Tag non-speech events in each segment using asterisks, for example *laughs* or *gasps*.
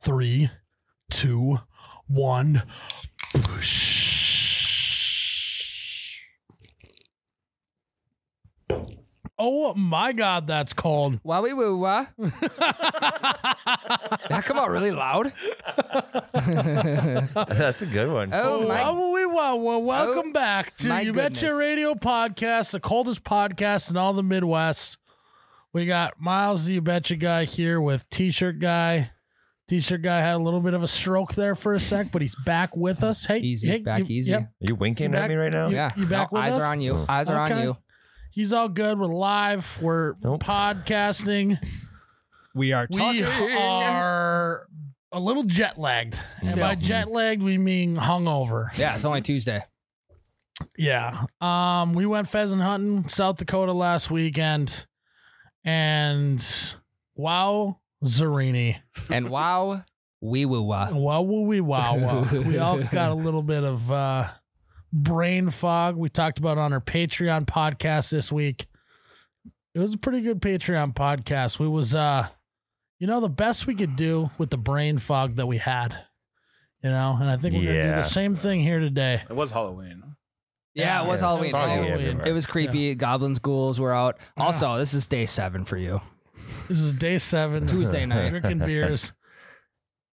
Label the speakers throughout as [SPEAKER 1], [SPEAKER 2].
[SPEAKER 1] three, two, one. Oh my God, that's cold.
[SPEAKER 2] Wah wee woo wah. *laughs* that come out really loud.
[SPEAKER 3] *laughs* That's a good one.
[SPEAKER 2] Oh my. Oh
[SPEAKER 1] Wow, wee, wow, wow. welcome back to
[SPEAKER 2] my
[SPEAKER 1] You
[SPEAKER 2] goodness.
[SPEAKER 1] Betcha Radio Podcast, the coldest podcast in all the Midwest. We got Miles, the You Betcha guy, here with T shirt guy. T shirt guy had a little bit of a stroke there for a sec, but he's back with us. Hey,
[SPEAKER 2] Easy,
[SPEAKER 1] hey,
[SPEAKER 2] back
[SPEAKER 1] you-
[SPEAKER 2] easy.
[SPEAKER 1] yep,
[SPEAKER 3] you winking
[SPEAKER 1] Back-
[SPEAKER 3] at me right now?
[SPEAKER 1] you-
[SPEAKER 2] yeah.
[SPEAKER 1] back
[SPEAKER 2] No,
[SPEAKER 1] with
[SPEAKER 2] eyes
[SPEAKER 1] us?
[SPEAKER 2] are on you. Eyes are
[SPEAKER 1] Okay.
[SPEAKER 2] on you.
[SPEAKER 1] he's all good. We're live. We're
[SPEAKER 3] Nope.
[SPEAKER 1] podcasting.
[SPEAKER 4] We are
[SPEAKER 1] We
[SPEAKER 4] talking.
[SPEAKER 1] are a little jet lagged. And
[SPEAKER 2] Still.
[SPEAKER 1] by jet lagged, we mean hungover.
[SPEAKER 2] Yeah, it's only Tuesday.
[SPEAKER 1] Yeah. Um, we went pheasant hunting South Dakota last weekend, and wow, Zarini,
[SPEAKER 2] And wow, wee woo wah.
[SPEAKER 1] wow, woo, wee, wow, wow. Uh, we all got a little bit of uh, brain fog. We talked about it on our Patreon podcast this week. It was a pretty good Patreon podcast. We was, uh, you know, the best we could do with the brain fog that we had. You know, and I think we're gonna do
[SPEAKER 3] Yeah.
[SPEAKER 1] the same thing here today.
[SPEAKER 4] It was Halloween.
[SPEAKER 2] Yeah, it was
[SPEAKER 3] Yeah,
[SPEAKER 2] Halloween.
[SPEAKER 3] it's Halloween.
[SPEAKER 2] It was creepy. Goblins, ghouls were out. Also, this is day seven for you.
[SPEAKER 1] This is day seven.
[SPEAKER 2] Tuesday
[SPEAKER 3] *laughs*
[SPEAKER 1] *laughs*
[SPEAKER 2] night.
[SPEAKER 1] drinking beers.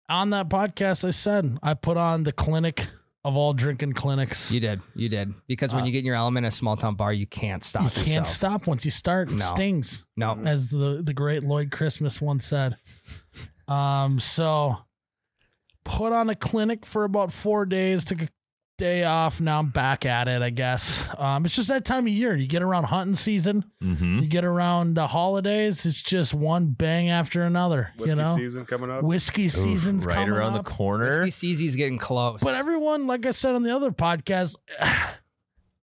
[SPEAKER 1] On that podcast, I said I put on the clinic of all drinking clinics.
[SPEAKER 2] You did. You did. Because when
[SPEAKER 1] Uh,
[SPEAKER 2] you get in your element in a small town bar, you can't stop
[SPEAKER 1] You can't
[SPEAKER 2] yourself.
[SPEAKER 1] stop once you start. It
[SPEAKER 2] No.
[SPEAKER 1] stings,
[SPEAKER 2] No.
[SPEAKER 1] as the the great Lloyd Christmas once said. Um, so put on a clinic for about four days. Took a day off. Now I'm back at it. I guess. Um, it's just that time of year. You get around hunting season.
[SPEAKER 3] Mm-hmm.
[SPEAKER 1] You get around the holidays. It's just one bang after another. you
[SPEAKER 5] Whiskey
[SPEAKER 1] know,
[SPEAKER 5] season coming up.
[SPEAKER 1] whiskey season's
[SPEAKER 3] right
[SPEAKER 1] coming
[SPEAKER 3] around
[SPEAKER 1] up.
[SPEAKER 3] the corner.
[SPEAKER 2] SBCZ's getting close.
[SPEAKER 1] But everyone, like I said on the other podcast, *sighs*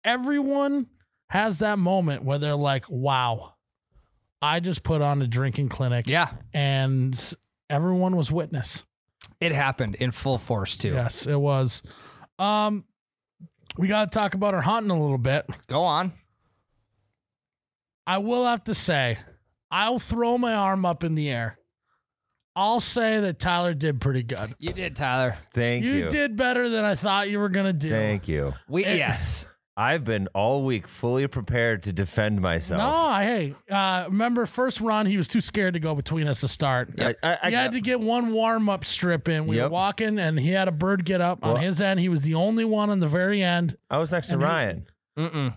[SPEAKER 1] everyone has that moment where they're like, wow, I just put on a drinking clinic
[SPEAKER 2] yeah,
[SPEAKER 1] and everyone was witness.
[SPEAKER 2] it happened in full force too.
[SPEAKER 1] Yes, it was. Um, we got to talk about our hunting a little bit.
[SPEAKER 2] Go on.
[SPEAKER 1] I will have to say, I'll throw my arm up in the air. I'll say that Tyler did pretty good.
[SPEAKER 2] You did, Tyler.
[SPEAKER 3] Thank you.
[SPEAKER 1] did better than I thought you were going to do.
[SPEAKER 3] Thank you.
[SPEAKER 2] We
[SPEAKER 1] It-
[SPEAKER 2] yes.
[SPEAKER 3] I've been all week fully prepared to defend myself.
[SPEAKER 1] No, I- hey, uh, remember first run, he was too scared to go between us to start.
[SPEAKER 3] I, I, I
[SPEAKER 1] he had
[SPEAKER 3] got-
[SPEAKER 1] to get one warm up strip in. We
[SPEAKER 3] Yep.
[SPEAKER 1] were walking, and he had a bird get up on
[SPEAKER 3] Well-
[SPEAKER 1] his end. He was the only one on the very end.
[SPEAKER 3] I was next to
[SPEAKER 1] and he-
[SPEAKER 3] Ryan.
[SPEAKER 2] Mm-mm.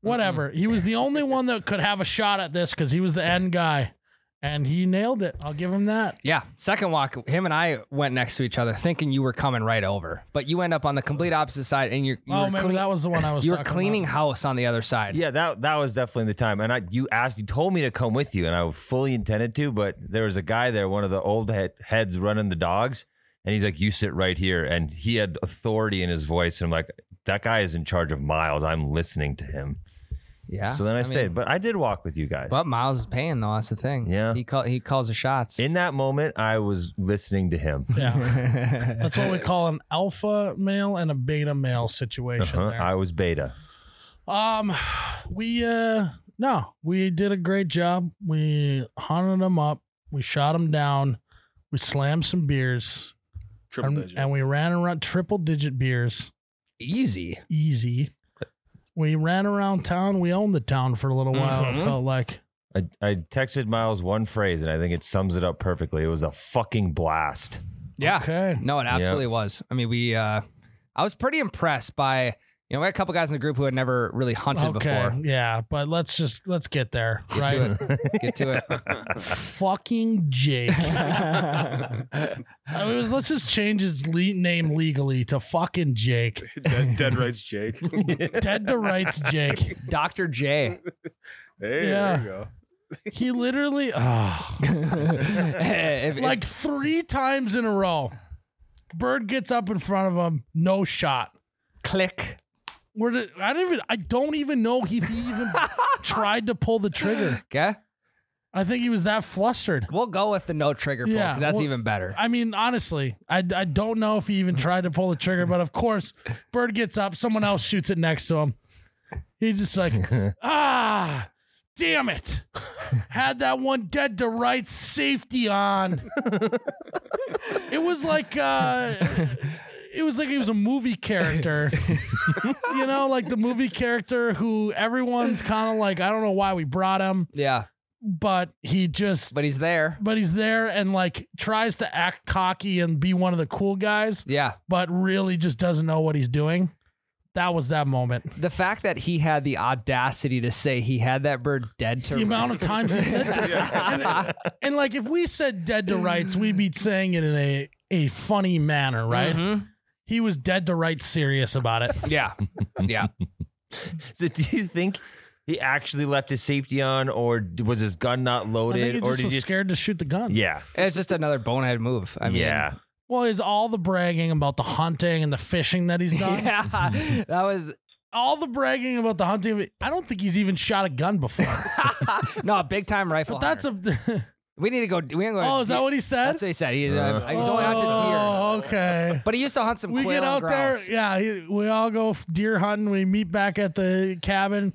[SPEAKER 1] Whatever. He was the only one that could have a shot at this because he was the end guy, and he nailed it. I'll give him that.
[SPEAKER 2] Yeah. Second walk, him and I went next to each other, thinking you were coming right over, but you end up on the complete opposite side, and you're you
[SPEAKER 1] oh,
[SPEAKER 2] were
[SPEAKER 1] maybe
[SPEAKER 2] clean-
[SPEAKER 1] that was the one I was.
[SPEAKER 2] you were
[SPEAKER 1] talking
[SPEAKER 2] cleaning
[SPEAKER 1] about.
[SPEAKER 2] house on the other side.
[SPEAKER 3] Yeah, that that was definitely the time. And I, you asked, you told me to come with you, and I fully intended to, but there was a guy there, one of the old head, heads running the dogs, and he's like, "You sit right here," and he had authority in his voice. And I'm like, "That guy is in charge of Miles. I'm listening to him."
[SPEAKER 2] Yeah.
[SPEAKER 3] So then I,
[SPEAKER 2] mean,
[SPEAKER 3] stayed, but I did walk with you guys.
[SPEAKER 2] but Miles is paying though. That's the thing.
[SPEAKER 3] Yeah.
[SPEAKER 2] He call, he calls the shots.
[SPEAKER 3] In that moment, I was listening to him.
[SPEAKER 1] Yeah,
[SPEAKER 2] That's
[SPEAKER 3] *laughs*
[SPEAKER 1] that's what we call an alpha male and a beta male situation.
[SPEAKER 3] Uh-huh.
[SPEAKER 1] There.
[SPEAKER 3] I was beta.
[SPEAKER 1] Um, we uh no, we did a great job. We hunted them up. We shot them down. We slammed some beers,
[SPEAKER 4] Triple
[SPEAKER 1] and,
[SPEAKER 4] digit.
[SPEAKER 1] and we ran around triple digit beers.
[SPEAKER 2] easy.
[SPEAKER 1] Easy. We ran around town. We owned the town for a little while. It
[SPEAKER 2] Mhm.
[SPEAKER 1] felt like
[SPEAKER 3] I, I texted Miles one phrase, and I think it sums it up perfectly. It was a fucking blast.
[SPEAKER 2] Yeah.
[SPEAKER 1] okay.
[SPEAKER 2] No, it absolutely was. I mean, we uh I was pretty impressed by you know, we had a couple guys in the group who had never really hunted
[SPEAKER 1] Okay,
[SPEAKER 2] before.
[SPEAKER 1] yeah, but let's just let's get there,
[SPEAKER 2] Get
[SPEAKER 1] right?
[SPEAKER 2] to it. *laughs* Get to it.
[SPEAKER 1] Fucking
[SPEAKER 2] *laughs*
[SPEAKER 1] Jake. *laughs* I mean, let's just change his le- name legally to fucking Jake.
[SPEAKER 3] *laughs*
[SPEAKER 5] dead, dead rights Jake. hey,
[SPEAKER 1] Dead to rights, Jake. *laughs*
[SPEAKER 2] Dr. J. *laughs*
[SPEAKER 5] there
[SPEAKER 1] Yeah.
[SPEAKER 5] you go.
[SPEAKER 1] He literally ah,
[SPEAKER 2] If-
[SPEAKER 1] like three times in a row. Bird gets up in front of him, no shot.
[SPEAKER 2] click.
[SPEAKER 1] Where did I don't even I don't even know if he even tried to pull the trigger.
[SPEAKER 2] Okay.
[SPEAKER 1] I think he was that flustered.
[SPEAKER 2] We'll go with the no trigger pull
[SPEAKER 1] Yeah,
[SPEAKER 2] because that's
[SPEAKER 1] well-
[SPEAKER 2] even better.
[SPEAKER 1] I mean, honestly, I, I don't know if he even tried to pull the trigger, but of course, Bird gets up, someone else shoots it next to him. He just like, ah, damn it. Had that one dead to rights safety on. It was like uh it was like he was a movie character. you know, like the movie character who everyone's kind of like I don't know why we brought him,
[SPEAKER 2] Yeah,
[SPEAKER 1] but he just
[SPEAKER 2] but he's there.
[SPEAKER 1] but he's there and like tries to act cocky and be one of the cool guys,
[SPEAKER 2] Yeah,
[SPEAKER 1] but really just doesn't know what he's doing. That was that moment.
[SPEAKER 2] the fact that he had the audacity to say he had that bird dead to
[SPEAKER 1] *laughs* The amount of times he said that. *laughs* And like if we said dead to rights, we'd be saying it in a a funny manner, right?
[SPEAKER 3] Mm-hmm.
[SPEAKER 2] Mhm.
[SPEAKER 1] He was dead to rights serious about it.
[SPEAKER 2] Yeah, yeah.
[SPEAKER 3] So do you think he actually left his safety on, or d- was his gun not
[SPEAKER 1] I think
[SPEAKER 3] loaded,
[SPEAKER 1] he just
[SPEAKER 3] or did
[SPEAKER 1] was
[SPEAKER 3] he just?
[SPEAKER 1] scared to shoot the gun.
[SPEAKER 3] Yeah,
[SPEAKER 2] It's just another bonehead move. I mean,
[SPEAKER 3] yeah.
[SPEAKER 1] Well, it's all the bragging about the hunting and the fishing that he's done.
[SPEAKER 2] *laughs* yeah. That was
[SPEAKER 1] All the bragging about the hunting. I don't think he's even shot a gun
[SPEAKER 3] *laughs*
[SPEAKER 1] before.
[SPEAKER 2] no big time rifle.
[SPEAKER 1] but that's
[SPEAKER 2] hunter.
[SPEAKER 1] a. *laughs*
[SPEAKER 2] we need to go. We need to go
[SPEAKER 1] oh, is that what he said?
[SPEAKER 2] That's what he said. He, uh,
[SPEAKER 3] Uh.
[SPEAKER 2] he's only hunted deer,
[SPEAKER 1] oh,
[SPEAKER 2] *laughs*
[SPEAKER 1] okay.
[SPEAKER 2] but he used to hunt some
[SPEAKER 1] We
[SPEAKER 2] quail
[SPEAKER 1] get out
[SPEAKER 2] and
[SPEAKER 1] there,
[SPEAKER 2] grouse.
[SPEAKER 1] yeah. he- We all go f- deer hunting. We meet back at the
[SPEAKER 2] *coughs*
[SPEAKER 1] cabin,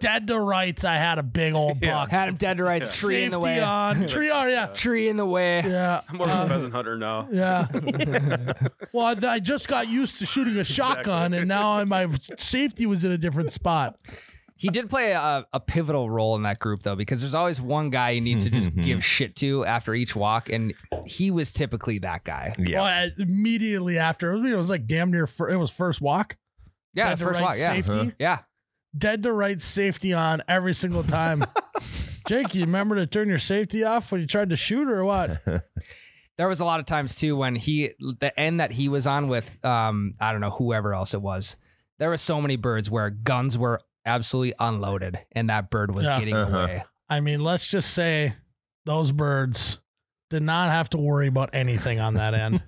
[SPEAKER 1] dead to rights. I had a big old buck.
[SPEAKER 2] Had him dead to rights. *laughs*
[SPEAKER 1] Safety
[SPEAKER 2] Tree in the way.
[SPEAKER 1] on
[SPEAKER 2] *laughs*
[SPEAKER 1] tree on, yeah,
[SPEAKER 2] Tree in the way.
[SPEAKER 1] yeah.
[SPEAKER 5] I'm more of a pheasant
[SPEAKER 1] *laughs*
[SPEAKER 5] hunter now. *laughs*
[SPEAKER 1] Yeah. well, I, I just got used to shooting a shotgun, and now I- my safety was in a different spot.
[SPEAKER 2] He did play a, a pivotal role in that group though, because there's always one guy you need to just give shit to after each walk, and he was typically that guy.
[SPEAKER 3] Yeah.
[SPEAKER 1] Well, I- immediately after, it was, it was like damn near. Fir- it was first walk.
[SPEAKER 2] Yeah,
[SPEAKER 1] dead
[SPEAKER 2] the
[SPEAKER 1] to
[SPEAKER 2] first
[SPEAKER 1] right
[SPEAKER 2] walk. Yeah,
[SPEAKER 1] safety.
[SPEAKER 3] Uh-huh.
[SPEAKER 2] yeah.
[SPEAKER 1] Dead to right safety on every single time. Jake, you remember to turn your safety off when you tried to shoot or what?
[SPEAKER 2] There was a lot of times too when he the end that he was on with um I don't know whoever else it was. There were so many birds where guns were absolutely unloaded, and that bird was
[SPEAKER 1] Yeah.
[SPEAKER 2] getting
[SPEAKER 3] Uh-huh.
[SPEAKER 2] away.
[SPEAKER 1] I mean, let's just say those birds did not have to worry about anything on that
[SPEAKER 2] *laughs*
[SPEAKER 1] end.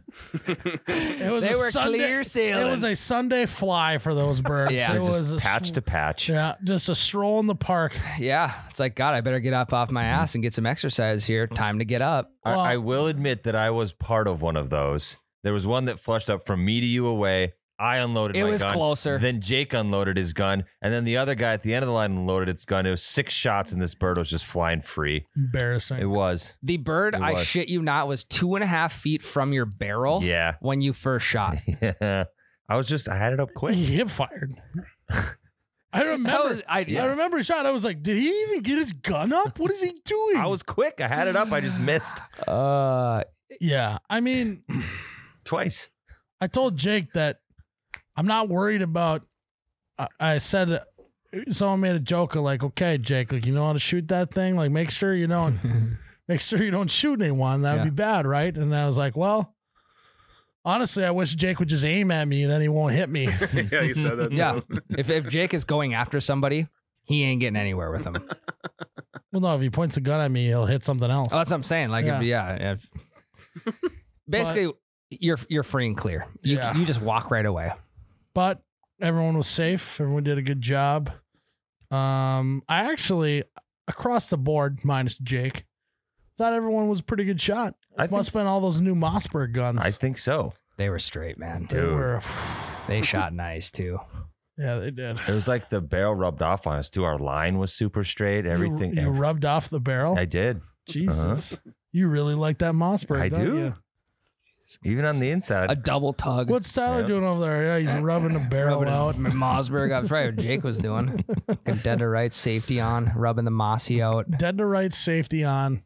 [SPEAKER 1] It was
[SPEAKER 2] They
[SPEAKER 1] a
[SPEAKER 2] were
[SPEAKER 1] Sunday-
[SPEAKER 2] clear sailing.
[SPEAKER 1] It was a Sunday fly for those birds.
[SPEAKER 2] Yeah.
[SPEAKER 1] it
[SPEAKER 3] They're
[SPEAKER 1] was
[SPEAKER 3] just
[SPEAKER 1] a
[SPEAKER 3] patch
[SPEAKER 1] sw-
[SPEAKER 3] to patch.
[SPEAKER 1] Yeah, just a stroll in the park.
[SPEAKER 2] Yeah, it's like God. I better get up off my ass and get some exercise here. Time to get up.
[SPEAKER 3] I,
[SPEAKER 1] Well-
[SPEAKER 3] I will admit that I was part of one of those. There was one that flushed up from me to you away. I unloaded
[SPEAKER 2] It
[SPEAKER 3] my
[SPEAKER 2] was
[SPEAKER 3] gun.
[SPEAKER 2] closer.
[SPEAKER 3] Then Jake unloaded his gun, and then the other guy at the end of the line unloaded its gun. It was six shots, and this bird was just flying free. It
[SPEAKER 1] Embarrassing.
[SPEAKER 3] was.
[SPEAKER 2] The bird,
[SPEAKER 3] It
[SPEAKER 2] I
[SPEAKER 3] was.
[SPEAKER 2] shit you not, was two and a half feet from your barrel
[SPEAKER 3] Yeah. *laughs*
[SPEAKER 2] when you first shot.
[SPEAKER 3] Yeah. I was just I had it up quick.
[SPEAKER 1] *laughs* He hit fired. I
[SPEAKER 2] That
[SPEAKER 1] remember.
[SPEAKER 2] was- I,
[SPEAKER 1] I remember a shot. I was like, did he even get his gun up? What
[SPEAKER 2] *laughs*
[SPEAKER 1] is he doing?
[SPEAKER 3] I was quick. I had it up. I just missed
[SPEAKER 2] Uh, *laughs*
[SPEAKER 1] yeah. I mean,
[SPEAKER 3] twice.
[SPEAKER 1] I told Jake that I'm not worried about. I, I said, someone made a joke of like, okay, Jake, like you know how to shoot that thing. Like, make sure you
[SPEAKER 2] *laughs*
[SPEAKER 1] don't, make sure you don't shoot anyone. That would
[SPEAKER 2] Yeah.
[SPEAKER 1] be bad, right? And I was like, well, honestly, I wish Jake would just aim at me, then he won't hit me.
[SPEAKER 5] yeah, you said that.
[SPEAKER 2] Yeah.
[SPEAKER 5] too. *laughs*
[SPEAKER 2] if if Jake is going after somebody, he ain't getting anywhere with him. Oh,
[SPEAKER 1] well, no, if he points a gun at me, he'll hit something else.
[SPEAKER 2] that's what I'm saying. Like,
[SPEAKER 1] Yeah.
[SPEAKER 2] if- yeah. if-
[SPEAKER 1] *laughs*
[SPEAKER 2] basically, you're you're free and clear. You
[SPEAKER 1] Yeah.
[SPEAKER 2] you just walk right away.
[SPEAKER 1] but everyone was safe. Everyone did a good job. Um, I actually across the board, minus Jake, thought everyone was a pretty good shot.
[SPEAKER 3] I
[SPEAKER 1] It
[SPEAKER 3] think
[SPEAKER 1] must have been all those new Mossberg guns.
[SPEAKER 3] I think so.
[SPEAKER 2] They were straight, man.
[SPEAKER 1] They
[SPEAKER 3] Dude.
[SPEAKER 1] were-
[SPEAKER 2] They shot *laughs* nice too.
[SPEAKER 1] yeah, they did.
[SPEAKER 3] It was like the barrel rubbed off on us too. Our line was super straight. Everything.
[SPEAKER 1] you, you rubbed off the barrel.
[SPEAKER 3] I uh-huh. did.
[SPEAKER 1] Jesus, you really like that Mossberg.
[SPEAKER 3] I
[SPEAKER 1] don't
[SPEAKER 3] do.
[SPEAKER 1] you?
[SPEAKER 3] Even on the inside.
[SPEAKER 2] A double tug.
[SPEAKER 1] What's Tyler
[SPEAKER 3] Yeah.
[SPEAKER 1] doing over there? Yeah, he's rubbing the
[SPEAKER 3] *laughs*
[SPEAKER 1] barrel
[SPEAKER 2] Rubbing
[SPEAKER 1] out.
[SPEAKER 2] his- Mossberg. I was right. What Jake was doing. Got dead to rights. Safety on. Rubbing the mossy out.
[SPEAKER 1] Dead to rights, safety on.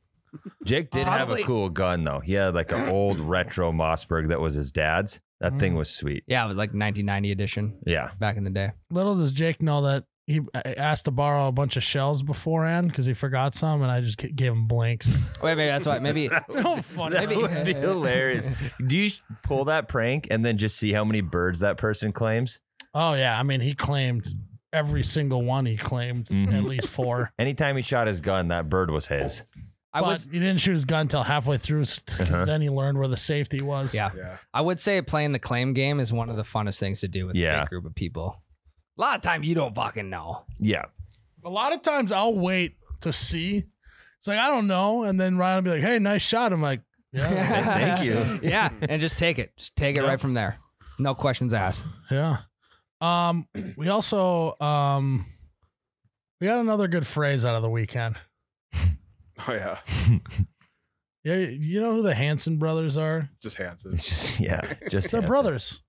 [SPEAKER 3] Jake did have a
[SPEAKER 2] Probably-
[SPEAKER 3] cool gun though. He had like an
[SPEAKER 1] *coughs*
[SPEAKER 3] old retro Mossberg that was his dad's. That
[SPEAKER 1] Mm.
[SPEAKER 3] thing was sweet.
[SPEAKER 2] Yeah, it was like 1990 edition
[SPEAKER 3] Yeah.
[SPEAKER 2] back in the day.
[SPEAKER 1] Little does Jake know that he I asked to borrow a bunch of shells beforehand because he forgot some, and I just g- gave him
[SPEAKER 3] *laughs*
[SPEAKER 1] blanks.
[SPEAKER 2] Wait, maybe that's why. Maybe
[SPEAKER 1] No funny.
[SPEAKER 3] That
[SPEAKER 2] Maybe- *laughs*
[SPEAKER 3] would be hilarious. Do you pull that prank and then just see how many birds that person claims?
[SPEAKER 1] Oh yeah, I mean he claimed every single one. He claimed
[SPEAKER 3] Mhm.
[SPEAKER 1] at least four.
[SPEAKER 3] *laughs* Anytime he shot his gun, that bird was his.
[SPEAKER 2] I
[SPEAKER 1] but
[SPEAKER 2] would.
[SPEAKER 1] he didn't shoot his gun until halfway through. s- 'cause
[SPEAKER 3] Uh-huh.
[SPEAKER 1] Then he learned where the safety was.
[SPEAKER 2] Yeah.
[SPEAKER 5] Yeah.
[SPEAKER 2] I would say playing the claim game is one of the funnest things to do with a
[SPEAKER 3] Yeah.
[SPEAKER 2] big group of people. A lot of time you don't fucking know.
[SPEAKER 3] Yeah.
[SPEAKER 1] A lot of times I'll wait to see. It's like I don't know, and then Ryan will be like, "Hey, nice shot." I'm like,
[SPEAKER 2] *laughs*
[SPEAKER 1] "Yeah,
[SPEAKER 3] Thank you.
[SPEAKER 2] Yeah, and just take it. Just take it right from there. No questions asked.
[SPEAKER 1] yeah." Um, we also um, we got another good phrase out of the weekend.
[SPEAKER 5] Oh yeah.
[SPEAKER 1] Yeah, you know who the Hanson brothers are?
[SPEAKER 5] Just Hanson.
[SPEAKER 3] It's *laughs* just yeah, just
[SPEAKER 1] They're
[SPEAKER 3] Hanson.
[SPEAKER 1] brothers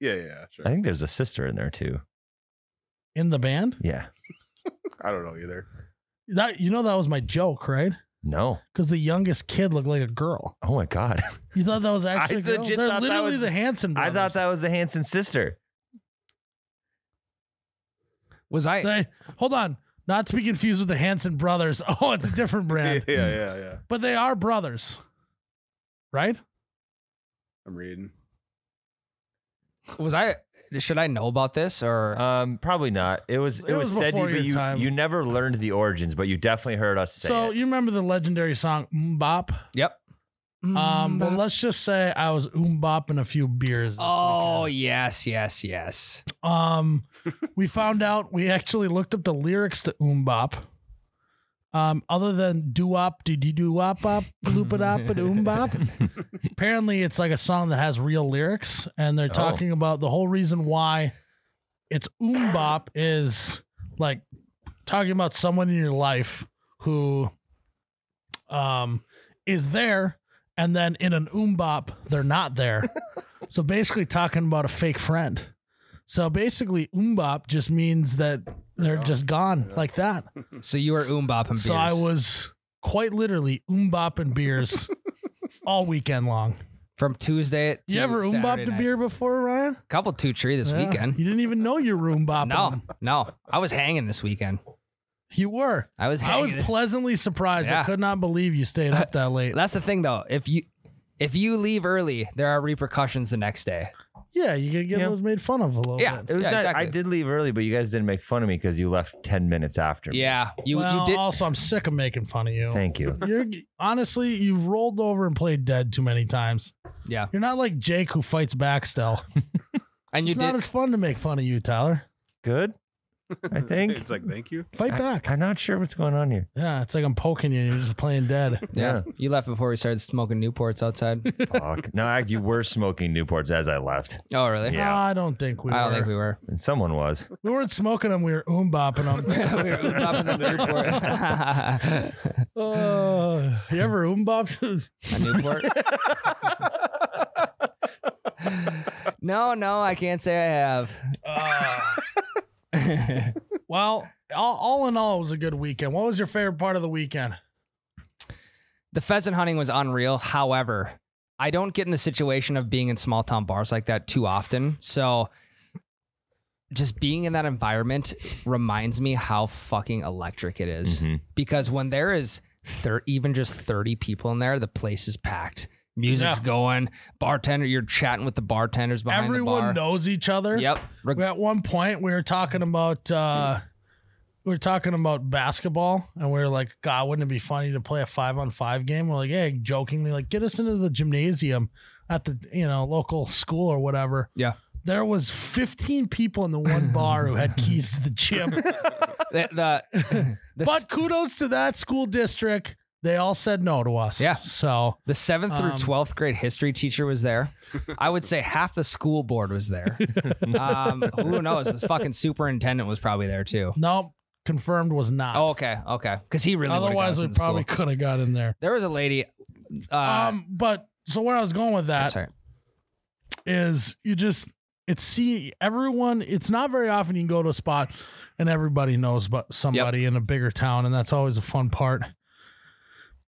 [SPEAKER 5] Yeah, yeah, yeah, sure.
[SPEAKER 3] I
[SPEAKER 5] I,
[SPEAKER 3] think there's a sister in there too.
[SPEAKER 1] in the band.
[SPEAKER 3] Yeah.
[SPEAKER 5] don't know
[SPEAKER 1] *laughs*
[SPEAKER 5] either.
[SPEAKER 1] That you know that was my joke, right?
[SPEAKER 3] No.
[SPEAKER 1] Because the youngest kid looked like a girl.
[SPEAKER 3] Oh my god.
[SPEAKER 1] You thought
[SPEAKER 3] *laughs*
[SPEAKER 1] that was actually a girl?
[SPEAKER 3] legit
[SPEAKER 1] They're
[SPEAKER 3] thought that
[SPEAKER 1] literally
[SPEAKER 3] was-
[SPEAKER 1] the Hanson
[SPEAKER 3] I
[SPEAKER 1] brothers. *laughs*
[SPEAKER 3] thought that was the Hanson sister.
[SPEAKER 2] Was I?
[SPEAKER 1] They- hold on, not to be confused with the Hanson brothers. *laughs* Oh, it's a different
[SPEAKER 5] Yeah,
[SPEAKER 1] brand,
[SPEAKER 3] *laughs*
[SPEAKER 5] yeah, yeah, yeah.
[SPEAKER 1] but they are brothers, right?
[SPEAKER 5] I'm reading.
[SPEAKER 2] Was I? Should I know about this or?
[SPEAKER 3] Um, probably not. It was it,
[SPEAKER 1] It
[SPEAKER 3] was,
[SPEAKER 1] was
[SPEAKER 3] said to you,
[SPEAKER 1] before
[SPEAKER 3] but
[SPEAKER 1] your
[SPEAKER 3] you,
[SPEAKER 1] time.
[SPEAKER 3] you never learned the origins, but you definitely heard us say
[SPEAKER 1] so
[SPEAKER 3] it.
[SPEAKER 1] you remember the legendary song "Mbop"?
[SPEAKER 2] yep. Mm,
[SPEAKER 1] Um, well, let's just say I was oombopping a few beers. This
[SPEAKER 2] Oh
[SPEAKER 1] weekend.
[SPEAKER 2] yes, yes, yes.
[SPEAKER 1] Um, we found out we actually looked up the lyrics to oombop. Um, other than doo wop, doo doo doo wop up, loop it up, and oombop. Apparently, it's like a song that has real lyrics, and they're
[SPEAKER 3] Oh.
[SPEAKER 1] talking about the whole reason why it's oombop is like talking about someone in your life who, um, is there, and then in an oombop they're not
[SPEAKER 2] *laughs*
[SPEAKER 1] there. so basically, talking about a fake friend. So basically, umbop just means that they're just gone like that.
[SPEAKER 2] So you were oombop and beers.
[SPEAKER 1] So I was quite literally umbopping
[SPEAKER 2] *laughs*
[SPEAKER 1] beers all weekend long.
[SPEAKER 2] from Tuesday. To
[SPEAKER 1] You ever
[SPEAKER 2] Saturday
[SPEAKER 1] umbopped a
[SPEAKER 2] night.
[SPEAKER 1] beer before, Ryan?
[SPEAKER 2] Couple two tree this
[SPEAKER 1] Yeah.
[SPEAKER 2] weekend.
[SPEAKER 1] You didn't even know you were umbopping.
[SPEAKER 2] No, no. I was hanging this weekend.
[SPEAKER 1] You were.
[SPEAKER 2] I was
[SPEAKER 1] I was
[SPEAKER 2] hanging.
[SPEAKER 1] pleasantly surprised. I
[SPEAKER 2] Yeah.
[SPEAKER 1] could not believe you stayed up that
[SPEAKER 2] *laughs*
[SPEAKER 1] late.
[SPEAKER 2] That's the thing though. If you if you leave early, there are repercussions the next day.
[SPEAKER 1] Yeah, you could get
[SPEAKER 3] Yeah.
[SPEAKER 1] those made fun of a little
[SPEAKER 2] Yeah.
[SPEAKER 1] bit.
[SPEAKER 3] it was
[SPEAKER 2] Yeah,
[SPEAKER 3] not,
[SPEAKER 2] exactly.
[SPEAKER 3] I did leave early, but you guys didn't make fun of me because you left ten minutes after. me.
[SPEAKER 2] Yeah, you
[SPEAKER 1] well,
[SPEAKER 2] you did.
[SPEAKER 1] also, I'm sick of making fun of you. *laughs*
[SPEAKER 3] Thank you.
[SPEAKER 1] You're honestly, you've rolled over and played dead too many times.
[SPEAKER 2] Yeah,
[SPEAKER 1] You're not like Jake who fights back still.
[SPEAKER 2] and you
[SPEAKER 1] it's not
[SPEAKER 2] did.
[SPEAKER 1] as fun to make fun of you, Tyler.
[SPEAKER 3] Good. I think.
[SPEAKER 5] it's like thank you.
[SPEAKER 1] Fight
[SPEAKER 3] I,
[SPEAKER 1] back.
[SPEAKER 3] I'm not sure what's going on here.
[SPEAKER 1] yeah, it's like I'm poking you. and You're just playing dead.
[SPEAKER 2] yeah, you left before we started smoking
[SPEAKER 1] *laughs*
[SPEAKER 2] Newports outside.
[SPEAKER 3] Fuck. No, I, you were smoking Newports as I left,
[SPEAKER 2] oh, really?
[SPEAKER 3] *laughs* Yeah.
[SPEAKER 1] I don't think we.
[SPEAKER 2] I don't
[SPEAKER 1] were.
[SPEAKER 2] think we were.
[SPEAKER 3] and someone was.
[SPEAKER 1] We weren't smoking them. *laughs* We were oombopping
[SPEAKER 2] we *laughs*
[SPEAKER 1] them.
[SPEAKER 2] were oombopping on the Newport.
[SPEAKER 1] uh, *laughs* you ever oombopped?
[SPEAKER 2] *laughs*
[SPEAKER 1] *laughs*
[SPEAKER 2] A *laughs* Newport? *laughs* no, no, I can't say I have.
[SPEAKER 1] uh,
[SPEAKER 2] *laughs*
[SPEAKER 1] well, all, all in all, it was a good weekend. What was your favorite part of the weekend?
[SPEAKER 2] The pheasant hunting was unreal. However, I don't get in the situation of being in small town bars like that too often. So just being in that environment reminds me how fucking electric it is.
[SPEAKER 3] Mhm.
[SPEAKER 2] Because when there is thir- even just 30 people in there, the place is packed. Music's
[SPEAKER 1] Yeah.
[SPEAKER 2] going. Bartender, you're chatting with the bartenders behind
[SPEAKER 1] Everyone
[SPEAKER 2] the bar.
[SPEAKER 1] knows each other.
[SPEAKER 2] Yep. Reg-
[SPEAKER 1] We- At one point, we were talking about uh, we were talking about basketball, and we were like, "God, wouldn't it be funny to play a five on five game?" We're like, "Hey," jokingly, like, "Get us into the gymnasium at the you know local school or whatever." *laughs*
[SPEAKER 2] Yeah.
[SPEAKER 1] There was 15 people in the
[SPEAKER 2] *laughs*
[SPEAKER 1] one bar who had keys to the gym.
[SPEAKER 2] the, the, *laughs* the
[SPEAKER 1] but kudos to that school district. They all said no to us.
[SPEAKER 2] Yeah.
[SPEAKER 1] So
[SPEAKER 2] The seventh through
[SPEAKER 1] Um,
[SPEAKER 2] twelfth grade history teacher was there. I would say half the school board
[SPEAKER 1] *laughs*
[SPEAKER 2] was there. um, who knows? This fucking superintendent was probably there too.
[SPEAKER 1] no, confirmed was not.
[SPEAKER 2] Oh, okay, okay, because he really. would've got us
[SPEAKER 1] Otherwise, we
[SPEAKER 2] in school.
[SPEAKER 1] probably could have got in there.
[SPEAKER 2] There was a lady. Uh,
[SPEAKER 1] um, but so where I was going with that
[SPEAKER 2] sorry.
[SPEAKER 1] is you just it's see everyone it's not very often you can go to a spot and everybody knows but somebody in a bigger town and that's always a fun part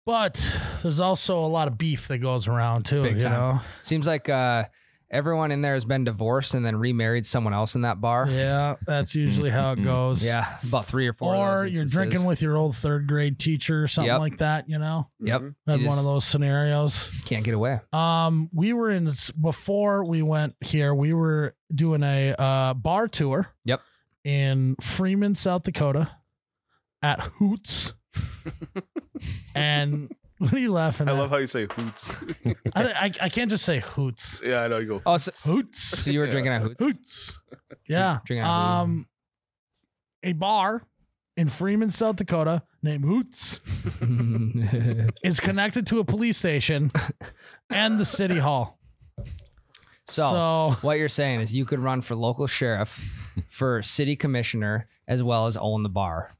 [SPEAKER 1] but there's also a lot of beef that goes around too
[SPEAKER 2] Big
[SPEAKER 1] you
[SPEAKER 2] time. Seems like uh, everyone in there has been divorced and then remarried someone else in that bar.
[SPEAKER 1] know yeah that's usually how it goes
[SPEAKER 2] Mm-hmm. Yeah, about three or four. of
[SPEAKER 1] or
[SPEAKER 2] those
[SPEAKER 1] you're
[SPEAKER 2] instances.
[SPEAKER 1] drinking with your old third grade teacher or something
[SPEAKER 2] Yep.
[SPEAKER 1] like that you know
[SPEAKER 5] Mm-hmm.
[SPEAKER 2] Yep,
[SPEAKER 1] had
[SPEAKER 2] You
[SPEAKER 1] one of
[SPEAKER 2] just-
[SPEAKER 1] those scenarios
[SPEAKER 2] can't get away.
[SPEAKER 1] Um, we were in before we went here. We were doing a uh, bar tour.
[SPEAKER 2] Yep.
[SPEAKER 1] In Freeman, South Dakota, at Hoots. and what are you laughing
[SPEAKER 5] I
[SPEAKER 1] at?
[SPEAKER 5] love how you say hoots. *laughs*
[SPEAKER 1] I, I I can't just say Hoots.
[SPEAKER 5] yeah, I know you go
[SPEAKER 2] Oh, so,
[SPEAKER 1] Hoots.
[SPEAKER 2] so you were drinking at Hoots.
[SPEAKER 1] Hoots. Yeah.
[SPEAKER 2] Drinking at Hoots.
[SPEAKER 1] Um, a bar in Freeman, South Dakota, named Hoots,
[SPEAKER 2] *laughs*
[SPEAKER 1] is connected to a police station and the city hall. so
[SPEAKER 2] What you're saying is you could run for local sheriff, for city commissioner, as well as own the bar.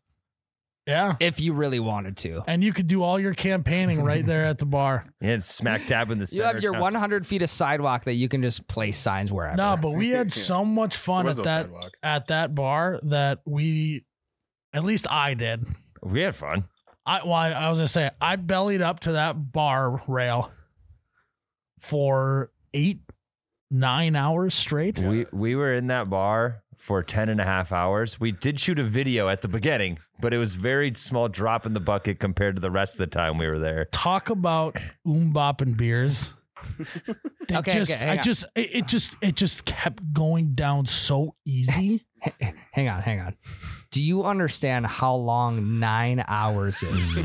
[SPEAKER 1] Yeah.
[SPEAKER 2] if you really wanted to.
[SPEAKER 1] And you could do all your campaigning right there at the
[SPEAKER 2] *laughs*
[SPEAKER 1] bar.
[SPEAKER 3] Yeah, it's smack dab in the
[SPEAKER 2] You
[SPEAKER 3] center.
[SPEAKER 2] have your
[SPEAKER 3] town.
[SPEAKER 2] 100 feet of sidewalk that you can just place signs wherever.
[SPEAKER 1] No, but we had so much fun
[SPEAKER 5] There was
[SPEAKER 1] at
[SPEAKER 5] no
[SPEAKER 1] that
[SPEAKER 5] sidewalk.
[SPEAKER 1] at that bar that we, at least I did.
[SPEAKER 3] We had fun.
[SPEAKER 1] I well, I, I was gonna say I bellied up to that bar rail for eight, nine hours straight.
[SPEAKER 3] We we were in that bar for 10 and a half hours. We did shoot a video at the beginning, but it was very small drop in the bucket compared to the rest of the time we were there.
[SPEAKER 1] Talk about umbop and
[SPEAKER 2] *laughs*
[SPEAKER 1] beers. They
[SPEAKER 2] Okay,
[SPEAKER 1] just,
[SPEAKER 2] okay, hang
[SPEAKER 1] I
[SPEAKER 2] on.
[SPEAKER 1] just, it, it just, it just kept going down so easy.
[SPEAKER 2] hang on, hang on. Do you understand how long nine
[SPEAKER 1] *laughs*
[SPEAKER 2] hours is?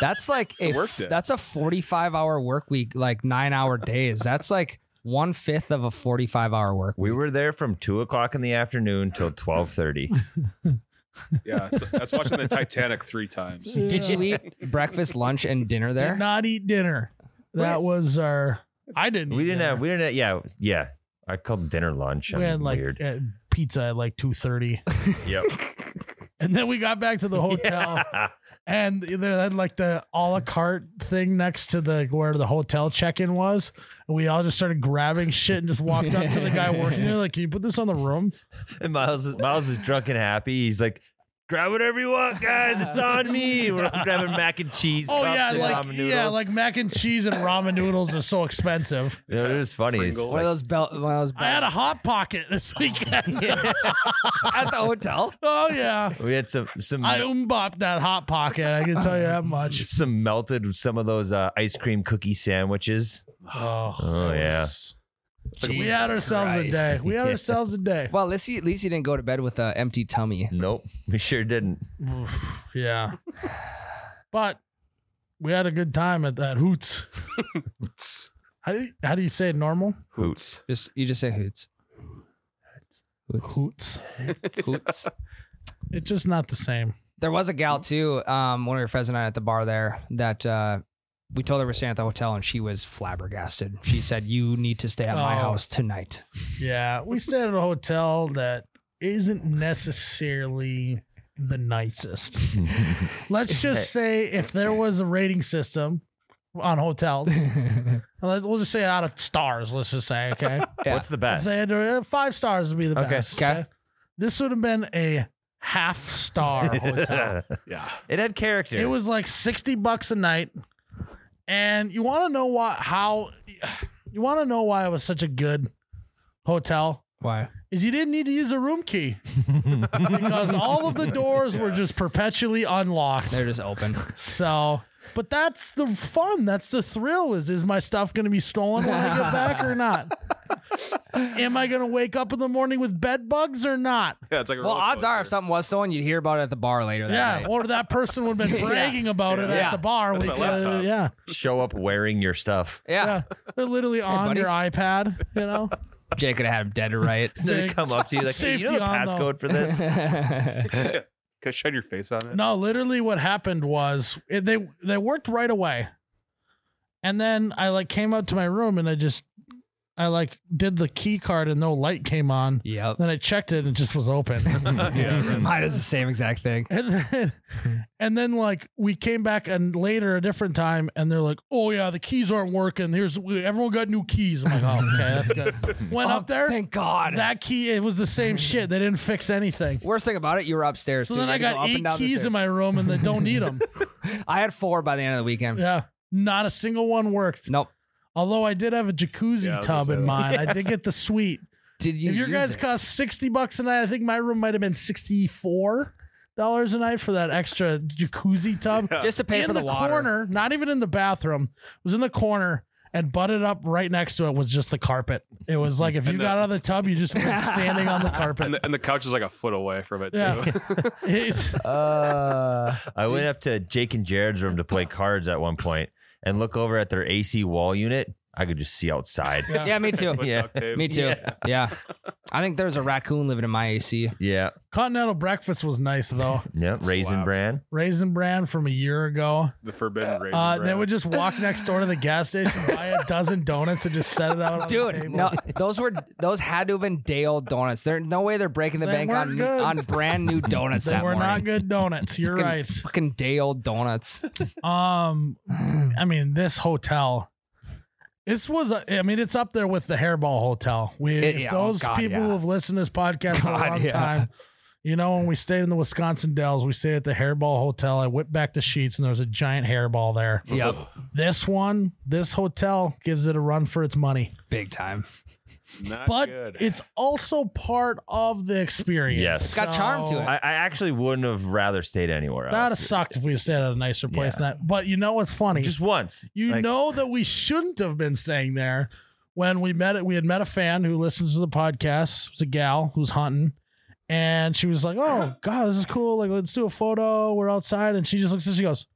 [SPEAKER 2] That's like
[SPEAKER 5] a
[SPEAKER 2] a,
[SPEAKER 5] work
[SPEAKER 2] f-
[SPEAKER 5] day.
[SPEAKER 2] that's a 45 hour work week, like nine hour days. That's like one fifth of a 45 hour work.
[SPEAKER 3] We were there from two o'clock in the afternoon till 1230.
[SPEAKER 5] Yeah, it's- that's watching the Titanic
[SPEAKER 1] *laughs*
[SPEAKER 5] three times.
[SPEAKER 2] Did you eat breakfast, lunch, and dinner
[SPEAKER 1] Did
[SPEAKER 2] there?
[SPEAKER 1] not eat dinner. That was our. I didn't.
[SPEAKER 3] we
[SPEAKER 1] eat
[SPEAKER 3] didn't
[SPEAKER 1] dinner.
[SPEAKER 3] have, we didn't have, yeah, yeah. I called dinner lunch.
[SPEAKER 1] We
[SPEAKER 3] I'm
[SPEAKER 1] had like *laughs*
[SPEAKER 3] weird.
[SPEAKER 1] uh, pizza at like two thirty, *laughs*
[SPEAKER 3] Yep.
[SPEAKER 1] and then we got back to the hotel.
[SPEAKER 3] *laughs* Yeah.
[SPEAKER 1] and they had like the a la carte thing next to the where the hotel check-in was. And we all just started grabbing shit and just walked up to the
[SPEAKER 3] *laughs*
[SPEAKER 1] guy working there, like, "Can you put this on the room?"
[SPEAKER 3] And Miles is, Miles is drunk and happy. He's like, grab whatever you want, guys. It's on me. We're grabbing mac and cheese.
[SPEAKER 1] oh
[SPEAKER 3] cups
[SPEAKER 1] yeah,
[SPEAKER 3] and
[SPEAKER 1] like
[SPEAKER 3] ramen
[SPEAKER 1] yeah,
[SPEAKER 3] noodles.
[SPEAKER 1] like mac and cheese and ramen noodles is so
[SPEAKER 3] *laughs*
[SPEAKER 1] expensive.
[SPEAKER 3] Yeah, it was funny. It's
[SPEAKER 2] One
[SPEAKER 5] Pringles.
[SPEAKER 2] of
[SPEAKER 3] like-
[SPEAKER 2] those belt, one of those
[SPEAKER 1] I had a hot pocket this
[SPEAKER 3] *laughs*
[SPEAKER 1] weekend.
[SPEAKER 2] at
[SPEAKER 1] *laughs*
[SPEAKER 2] the hotel.
[SPEAKER 1] oh yeah,
[SPEAKER 3] *laughs* we had some some
[SPEAKER 1] I umbopped that hot pocket. I can tell you that much.
[SPEAKER 3] just some melted some of those uh, ice cream cookie sandwiches.
[SPEAKER 1] Oh,
[SPEAKER 3] *laughs* Oh, yeah.
[SPEAKER 1] we had ourselves a
[SPEAKER 2] Christ.
[SPEAKER 1] day. We had
[SPEAKER 3] *laughs* Yeah.
[SPEAKER 1] ourselves a day.
[SPEAKER 2] Well, at least, you, at least you didn't go to bed with an empty tummy.
[SPEAKER 3] Nope, we sure didn't.
[SPEAKER 1] Oof, yeah. But we had a good time at that Hoots. How do you, how do you say it normal?
[SPEAKER 3] Hoots.
[SPEAKER 2] Just you just say hoots. Hoots.
[SPEAKER 1] *laughs* Hoots.
[SPEAKER 2] hoots.
[SPEAKER 1] It's just not the same.
[SPEAKER 2] There was a gal too, um, when we were pheasant at the bar there that uh we told her we're staying at the hotel and she was flabbergasted. She said, You need to stay at my
[SPEAKER 1] Oh.
[SPEAKER 2] house tonight. *laughs*
[SPEAKER 1] Yeah, we stayed at a hotel that isn't necessarily the nicest. Let's just say if there was a rating system on
[SPEAKER 2] *laughs*
[SPEAKER 1] hotels, let's, we'll just say out of stars. Let's just say okay,
[SPEAKER 2] Yeah.
[SPEAKER 3] *laughs* What's the
[SPEAKER 1] if
[SPEAKER 3] best?
[SPEAKER 1] they
[SPEAKER 3] *laughs*
[SPEAKER 1] had uh, five stars would be the
[SPEAKER 3] Okay.
[SPEAKER 1] best.
[SPEAKER 2] Okay.
[SPEAKER 1] this would have been a half
[SPEAKER 3] *laughs*
[SPEAKER 1] star hotel.
[SPEAKER 5] Yeah.
[SPEAKER 3] it had character.
[SPEAKER 1] It was like 60 bucks a night. And you want to know why how you want to know why it was such a good hotel
[SPEAKER 2] Why?
[SPEAKER 1] is you didn't need to use a room
[SPEAKER 2] *laughs*
[SPEAKER 1] key because all of the doors were just perpetually unlocked.
[SPEAKER 2] They're just open.
[SPEAKER 1] So, but that's the fun. That's the thrill. Is is my stuff going to be stolen when
[SPEAKER 2] *laughs*
[SPEAKER 1] I get back or not? Am I going to wake up in the morning with bed bugs or not?
[SPEAKER 5] Yeah, it's like a
[SPEAKER 2] Well,
[SPEAKER 5] roller
[SPEAKER 2] odds are if
[SPEAKER 5] coaster.
[SPEAKER 2] something was stolen, you'd hear about it at the bar later that
[SPEAKER 1] Yeah,
[SPEAKER 2] night.
[SPEAKER 1] or that person would have been
[SPEAKER 2] *laughs* Yeah.
[SPEAKER 1] bragging about it
[SPEAKER 2] Yeah.
[SPEAKER 1] at the bar.
[SPEAKER 5] That's my
[SPEAKER 1] because-
[SPEAKER 5] laptop.
[SPEAKER 1] yeah.
[SPEAKER 3] Show up wearing your stuff. *laughs*
[SPEAKER 2] yeah.
[SPEAKER 1] Yeah, they're literally on
[SPEAKER 2] buddy.
[SPEAKER 1] your iPad. You know,
[SPEAKER 2] Jay could have had him dead or right.
[SPEAKER 3] Did
[SPEAKER 1] They-
[SPEAKER 3] they come up to you like, hey, you know the
[SPEAKER 1] Safety on, though.
[SPEAKER 3] passcode
[SPEAKER 2] *laughs*
[SPEAKER 3] for this?
[SPEAKER 5] Can I shine your face on
[SPEAKER 1] *laughs*
[SPEAKER 5] it?
[SPEAKER 1] no, literally, what happened was it, they they worked right away, and then I like came up to my room and I just I like did the key card and no light came on. *laughs*
[SPEAKER 2] yep.
[SPEAKER 1] Then I checked it and it just was open.
[SPEAKER 2] *laughs*
[SPEAKER 1] *laughs*
[SPEAKER 5] Yeah, right.
[SPEAKER 2] Mine is the same exact thing.
[SPEAKER 1] And then, and then like we came back and later a different time and they're like, oh yeah, the keys aren't working. Here's everyone got new keys. I'm like, oh okay, that's
[SPEAKER 2] *laughs*
[SPEAKER 1] good. Went
[SPEAKER 2] Oh,
[SPEAKER 1] up there.
[SPEAKER 2] Thank God.
[SPEAKER 1] that key, it was the same shit. They didn't fix anything.
[SPEAKER 2] Worst thing about it, you were upstairs.
[SPEAKER 1] So
[SPEAKER 2] too.
[SPEAKER 1] then I
[SPEAKER 2] You had to go
[SPEAKER 1] got
[SPEAKER 2] up and
[SPEAKER 1] eight
[SPEAKER 2] down the
[SPEAKER 1] keys
[SPEAKER 2] stairs.
[SPEAKER 1] in my room and they don't need
[SPEAKER 2] *laughs*
[SPEAKER 1] them.
[SPEAKER 2] I had four by the end of the weekend.
[SPEAKER 1] yeah. Not a single one worked.
[SPEAKER 2] Nope.
[SPEAKER 1] Although I did have a jacuzzi
[SPEAKER 5] Yeah, I was
[SPEAKER 1] tub
[SPEAKER 5] gonna
[SPEAKER 1] in
[SPEAKER 5] say
[SPEAKER 1] mine.
[SPEAKER 2] *laughs*
[SPEAKER 1] I did get the suite.
[SPEAKER 2] Did you?
[SPEAKER 1] if your
[SPEAKER 2] use
[SPEAKER 1] guys
[SPEAKER 2] it?
[SPEAKER 1] cost 60 bucks a night, I think my room might have been 64 dollars a night for that extra jacuzzi tub.
[SPEAKER 2] just to *laughs* pay
[SPEAKER 1] in
[SPEAKER 2] for
[SPEAKER 1] the,
[SPEAKER 2] the, water,
[SPEAKER 1] corner, not even in the bathroom, it was in the corner and butted up right next to it was just the carpet. It was like if you
[SPEAKER 5] *laughs* And the-
[SPEAKER 1] got out of the tub, you just went standing on the carpet.
[SPEAKER 5] *laughs* And the, and the couch is like a foot away from it, too. *laughs*
[SPEAKER 1] Yeah. It's-
[SPEAKER 3] Uh, *laughs* I went up to Jake and Jared's room to play cards at one point and look over at their AC wall unit. I could just see outside.
[SPEAKER 1] Yeah.
[SPEAKER 5] *laughs*
[SPEAKER 2] Yeah, me too.
[SPEAKER 5] With
[SPEAKER 3] Yeah.
[SPEAKER 5] duct tape.
[SPEAKER 2] Me too. Yeah. I think there's a raccoon living in my AC.
[SPEAKER 3] Yeah.
[SPEAKER 1] Continental breakfast was nice though.
[SPEAKER 3] Yeah. Raisin
[SPEAKER 5] Slapped.
[SPEAKER 3] bran.
[SPEAKER 1] Raisin bran from a year ago.
[SPEAKER 5] The forbidden raisin.
[SPEAKER 1] Uh, they
[SPEAKER 5] bran.
[SPEAKER 1] would just walk next door to the gas
[SPEAKER 5] *laughs*
[SPEAKER 1] station, buy a dozen donuts, and just set it out on the
[SPEAKER 2] Dude,
[SPEAKER 1] table.
[SPEAKER 2] no, those were those had to have been day old donuts. There no way they're breaking the
[SPEAKER 1] They
[SPEAKER 2] bank
[SPEAKER 1] weren't
[SPEAKER 2] on
[SPEAKER 1] good.
[SPEAKER 2] on brand new
[SPEAKER 1] *laughs*
[SPEAKER 2] donuts
[SPEAKER 1] they
[SPEAKER 2] that
[SPEAKER 1] were
[SPEAKER 2] morning.
[SPEAKER 1] not good donuts. You're
[SPEAKER 2] Fucking-
[SPEAKER 1] right.
[SPEAKER 2] Fucking day
[SPEAKER 1] *laughs*
[SPEAKER 2] old donuts.
[SPEAKER 1] Um, I mean, this hotel. This was, a, I mean, it's up there with the Hairball Hotel. We,
[SPEAKER 2] It-
[SPEAKER 1] if
[SPEAKER 2] yeah, oh,
[SPEAKER 1] those
[SPEAKER 2] God,
[SPEAKER 1] people
[SPEAKER 2] yeah.
[SPEAKER 1] who have listened to this podcast for a
[SPEAKER 2] God,
[SPEAKER 1] long
[SPEAKER 2] yeah.
[SPEAKER 1] time, you know, when we stayed in the Wisconsin Dells, we stayed at the Hairball Hotel. I whipped back the sheets, and there was a giant hairball there.
[SPEAKER 2] yep,
[SPEAKER 1] This one, this hotel gives it a run for its money, *sighs*
[SPEAKER 2] big time.
[SPEAKER 5] Not
[SPEAKER 1] but
[SPEAKER 5] good.
[SPEAKER 1] it's also part of the experience.
[SPEAKER 3] Yes. It's
[SPEAKER 2] got charm to it.
[SPEAKER 3] I, I actually wouldn't have rather stayed anywhere
[SPEAKER 1] That would have
[SPEAKER 3] else.
[SPEAKER 1] sucked if we stayed at a nicer place. than That, but you know what's funny?
[SPEAKER 3] Just once.
[SPEAKER 1] You
[SPEAKER 3] Like,
[SPEAKER 1] know that we shouldn't have been staying there when we met it. We had met a fan who listens to the podcast. It's a gal who's hunting. And she was like, Oh, God, this is cool. Like, let's do a photo. We're outside. And she just looks and she goes,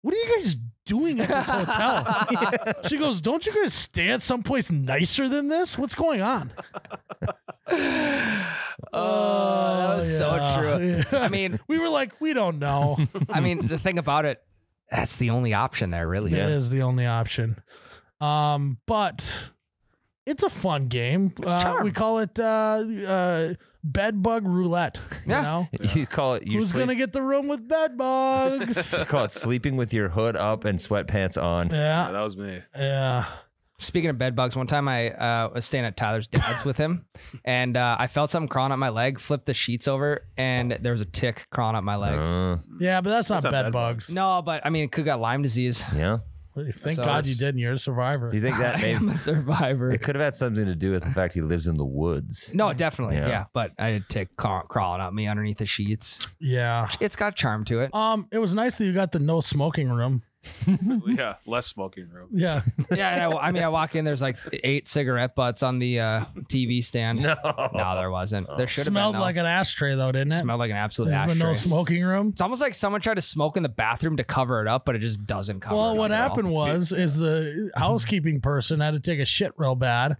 [SPEAKER 1] What are you guys doing at this
[SPEAKER 2] *laughs*
[SPEAKER 1] hotel? she goes, Don't you guys stay at someplace nicer than this? What's going on?
[SPEAKER 2] Oh, that was so true.
[SPEAKER 1] so
[SPEAKER 2] I mean,
[SPEAKER 1] we were like, We don't
[SPEAKER 2] *laughs*
[SPEAKER 1] know.
[SPEAKER 2] I mean, the thing about it, that's the only option there, really.
[SPEAKER 1] That is the only option. Um, but it's a fun game. Uh,
[SPEAKER 2] charm.
[SPEAKER 1] we call it uh, uh, bed bug roulette.
[SPEAKER 2] Yeah.
[SPEAKER 1] You know?
[SPEAKER 3] *laughs* You call it. You
[SPEAKER 1] Who's
[SPEAKER 3] sleep-
[SPEAKER 1] gonna get the room with bed
[SPEAKER 2] *laughs*
[SPEAKER 3] you
[SPEAKER 1] bugs?
[SPEAKER 3] *laughs* call it sleeping with your hood up and sweatpants on.
[SPEAKER 5] *laughs* Yeah,
[SPEAKER 1] yeah,
[SPEAKER 5] that
[SPEAKER 1] *laughs*
[SPEAKER 5] was me.
[SPEAKER 1] yeah.
[SPEAKER 2] Speaking of bed bugs, one time I uh, was staying at Tyler's dad's
[SPEAKER 1] *laughs*
[SPEAKER 2] with him, and uh, I felt something crawling up my leg. Flipped the sheets over, and there was a tick crawling up my leg.
[SPEAKER 3] Uh,
[SPEAKER 1] Yeah, but that's not
[SPEAKER 5] not
[SPEAKER 1] bed,
[SPEAKER 5] bed
[SPEAKER 1] bugs.
[SPEAKER 2] No, but I mean, it could got Lyme disease. *laughs*
[SPEAKER 3] yeah.
[SPEAKER 1] Thank
[SPEAKER 2] So
[SPEAKER 1] God you
[SPEAKER 2] it's-
[SPEAKER 1] didn't. You're a survivor.
[SPEAKER 3] Do you think
[SPEAKER 1] *laughs*
[SPEAKER 3] that
[SPEAKER 2] I
[SPEAKER 3] maybe
[SPEAKER 2] am a survivor.
[SPEAKER 3] it could have had something to do with the fact he lives in the woods?
[SPEAKER 1] *laughs*
[SPEAKER 2] No, definitely, yeah.
[SPEAKER 3] Yeah.
[SPEAKER 2] But I had a tick craw- crawling up me underneath the sheets.
[SPEAKER 1] Yeah.
[SPEAKER 2] It's got charm
[SPEAKER 1] *laughs*
[SPEAKER 2] to it.
[SPEAKER 1] Um, it was nice that you got the no smoking room.
[SPEAKER 5] Yeah, less smoking room.
[SPEAKER 2] *laughs*
[SPEAKER 1] Yeah.
[SPEAKER 2] yeah, and I, I mean, I walk in. There's like eight cigarette butts on the uh, TV stand. No, there wasn't. There should have
[SPEAKER 1] Smelled
[SPEAKER 2] been, though.
[SPEAKER 1] like an ashtray though, didn't it?
[SPEAKER 2] smelled like an absolute
[SPEAKER 1] this is the
[SPEAKER 2] ashtray.
[SPEAKER 1] no smoking room.
[SPEAKER 2] It's almost like someone tried to smoke in the bathroom to cover it up, but it just doesn't cover. it
[SPEAKER 1] Well,
[SPEAKER 2] up
[SPEAKER 1] what
[SPEAKER 2] at all.
[SPEAKER 1] happened was is the housekeeping person had to take a shit real bad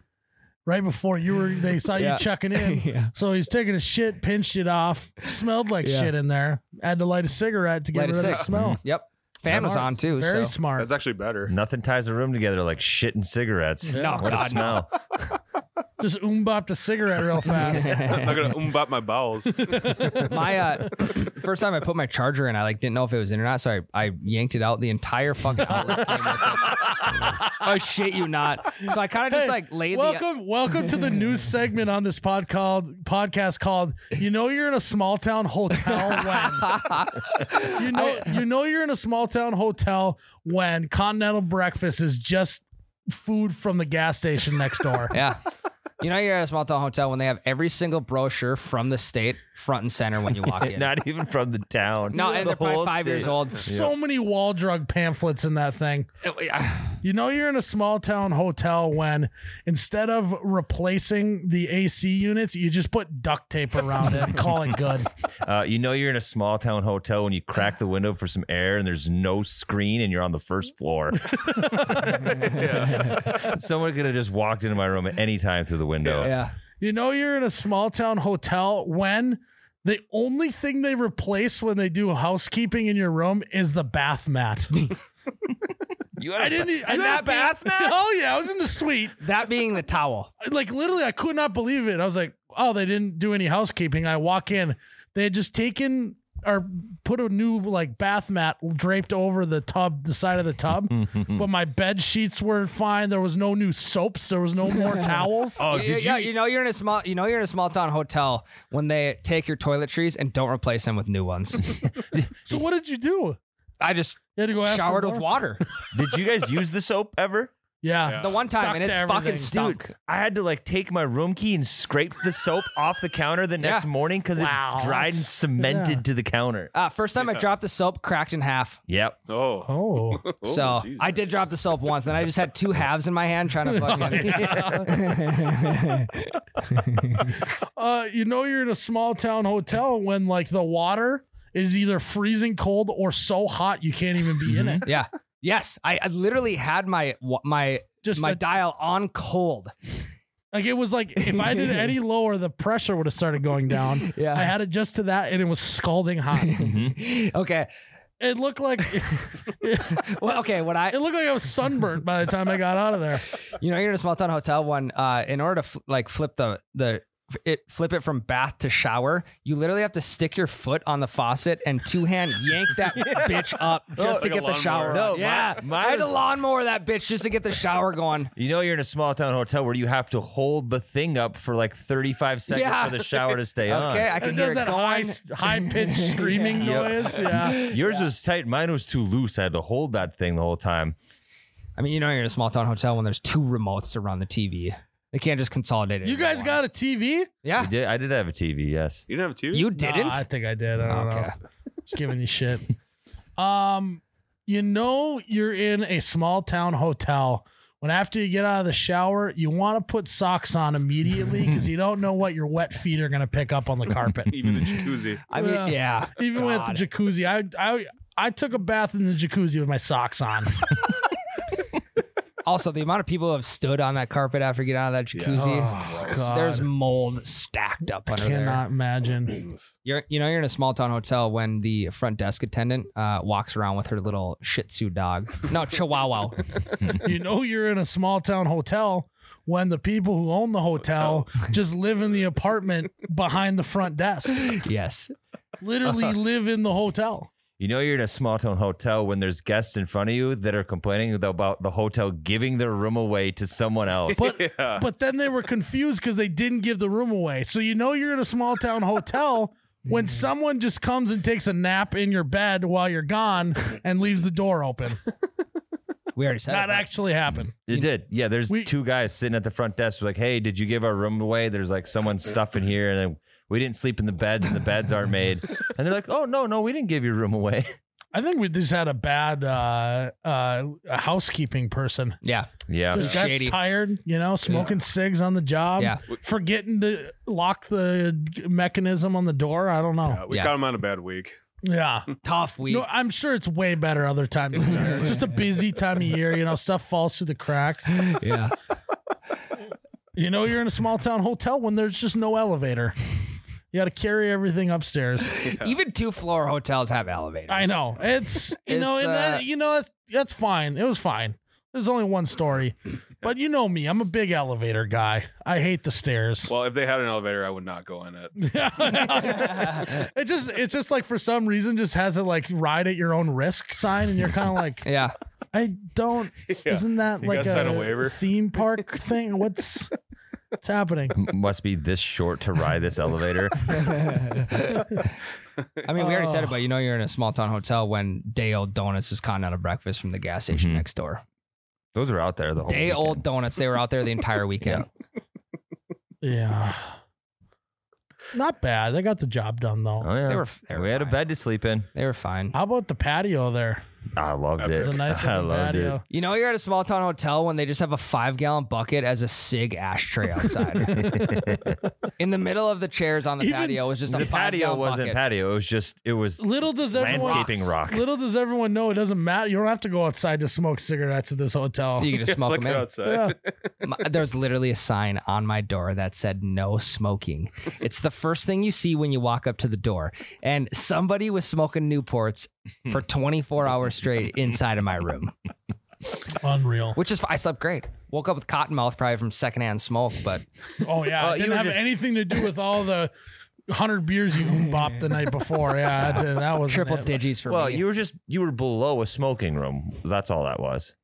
[SPEAKER 1] right before you were they saw
[SPEAKER 2] Yeah.
[SPEAKER 1] you checking in.
[SPEAKER 2] *laughs* Yeah.
[SPEAKER 1] So he's taking a shit, pinched it off, smelled like
[SPEAKER 2] Yeah.
[SPEAKER 1] shit in there. Had to light a cigarette to get
[SPEAKER 2] Light a
[SPEAKER 1] rid of the
[SPEAKER 2] cig. *laughs*
[SPEAKER 1] smell.
[SPEAKER 2] Mm-hmm. Yep, fan was
[SPEAKER 1] Smart.
[SPEAKER 2] on too.
[SPEAKER 1] Very
[SPEAKER 2] so.
[SPEAKER 1] smart.
[SPEAKER 5] That's actually
[SPEAKER 2] *laughs*
[SPEAKER 5] better.
[SPEAKER 3] Nothing ties a room together like shit and cigarettes.
[SPEAKER 2] No,
[SPEAKER 3] what
[SPEAKER 2] God, no.
[SPEAKER 3] a smell.
[SPEAKER 1] Just oombopped a cigarette
[SPEAKER 2] *laughs*
[SPEAKER 1] real fast.
[SPEAKER 5] I'm not gonna umbop
[SPEAKER 1] *laughs*
[SPEAKER 5] my bowels.
[SPEAKER 2] my uh, *laughs* first time I put my charger in, I like didn't know if it was in or not, so I, I yanked it out. The entire fucking outlet. came
[SPEAKER 1] *laughs*
[SPEAKER 2] with it. I shit you not. So I kind of just
[SPEAKER 1] Hey,
[SPEAKER 2] like laid the.
[SPEAKER 1] Welcome, welcome
[SPEAKER 2] *laughs*
[SPEAKER 1] to the new segment on this pod called podcast called "You Know You're in a Small Town Hotel When."
[SPEAKER 2] *laughs*
[SPEAKER 1] you know, you know you're in a small town hotel when continental breakfast is just food from the gas station next door.
[SPEAKER 2] *laughs* Yeah. You know you're at a small town hotel when they have every single brochure from the state front and center when you walk
[SPEAKER 3] *laughs*
[SPEAKER 2] in.
[SPEAKER 3] Not even from the town.
[SPEAKER 2] no, and
[SPEAKER 3] The
[SPEAKER 2] they're probably
[SPEAKER 3] whole
[SPEAKER 2] five years
[SPEAKER 3] state.
[SPEAKER 2] old.
[SPEAKER 3] *laughs*
[SPEAKER 1] So many wall drug pamphlets in that thing.
[SPEAKER 2] Oh,
[SPEAKER 1] You know you're in a small town hotel when instead of replacing the AC units, you just put duct tape around it and call it good.
[SPEAKER 3] Uh, you know you're in a small town hotel when you crack the window for some air and there's no screen and you're on the first
[SPEAKER 2] *laughs*
[SPEAKER 3] floor.
[SPEAKER 1] *laughs*
[SPEAKER 3] Someone could have just walked into my room at any time through the window.
[SPEAKER 2] Yeah.
[SPEAKER 1] You know you're in a small town hotel when the only thing they replace when they do housekeeping in your room is the bath
[SPEAKER 2] *laughs*
[SPEAKER 1] mat.
[SPEAKER 3] You had a
[SPEAKER 1] I didn't. e- I
[SPEAKER 2] And
[SPEAKER 1] didn't-
[SPEAKER 2] that bath mat?
[SPEAKER 1] *laughs* Oh yeah, I was in the suite.
[SPEAKER 2] That being the towel.
[SPEAKER 1] Like literally, I could not believe it. I was like, oh, they didn't do any housekeeping. I walk in, they had just taken or put a new like bath mat draped over the tub, the side of the tub.
[SPEAKER 2] Mm.
[SPEAKER 1] but my bed sheets were fine. There was no new soaps. There was no more
[SPEAKER 2] *laughs*
[SPEAKER 1] towels.
[SPEAKER 3] *laughs* Oh,
[SPEAKER 2] yeah,
[SPEAKER 3] did
[SPEAKER 2] yeah,
[SPEAKER 3] you?
[SPEAKER 2] you know you're in a small you know you're in a small town hotel when they take your toiletries and don't replace them with new
[SPEAKER 3] *laughs*
[SPEAKER 2] ones.
[SPEAKER 1] So what did you do?
[SPEAKER 2] I just
[SPEAKER 1] You had to go ask for
[SPEAKER 2] showered
[SPEAKER 1] more?
[SPEAKER 2] with water
[SPEAKER 3] Did you guys use the soap ever?
[SPEAKER 1] Yeah.
[SPEAKER 2] *laughs*
[SPEAKER 5] Yeah.
[SPEAKER 2] the one time
[SPEAKER 1] Stuck
[SPEAKER 2] and
[SPEAKER 1] to
[SPEAKER 2] it's
[SPEAKER 1] everything.
[SPEAKER 2] fucking stunk.
[SPEAKER 3] I had to like take my room key and scrape
[SPEAKER 2] *laughs*
[SPEAKER 3] the soap off the counter the next
[SPEAKER 2] Yeah.
[SPEAKER 3] morning because
[SPEAKER 1] Wow.
[SPEAKER 3] it dried and
[SPEAKER 1] That's-
[SPEAKER 3] cemented
[SPEAKER 1] yeah.
[SPEAKER 3] to the counter.
[SPEAKER 2] Uh, first time I dropped the soap, cracked in half.
[SPEAKER 3] Yep.
[SPEAKER 5] Oh,
[SPEAKER 1] *laughs* Oh.
[SPEAKER 5] Oh,
[SPEAKER 2] so
[SPEAKER 5] geez.
[SPEAKER 2] I did drop the soap once, then I just had two halves in my hand
[SPEAKER 1] *laughs*
[SPEAKER 2] trying to fucking.
[SPEAKER 1] Oh, Uh, you know you're in a small town hotel when like the water is either freezing cold or so hot you can't even be in it.
[SPEAKER 2] *laughs* Yeah. Yes, I, I literally had Mm-hmm. my wa- my
[SPEAKER 1] Just
[SPEAKER 2] my
[SPEAKER 1] a-
[SPEAKER 2] dial on cold,
[SPEAKER 1] Like it was like if I did
[SPEAKER 2] *laughs*
[SPEAKER 1] any lower, the pressure would have started going down.
[SPEAKER 2] Yeah.
[SPEAKER 1] I had it just to that, and it was scalding hot.
[SPEAKER 2] *laughs* okay.
[SPEAKER 1] It looked like it
[SPEAKER 2] Well, okay. When I,
[SPEAKER 1] looked like I was sunburnt by the time I got out of there.
[SPEAKER 2] you know, you're in a small town hotel one, uh, in order to fl- like flip the, the, it flip it from bath to shower. You literally have to stick your foot on the faucet and two hand yank
[SPEAKER 1] *laughs*
[SPEAKER 2] that bitch up just to
[SPEAKER 5] Like a
[SPEAKER 2] get the shower.
[SPEAKER 5] lawnmower.
[SPEAKER 2] on.
[SPEAKER 3] No, my-
[SPEAKER 2] yeah,
[SPEAKER 3] mine
[SPEAKER 2] I had to
[SPEAKER 3] is-
[SPEAKER 2] lawnmower that bitch just to get the shower going.
[SPEAKER 3] You know you're in a small town hotel where you have to hold the thing up for like 35 seconds
[SPEAKER 2] Yeah.
[SPEAKER 3] for the shower to stay
[SPEAKER 2] *laughs* Okay, I
[SPEAKER 1] It
[SPEAKER 2] can hear
[SPEAKER 1] does
[SPEAKER 2] it
[SPEAKER 1] that
[SPEAKER 2] going.
[SPEAKER 1] high high
[SPEAKER 2] *laughs*
[SPEAKER 1] pitched screaming
[SPEAKER 3] Yep.
[SPEAKER 1] noise. Yeah.
[SPEAKER 3] on. Yours was tight, mine was too loose. I had to hold that thing the whole time.
[SPEAKER 2] I mean, you know, you're in a small town hotel when there's two remotes to run the TV. They can't just consolidate it.
[SPEAKER 1] You
[SPEAKER 2] into
[SPEAKER 1] guys
[SPEAKER 2] one.
[SPEAKER 1] got a TV?
[SPEAKER 3] I
[SPEAKER 2] yeah.
[SPEAKER 3] did, I did have a TV, yes.
[SPEAKER 5] You didn't have two.
[SPEAKER 2] You didn't.
[SPEAKER 1] Nah, I think I did. I don't
[SPEAKER 2] okay.
[SPEAKER 1] know. Just giving you shit. Um, you know you're in a small town hotel when after you get out of the shower, you want to put socks on immediately because you don't know what your wet feet are gonna pick up on the
[SPEAKER 2] *laughs*
[SPEAKER 1] carpet.
[SPEAKER 5] even the jacuzzi.
[SPEAKER 2] I mean,
[SPEAKER 1] Yeah.
[SPEAKER 2] yeah.
[SPEAKER 1] Even when at
[SPEAKER 2] God.
[SPEAKER 1] the jacuzzi, I I I took a bath in the jacuzzi with my socks on.
[SPEAKER 2] Also, the amount of people who have stood on that carpet after getting out of that jacuzzi.
[SPEAKER 1] Oh,
[SPEAKER 5] *laughs*
[SPEAKER 1] God.
[SPEAKER 2] *laughs* There's mold stacked up under
[SPEAKER 1] Cannot
[SPEAKER 2] there.
[SPEAKER 1] imagine.
[SPEAKER 2] You're, you know, you're in a small town hotel when the front desk attendant uh, walks around with her little Shih Tzu dog. *laughs* No, Chihuahua.
[SPEAKER 1] you know you're in a small town hotel when the people who own the hotel just live in the apartment behind the front desk.
[SPEAKER 2] yes. *laughs*
[SPEAKER 1] Literally live in the hotel.
[SPEAKER 3] You know you're in a small town hotel when there's guests in front of you that are complaining about the hotel giving their room away to someone else.
[SPEAKER 1] But
[SPEAKER 5] yeah.
[SPEAKER 1] *laughs* but then they were confused because they didn't give the room away. So you know you're in a small town hotel when someone just comes and takes a nap in your bed while you're gone and leaves the door open.
[SPEAKER 2] We already said
[SPEAKER 1] That
[SPEAKER 2] it.
[SPEAKER 1] actually happened.
[SPEAKER 3] It did. Yeah, there's
[SPEAKER 1] We-
[SPEAKER 3] two guys sitting at the front desk like, "Hey, did you give our room away? There's like someone's stuff in here and then we didn't sleep in the beds and the beds aren't made." And they're like, "Oh, no, no, we didn't give your room away." *laughs*
[SPEAKER 1] I think we just had a bad uh, uh, housekeeping person.
[SPEAKER 2] Yeah.
[SPEAKER 3] Yeah.
[SPEAKER 1] Just
[SPEAKER 2] Yeah.
[SPEAKER 1] got
[SPEAKER 2] Shady.
[SPEAKER 1] tired, you know, smoking cigs on the job.
[SPEAKER 2] Yeah.
[SPEAKER 1] Forgetting to lock the mechanism on the door. I don't know.
[SPEAKER 5] Yeah, we
[SPEAKER 2] Yeah.
[SPEAKER 5] caught him on a bad week.
[SPEAKER 1] Yeah.
[SPEAKER 2] Tough week.
[SPEAKER 1] No, I'm sure it's way better other times of year. It's just a busy time of year, you know, stuff falls through the cracks.
[SPEAKER 2] *laughs* yeah.
[SPEAKER 1] You know, you're in a small town hotel when there's just no elevator. You got to carry everything upstairs.
[SPEAKER 2] Even two floor hotels have elevators.
[SPEAKER 1] I know. It's, you know,
[SPEAKER 2] It's,
[SPEAKER 1] and
[SPEAKER 2] uh,
[SPEAKER 1] that, you know, that's, that's fine. It was fine. There's only one story. But you know me, I'm a big elevator guy. I hate the stairs.
[SPEAKER 5] Well, if they had an elevator, I would not go in it.
[SPEAKER 1] *laughs* it just it's just like for some reason just has a like ride at your own risk sign and you're kind of
[SPEAKER 5] *laughs*
[SPEAKER 1] like
[SPEAKER 2] Yeah.
[SPEAKER 1] I don't isn't that
[SPEAKER 5] You
[SPEAKER 1] like
[SPEAKER 5] gotta sign a waiver.
[SPEAKER 1] theme park thing what's what's happening
[SPEAKER 3] Must be this short to ride
[SPEAKER 2] *laughs*
[SPEAKER 3] this elevator.
[SPEAKER 2] I mean, we already said it,
[SPEAKER 1] Oh.
[SPEAKER 2] but you know, you're in a small town hotel when day old donuts is con out of breakfast from the gas station
[SPEAKER 3] Mhm.
[SPEAKER 2] next door.
[SPEAKER 3] Those are out there the whole
[SPEAKER 2] Day
[SPEAKER 3] weekend.
[SPEAKER 2] old donuts. They were out there the entire weekend. *laughs*
[SPEAKER 1] yeah not bad I got the job done though
[SPEAKER 3] Oh yeah.
[SPEAKER 2] They were. They were
[SPEAKER 3] we had a
[SPEAKER 2] fine.
[SPEAKER 3] bed to sleep in.
[SPEAKER 2] They were fine.
[SPEAKER 1] how about the patio there
[SPEAKER 3] I loved it.
[SPEAKER 1] it's a nice
[SPEAKER 3] *laughs* I
[SPEAKER 1] little
[SPEAKER 3] loved
[SPEAKER 1] patio
[SPEAKER 2] You know, you're at a small town hotel when they just have a five gallon bucket as a cig ashtray
[SPEAKER 3] *laughs*
[SPEAKER 2] outside.
[SPEAKER 3] it.
[SPEAKER 2] in the middle of the chairs on the
[SPEAKER 1] Even-
[SPEAKER 2] patio was just a
[SPEAKER 3] the
[SPEAKER 2] five
[SPEAKER 3] patio
[SPEAKER 2] gallon
[SPEAKER 3] wasn't
[SPEAKER 2] bucket.
[SPEAKER 3] patio. It was just it was
[SPEAKER 1] little does everyone
[SPEAKER 3] landscaping rock.
[SPEAKER 1] little does everyone know it doesn't matter you don't have to go outside to smoke cigarettes at this hotel
[SPEAKER 2] You could
[SPEAKER 3] *laughs*
[SPEAKER 2] just smoke
[SPEAKER 5] Like
[SPEAKER 2] them in.
[SPEAKER 5] outside.
[SPEAKER 1] yeah
[SPEAKER 2] My, there was literally a sign on my door that said no smoking. It's the first thing you see when you walk up to the door. And somebody was smoking Newports
[SPEAKER 3] *laughs*
[SPEAKER 2] for 24 hours straight inside of my room,
[SPEAKER 1] unreal
[SPEAKER 2] which is, I slept great. Woke up with cotton mouth probably from secondhand smoke, but
[SPEAKER 1] Oh yeah,
[SPEAKER 3] Oh,
[SPEAKER 1] it
[SPEAKER 3] you
[SPEAKER 1] didn't
[SPEAKER 3] were
[SPEAKER 1] have
[SPEAKER 3] just-
[SPEAKER 1] anything to do with all the hundred beers
[SPEAKER 3] *laughs*
[SPEAKER 1] you bopped the night before. Yeah, that, didn't- that was
[SPEAKER 2] triple digits for
[SPEAKER 3] well,
[SPEAKER 2] me.
[SPEAKER 3] you were just you were below a smoking room. That's all that was.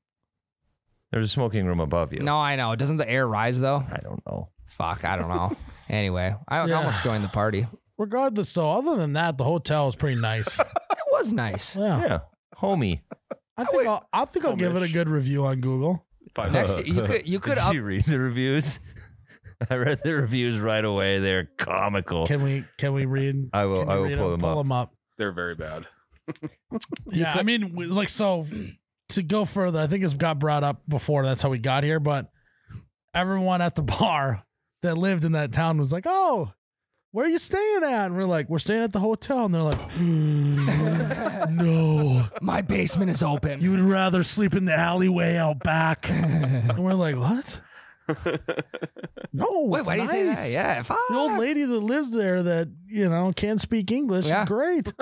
[SPEAKER 3] There was a smoking room above you.
[SPEAKER 2] no, I know. Doesn't the air rise though?
[SPEAKER 3] I don't know.
[SPEAKER 2] Fuck, I don't
[SPEAKER 1] *laughs*
[SPEAKER 2] know. anyway, I
[SPEAKER 1] Yeah.
[SPEAKER 2] almost joined the party. It
[SPEAKER 1] Regardless, though, other than that, the hotel is pretty
[SPEAKER 3] *laughs*
[SPEAKER 1] nice.
[SPEAKER 2] was nice.
[SPEAKER 1] Yeah,
[SPEAKER 3] Yeah, homie.
[SPEAKER 1] I think I'll, I think I'll give it a
[SPEAKER 5] Homish.
[SPEAKER 1] good review on Google.
[SPEAKER 5] Five
[SPEAKER 2] Next,
[SPEAKER 1] *laughs*
[SPEAKER 2] you could you could
[SPEAKER 3] Did
[SPEAKER 2] up,
[SPEAKER 3] you read the reviews? *laughs* I read the reviews right away. They're comical.
[SPEAKER 1] Can we can we read?
[SPEAKER 3] I will.
[SPEAKER 1] Can you
[SPEAKER 3] I will
[SPEAKER 1] read
[SPEAKER 3] pull them up.
[SPEAKER 5] They're very bad.
[SPEAKER 1] Yeah, I mean, we- like so to go further. I think it's got brought up before. That's how we got here. But everyone at the *laughs* bar that lived in that town was like, "Oh, where are you staying at?" And we're like, "We're staying at the hotel." And they're like, *gasps* "No."
[SPEAKER 2] my basement is open.
[SPEAKER 1] You would *laughs* rather sleep in the alleyway out back. and we're like, what? No,
[SPEAKER 2] Wait,
[SPEAKER 1] it's
[SPEAKER 2] why do you say that?
[SPEAKER 1] nice.
[SPEAKER 2] Yeah, fuck.
[SPEAKER 1] The old lady that lives there that, you know, can't speak English,
[SPEAKER 2] Yeah.
[SPEAKER 1] great.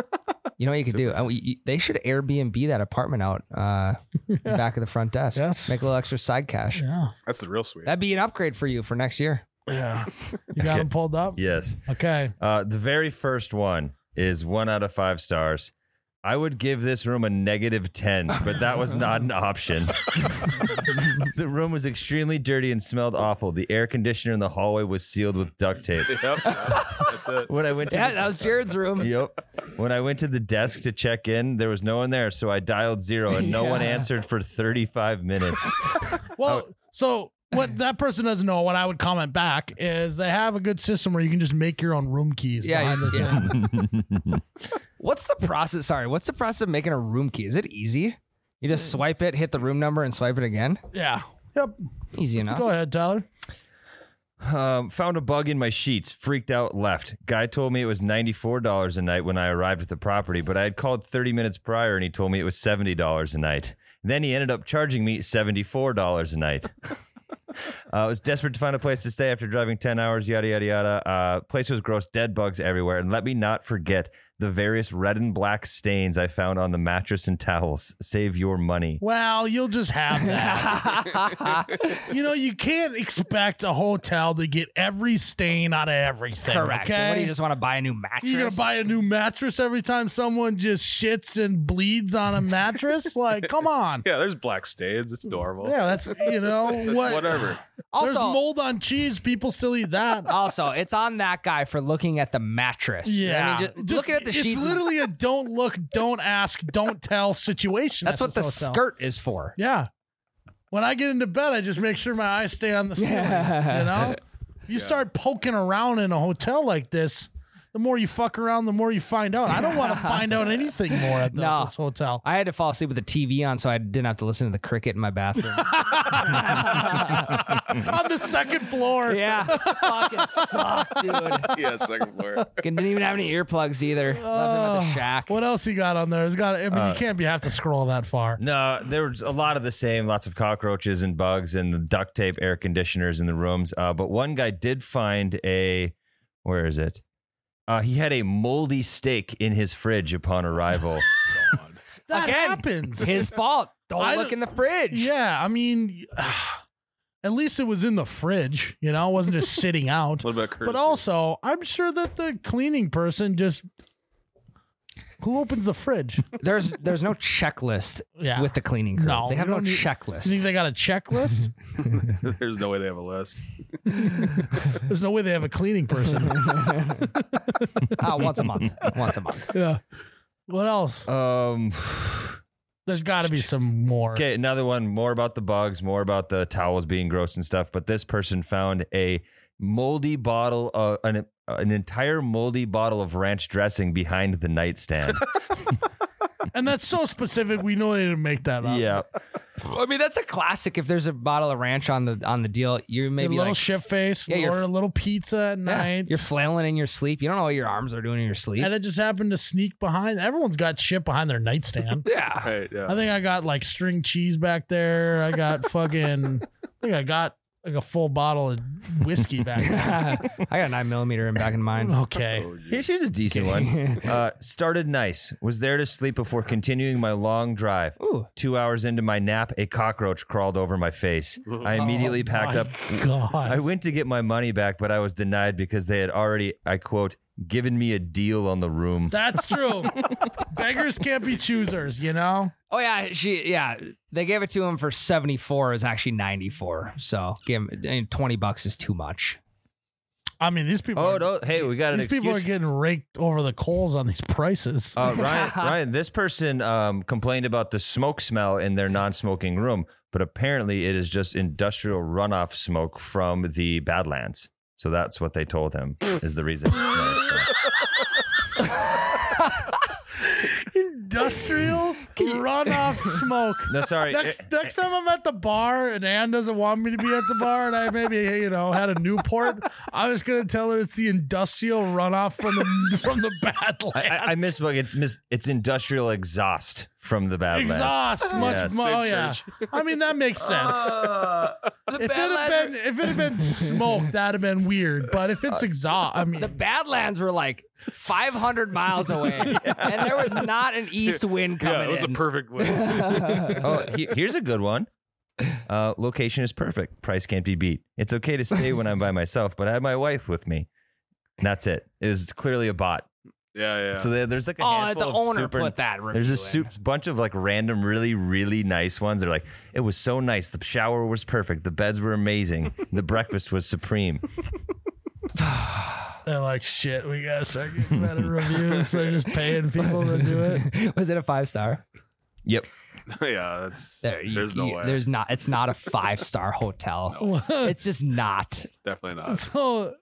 [SPEAKER 2] You know what you could do? Uh, we- you- They should Airbnb that apartment out
[SPEAKER 1] *laughs*
[SPEAKER 2] uh, in the back of the front desk.
[SPEAKER 1] Yes.
[SPEAKER 2] Make a little extra side cash.
[SPEAKER 1] Yeah.
[SPEAKER 5] That's the real sweet.
[SPEAKER 2] That'd be an upgrade for you for next year.
[SPEAKER 1] Yeah. You got
[SPEAKER 3] Okay.
[SPEAKER 1] them pulled up?
[SPEAKER 3] Yes.
[SPEAKER 1] Okay.
[SPEAKER 3] Uh, the very first one is one out of five stars. I would give this room a negative 10, but that was not an option. *laughs* the room was extremely dirty and smelled awful. The air conditioner in the hallway was sealed with duct tape.
[SPEAKER 5] *laughs* yep. That's it.
[SPEAKER 3] When I went to
[SPEAKER 2] Yeah, that um, was Jared's room.
[SPEAKER 3] Yep. When I went to the desk to check in, there was no one there, so I dialed zero and no one
[SPEAKER 2] Yeah.
[SPEAKER 3] answered for 35 minutes.
[SPEAKER 1] Well, so
[SPEAKER 2] *laughs*
[SPEAKER 1] what that person doesn't know, what I would comment back is they have a good system where you can just make your own room keys.
[SPEAKER 2] Yeah,
[SPEAKER 1] behind the
[SPEAKER 2] yeah.
[SPEAKER 1] thing.
[SPEAKER 2] *laughs* What's the process? Sorry, what's the process of making a room key? Is it easy? You
[SPEAKER 1] Mm.
[SPEAKER 2] just swipe it, hit the room number, and swipe it again.
[SPEAKER 1] yeah. Yep.
[SPEAKER 2] Easy
[SPEAKER 1] Go
[SPEAKER 2] enough.
[SPEAKER 1] ahead, Tyler.
[SPEAKER 3] Um, found a bug in my sheets, freaked out, left. Guy told me it was $94 a night when I arrived at the property, but I had called 30 minutes prior and he told me it was $70 a night. Then he ended up charging me $74 a night. Uh, I was desperate to find a place to stay after driving 10 hours, yada, yada, yada. Uh, place was gross, dead bugs everywhere. And let me not forget the various red and black stains I found on the mattress and towels. Save your money.
[SPEAKER 1] Well, you'll just
[SPEAKER 2] *laughs*
[SPEAKER 1] have that.
[SPEAKER 2] Correct.
[SPEAKER 1] you know, you can't expect a hotel to get every stain out of everything.
[SPEAKER 2] And What do
[SPEAKER 1] Okay.
[SPEAKER 2] you just want to buy a new mattress?
[SPEAKER 1] You're gonna buy a new mattress every time someone just shits and bleeds on a
[SPEAKER 2] *laughs*
[SPEAKER 1] mattress? like, come on.
[SPEAKER 5] Yeah, there's black stains. It's normal.
[SPEAKER 1] Yeah, that's you know
[SPEAKER 5] It's
[SPEAKER 1] what.
[SPEAKER 5] whatever.
[SPEAKER 1] *laughs* There's
[SPEAKER 2] also,
[SPEAKER 1] mold on cheese. People still eat that.
[SPEAKER 2] also, it's on that guy for looking at the mattress.
[SPEAKER 1] Yeah,
[SPEAKER 2] I mean, just,
[SPEAKER 1] Just-
[SPEAKER 2] looking at the sheets.
[SPEAKER 1] It's literally a don't look, don't ask, don't tell situation.
[SPEAKER 2] that's
[SPEAKER 1] at
[SPEAKER 2] what the
[SPEAKER 1] this hotel.
[SPEAKER 2] skirt is for.
[SPEAKER 1] Yeah. When I get into bed, I just make sure my eyes stay
[SPEAKER 2] *laughs*
[SPEAKER 1] on the ceiling.
[SPEAKER 2] Yeah.
[SPEAKER 1] You know, you start poking around in a hotel like this. The more you fuck around, the more you find out. I don't
[SPEAKER 2] *laughs*
[SPEAKER 1] want to find out anything more at the-
[SPEAKER 2] No.
[SPEAKER 1] this
[SPEAKER 2] *laughs*
[SPEAKER 1] hotel.
[SPEAKER 2] I had to fall asleep with the TV on, so I didn't have to listen to the cricket in
[SPEAKER 1] *laughs*
[SPEAKER 2] my bathroom.
[SPEAKER 1] on the second floor.
[SPEAKER 2] yeah, fucking sucked, dude.
[SPEAKER 5] Yeah, second floor.
[SPEAKER 2] *laughs* Didn't even have any earplugs either. Left them at the shack.
[SPEAKER 1] What else you got on there? It's got. I mean,
[SPEAKER 2] Uh,
[SPEAKER 1] you can't be have to scroll that far.
[SPEAKER 3] No, there was a lot of the same, lots of cockroaches and bugs and the duct tape air conditioners in the rooms. Uh, but one guy did find a, where is it? Uh, he had a moldy steak in his fridge upon arrival.
[SPEAKER 1] That
[SPEAKER 2] Again,
[SPEAKER 1] happens. *laughs*
[SPEAKER 2] His fault. Don't
[SPEAKER 1] I
[SPEAKER 2] look
[SPEAKER 1] don't-
[SPEAKER 2] in the
[SPEAKER 1] *laughs*
[SPEAKER 2] fridge.
[SPEAKER 1] Yeah, I mean, *sighs* at least it was in the fridge. You know, it wasn't
[SPEAKER 2] *laughs*
[SPEAKER 1] just sitting out.
[SPEAKER 5] A little bit of
[SPEAKER 1] But
[SPEAKER 5] courtesy.
[SPEAKER 1] also, I'm sure that the cleaning person just who opens the fridge.
[SPEAKER 2] *laughs*
[SPEAKER 1] You
[SPEAKER 2] There's there's no checklist
[SPEAKER 1] Yeah.
[SPEAKER 2] with the cleaning crew.
[SPEAKER 1] No,
[SPEAKER 2] they have
[SPEAKER 1] you
[SPEAKER 2] no
[SPEAKER 1] don't need-
[SPEAKER 2] checklist.
[SPEAKER 1] think *laughs* they got a checklist?
[SPEAKER 5] *laughs* there's no way they have a list.
[SPEAKER 1] There's no way they have a cleaning
[SPEAKER 2] *laughs*
[SPEAKER 1] person.
[SPEAKER 2] *laughs* Ah, once a month. Once a month.
[SPEAKER 1] yeah. What else?
[SPEAKER 3] um,
[SPEAKER 1] There's got to be some more.
[SPEAKER 3] okay, another one, more about the bugs, more about the towels being gross and stuff. But this person found a moldy bottle, uh, an, an entire moldy bottle of ranch dressing behind the nightstand.
[SPEAKER 1] And that's so specific. We know they didn't make that up.
[SPEAKER 3] yeah.
[SPEAKER 2] I mean, that's a classic. If there's a bottle of ranch on the on the deal, you're
[SPEAKER 1] Maybe a
[SPEAKER 2] maybe
[SPEAKER 1] little
[SPEAKER 2] like
[SPEAKER 1] shit face
[SPEAKER 2] Yeah, you're-
[SPEAKER 1] or a little pizza at
[SPEAKER 2] yeah,
[SPEAKER 1] night.
[SPEAKER 2] You're flailing in your sleep. You don't know what your arms are doing in your sleep.
[SPEAKER 1] and it just happened to sneak behind. Everyone's got shit behind their nightstand.
[SPEAKER 2] *laughs* Yeah. *laughs*
[SPEAKER 5] Right. Yeah.
[SPEAKER 1] I think I got like string cheese back there. I got fucking. I think I got like a full bottle of whiskey back there.
[SPEAKER 3] *laughs*
[SPEAKER 1] *laughs*
[SPEAKER 2] I got a nine millimeter in back in mine.
[SPEAKER 1] Okay.
[SPEAKER 5] Oh, geez.
[SPEAKER 3] Here's, here's a decent one. Uh, started nice. Was there to sleep before continuing my long drive.
[SPEAKER 2] *laughs* Ooh.
[SPEAKER 3] Two hours into my nap, a cockroach crawled over my face. I immediately packed
[SPEAKER 1] Oh My
[SPEAKER 3] up. *laughs* I
[SPEAKER 1] God.
[SPEAKER 3] went to get my money back, but I was denied because they had already, I quote, given me a deal on the room.
[SPEAKER 1] That's true. Beggars can't be choosers, you know?
[SPEAKER 2] Oh yeah, she yeah. They gave it to him for seventy four. Is actually ninety four. So give him I mean, twenty bucks is too much.
[SPEAKER 1] I mean, these people.
[SPEAKER 3] Oh,
[SPEAKER 1] are,
[SPEAKER 3] no. Hey, we got an
[SPEAKER 1] these people are
[SPEAKER 3] excuse.
[SPEAKER 1] getting raked over the coals on these prices.
[SPEAKER 3] Uh, Ryan, Ryan, this person um, complained about the smoke smell in their non smoking room, but apparently it is just industrial runoff smoke from the Badlands. So that's what they told him is
[SPEAKER 1] *laughs*
[SPEAKER 3] the reason. it smells so.
[SPEAKER 1] *laughs*
[SPEAKER 3] *laughs*
[SPEAKER 1] Industrial runoff smoke.
[SPEAKER 3] No, *laughs* sorry.
[SPEAKER 1] Next,
[SPEAKER 3] It-
[SPEAKER 1] next time I'm at the bar and Ann doesn't want me to be at the bar and I maybe you know had a Newport, I'm just gonna tell her it's the industrial runoff *laughs* from the from the Badlands.
[SPEAKER 3] I, I miss. It's mis, It's industrial exhaust from the Badlands.
[SPEAKER 1] Exhaust, much
[SPEAKER 3] Yes.
[SPEAKER 1] more. Oh, yeah.
[SPEAKER 5] Church.
[SPEAKER 1] I mean, that makes sense.
[SPEAKER 2] The
[SPEAKER 1] if it had been, if it had been smoked, that'd have been weird. But if it's exhaust, I mean,
[SPEAKER 2] the Badlands were like 500 miles away,
[SPEAKER 1] *laughs*
[SPEAKER 2] and there was not an east wind coming
[SPEAKER 5] Yeah, it was
[SPEAKER 2] in. *laughs*
[SPEAKER 5] a perfect win.
[SPEAKER 3] Oh, he- here's a good one. Uh, location is perfect. Price can't be beat. It's okay to stay when I'm by myself, but I have my wife with me. And that's it. It was clearly a bot.
[SPEAKER 5] Yeah, yeah.
[SPEAKER 3] So there, there's like a
[SPEAKER 2] oh,
[SPEAKER 3] handful
[SPEAKER 2] the
[SPEAKER 3] of
[SPEAKER 2] owner
[SPEAKER 3] super-
[SPEAKER 2] put that. Review
[SPEAKER 3] There's a
[SPEAKER 2] in.
[SPEAKER 3] soup, bunch of like random, really, really nice ones. They're like, it was so nice. The shower was perfect. The beds were amazing. the breakfast was supreme.
[SPEAKER 1] they're like, shit, we gotta start getting better reviews. they're just paying people to do
[SPEAKER 2] *laughs*
[SPEAKER 1] it. *laughs*
[SPEAKER 2] was it a five star?
[SPEAKER 3] Yep.
[SPEAKER 5] *laughs* yeah, that's
[SPEAKER 2] There, you-
[SPEAKER 5] there's no
[SPEAKER 2] you-
[SPEAKER 5] way.
[SPEAKER 2] There's not. It's not a five star hotel. It's just not.
[SPEAKER 5] Definitely
[SPEAKER 1] *laughs*
[SPEAKER 5] not.
[SPEAKER 1] so,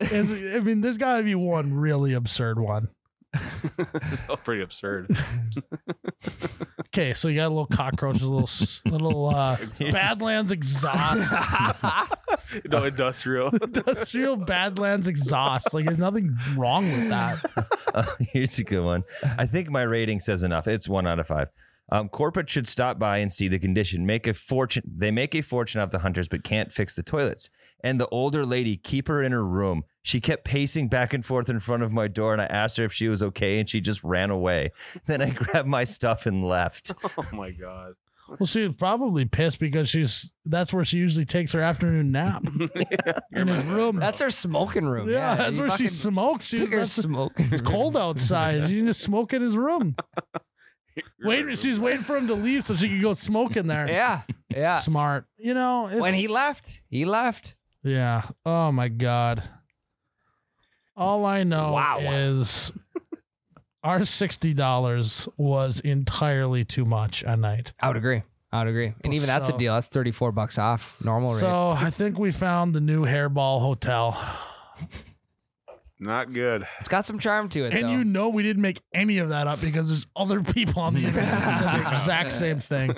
[SPEAKER 1] is, I mean, there's gotta be one really absurd one.
[SPEAKER 5] It's all pretty absurd.
[SPEAKER 1] Okay, so you got a little cockroach, a little s- little uh, Badlands exhaust,
[SPEAKER 5] no industrial. *laughs*
[SPEAKER 1] industrial Badlands exhaust. Like, there's nothing wrong with that.
[SPEAKER 3] Uh, *laughs* here's a good one. I think my rating says enough. It's one out of five. Um, corporate should stop by and see the condition. Make a fortune. They make a fortune off the hunters, but can't fix the toilets. And the older lady, keep her in her room. She kept pacing back and forth in front of my door, and I asked her if she was okay, and she just ran away. *laughs* Then I grabbed my stuff and left.
[SPEAKER 5] oh my god.
[SPEAKER 1] Well, she was probably pissed because she's that's where she usually takes her afternoon nap in his room.
[SPEAKER 2] That's her smoking room.
[SPEAKER 1] yeah, that's
[SPEAKER 2] you
[SPEAKER 1] where she
[SPEAKER 2] fucking
[SPEAKER 1] smokes. She's
[SPEAKER 2] took her
[SPEAKER 1] that's-
[SPEAKER 2] smoking.
[SPEAKER 1] *laughs* it's cold outside. She can just smoke in his room.
[SPEAKER 5] You're
[SPEAKER 1] Waiting,
[SPEAKER 5] right.
[SPEAKER 1] she's waiting for him to leave so she can go smoke in there.
[SPEAKER 2] Yeah, yeah.
[SPEAKER 1] Smart, you know. It's,
[SPEAKER 2] When he left, he left.
[SPEAKER 1] yeah. Oh my god. All I know
[SPEAKER 2] Wow.
[SPEAKER 1] is our sixty dollars was entirely too much a night.
[SPEAKER 2] I would agree. I would agree. And even that's a
[SPEAKER 1] So-
[SPEAKER 2] deal. That's 34 bucks off normal rate.
[SPEAKER 1] So I think we found the new hairball hotel.
[SPEAKER 5] Not good.
[SPEAKER 2] it's got some charm to it.
[SPEAKER 1] And
[SPEAKER 2] though.
[SPEAKER 1] you know we didn't make any of that up because there's other people *laughs* on the internet that said the
[SPEAKER 2] *laughs*
[SPEAKER 1] exact same thing.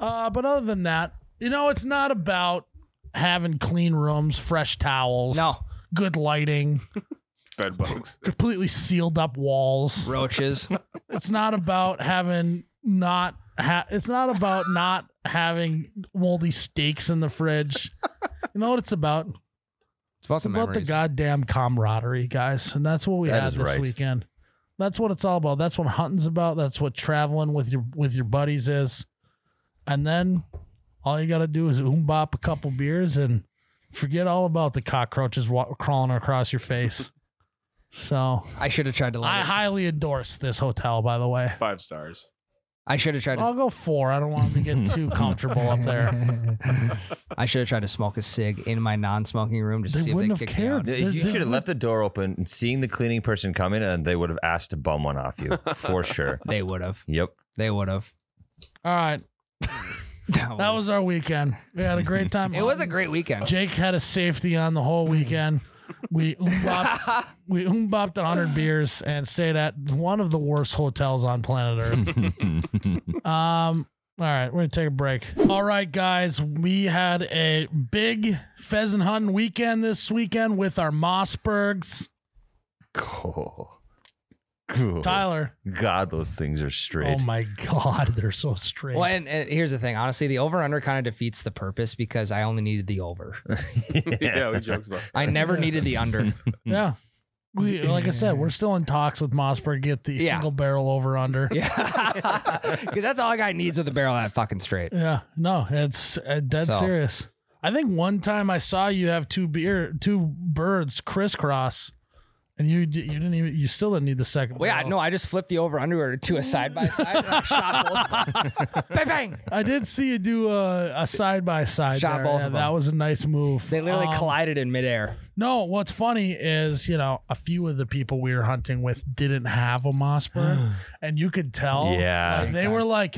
[SPEAKER 1] Uh, but other than that, you know, it's not about having clean rooms, fresh towels,
[SPEAKER 2] No.
[SPEAKER 1] good lighting,
[SPEAKER 5] Bed bugs.
[SPEAKER 1] completely sealed up walls. *laughs*
[SPEAKER 2] roaches.
[SPEAKER 1] It's not about having not. Ha- it's not about not having moldy steaks in the fridge. You know what it's about?
[SPEAKER 2] It's about
[SPEAKER 1] It's
[SPEAKER 2] the
[SPEAKER 1] about the
[SPEAKER 2] memories.
[SPEAKER 1] goddamn camaraderie, guys, and that's what we
[SPEAKER 3] That
[SPEAKER 1] had
[SPEAKER 3] is
[SPEAKER 1] this
[SPEAKER 3] right.
[SPEAKER 1] weekend. That's what it's all about. That's what hunting's about. That's what traveling with your with your buddies is. And then all you got to do is umbop a couple beers and forget all about the cockroaches wa- crawling across your face. so
[SPEAKER 2] I should have tried to.
[SPEAKER 1] I
[SPEAKER 2] Let it.
[SPEAKER 1] highly endorse this hotel. By the way,
[SPEAKER 5] Five stars.
[SPEAKER 2] I should have tried to.
[SPEAKER 1] I'll go four. I don't want to get
[SPEAKER 2] *laughs*
[SPEAKER 1] too comfortable up there.
[SPEAKER 2] I should have tried to smoke a cig in my non-smoking room just to
[SPEAKER 1] They
[SPEAKER 2] see if they
[SPEAKER 1] wouldn't have
[SPEAKER 2] kicked
[SPEAKER 1] cared.
[SPEAKER 2] me out.
[SPEAKER 1] There-
[SPEAKER 3] You
[SPEAKER 1] there-
[SPEAKER 3] should have left *laughs* the door open, and seeing the cleaning person coming, and they would have asked to bum one off you for *laughs* sure.
[SPEAKER 2] They would have.
[SPEAKER 3] Yep.
[SPEAKER 2] They would have.
[SPEAKER 1] All right,
[SPEAKER 2] That
[SPEAKER 1] that was our weekend. We had a
[SPEAKER 2] *laughs*
[SPEAKER 1] great time.
[SPEAKER 2] It was a
[SPEAKER 1] hunting.
[SPEAKER 2] great weekend.
[SPEAKER 1] Jake had a safety on the whole weekend.
[SPEAKER 2] *laughs*
[SPEAKER 1] We umbopped, we umbopped 100 beers and stayed at one of the worst hotels on planet
[SPEAKER 2] *laughs*
[SPEAKER 1] Earth. um, all right, we're gonna take a break. All right, guys, we had a big pheasant hunting weekend this weekend with our Mossbergs.
[SPEAKER 3] Cool. Cool.
[SPEAKER 1] Tyler,
[SPEAKER 3] God, those things are straight.
[SPEAKER 1] oh my god, *laughs* they're so straight.
[SPEAKER 2] Well, and, and here's the thing. Honestly, the over under kind of defeats the purpose because I only needed the over.
[SPEAKER 3] *laughs*
[SPEAKER 5] yeah, we joked about.
[SPEAKER 2] I *laughs* never needed the under.
[SPEAKER 1] Yeah. We, like I said, we're still in talks with Mossberg. Get the
[SPEAKER 2] Yeah.
[SPEAKER 1] single barrel over under.
[SPEAKER 2] *laughs* Yeah, because that's all a guy needs with a barrel that fucking straight.
[SPEAKER 1] Yeah, no, it's uh, dead
[SPEAKER 2] So-
[SPEAKER 1] serious. I think one time I saw you have two beer, two birds crisscross, and you d- you didn't even you still didn't need the second.
[SPEAKER 2] Well, yeah,
[SPEAKER 1] barrel.
[SPEAKER 2] no, I just flipped the over under to a side by side and I shot *laughs* both. bang bang.
[SPEAKER 1] I did see you do a, a side by side.
[SPEAKER 2] Shot
[SPEAKER 1] there,
[SPEAKER 2] both
[SPEAKER 1] and
[SPEAKER 2] of
[SPEAKER 1] That
[SPEAKER 2] them.
[SPEAKER 1] was a nice move.
[SPEAKER 2] They literally
[SPEAKER 1] Um,
[SPEAKER 2] collided in *laughs* midair.
[SPEAKER 1] No, what's funny is you know a few of the people we were hunting with didn't have a moss bird, and you could tell.
[SPEAKER 3] Yeah.
[SPEAKER 1] like, they
[SPEAKER 2] Big time.
[SPEAKER 1] were like.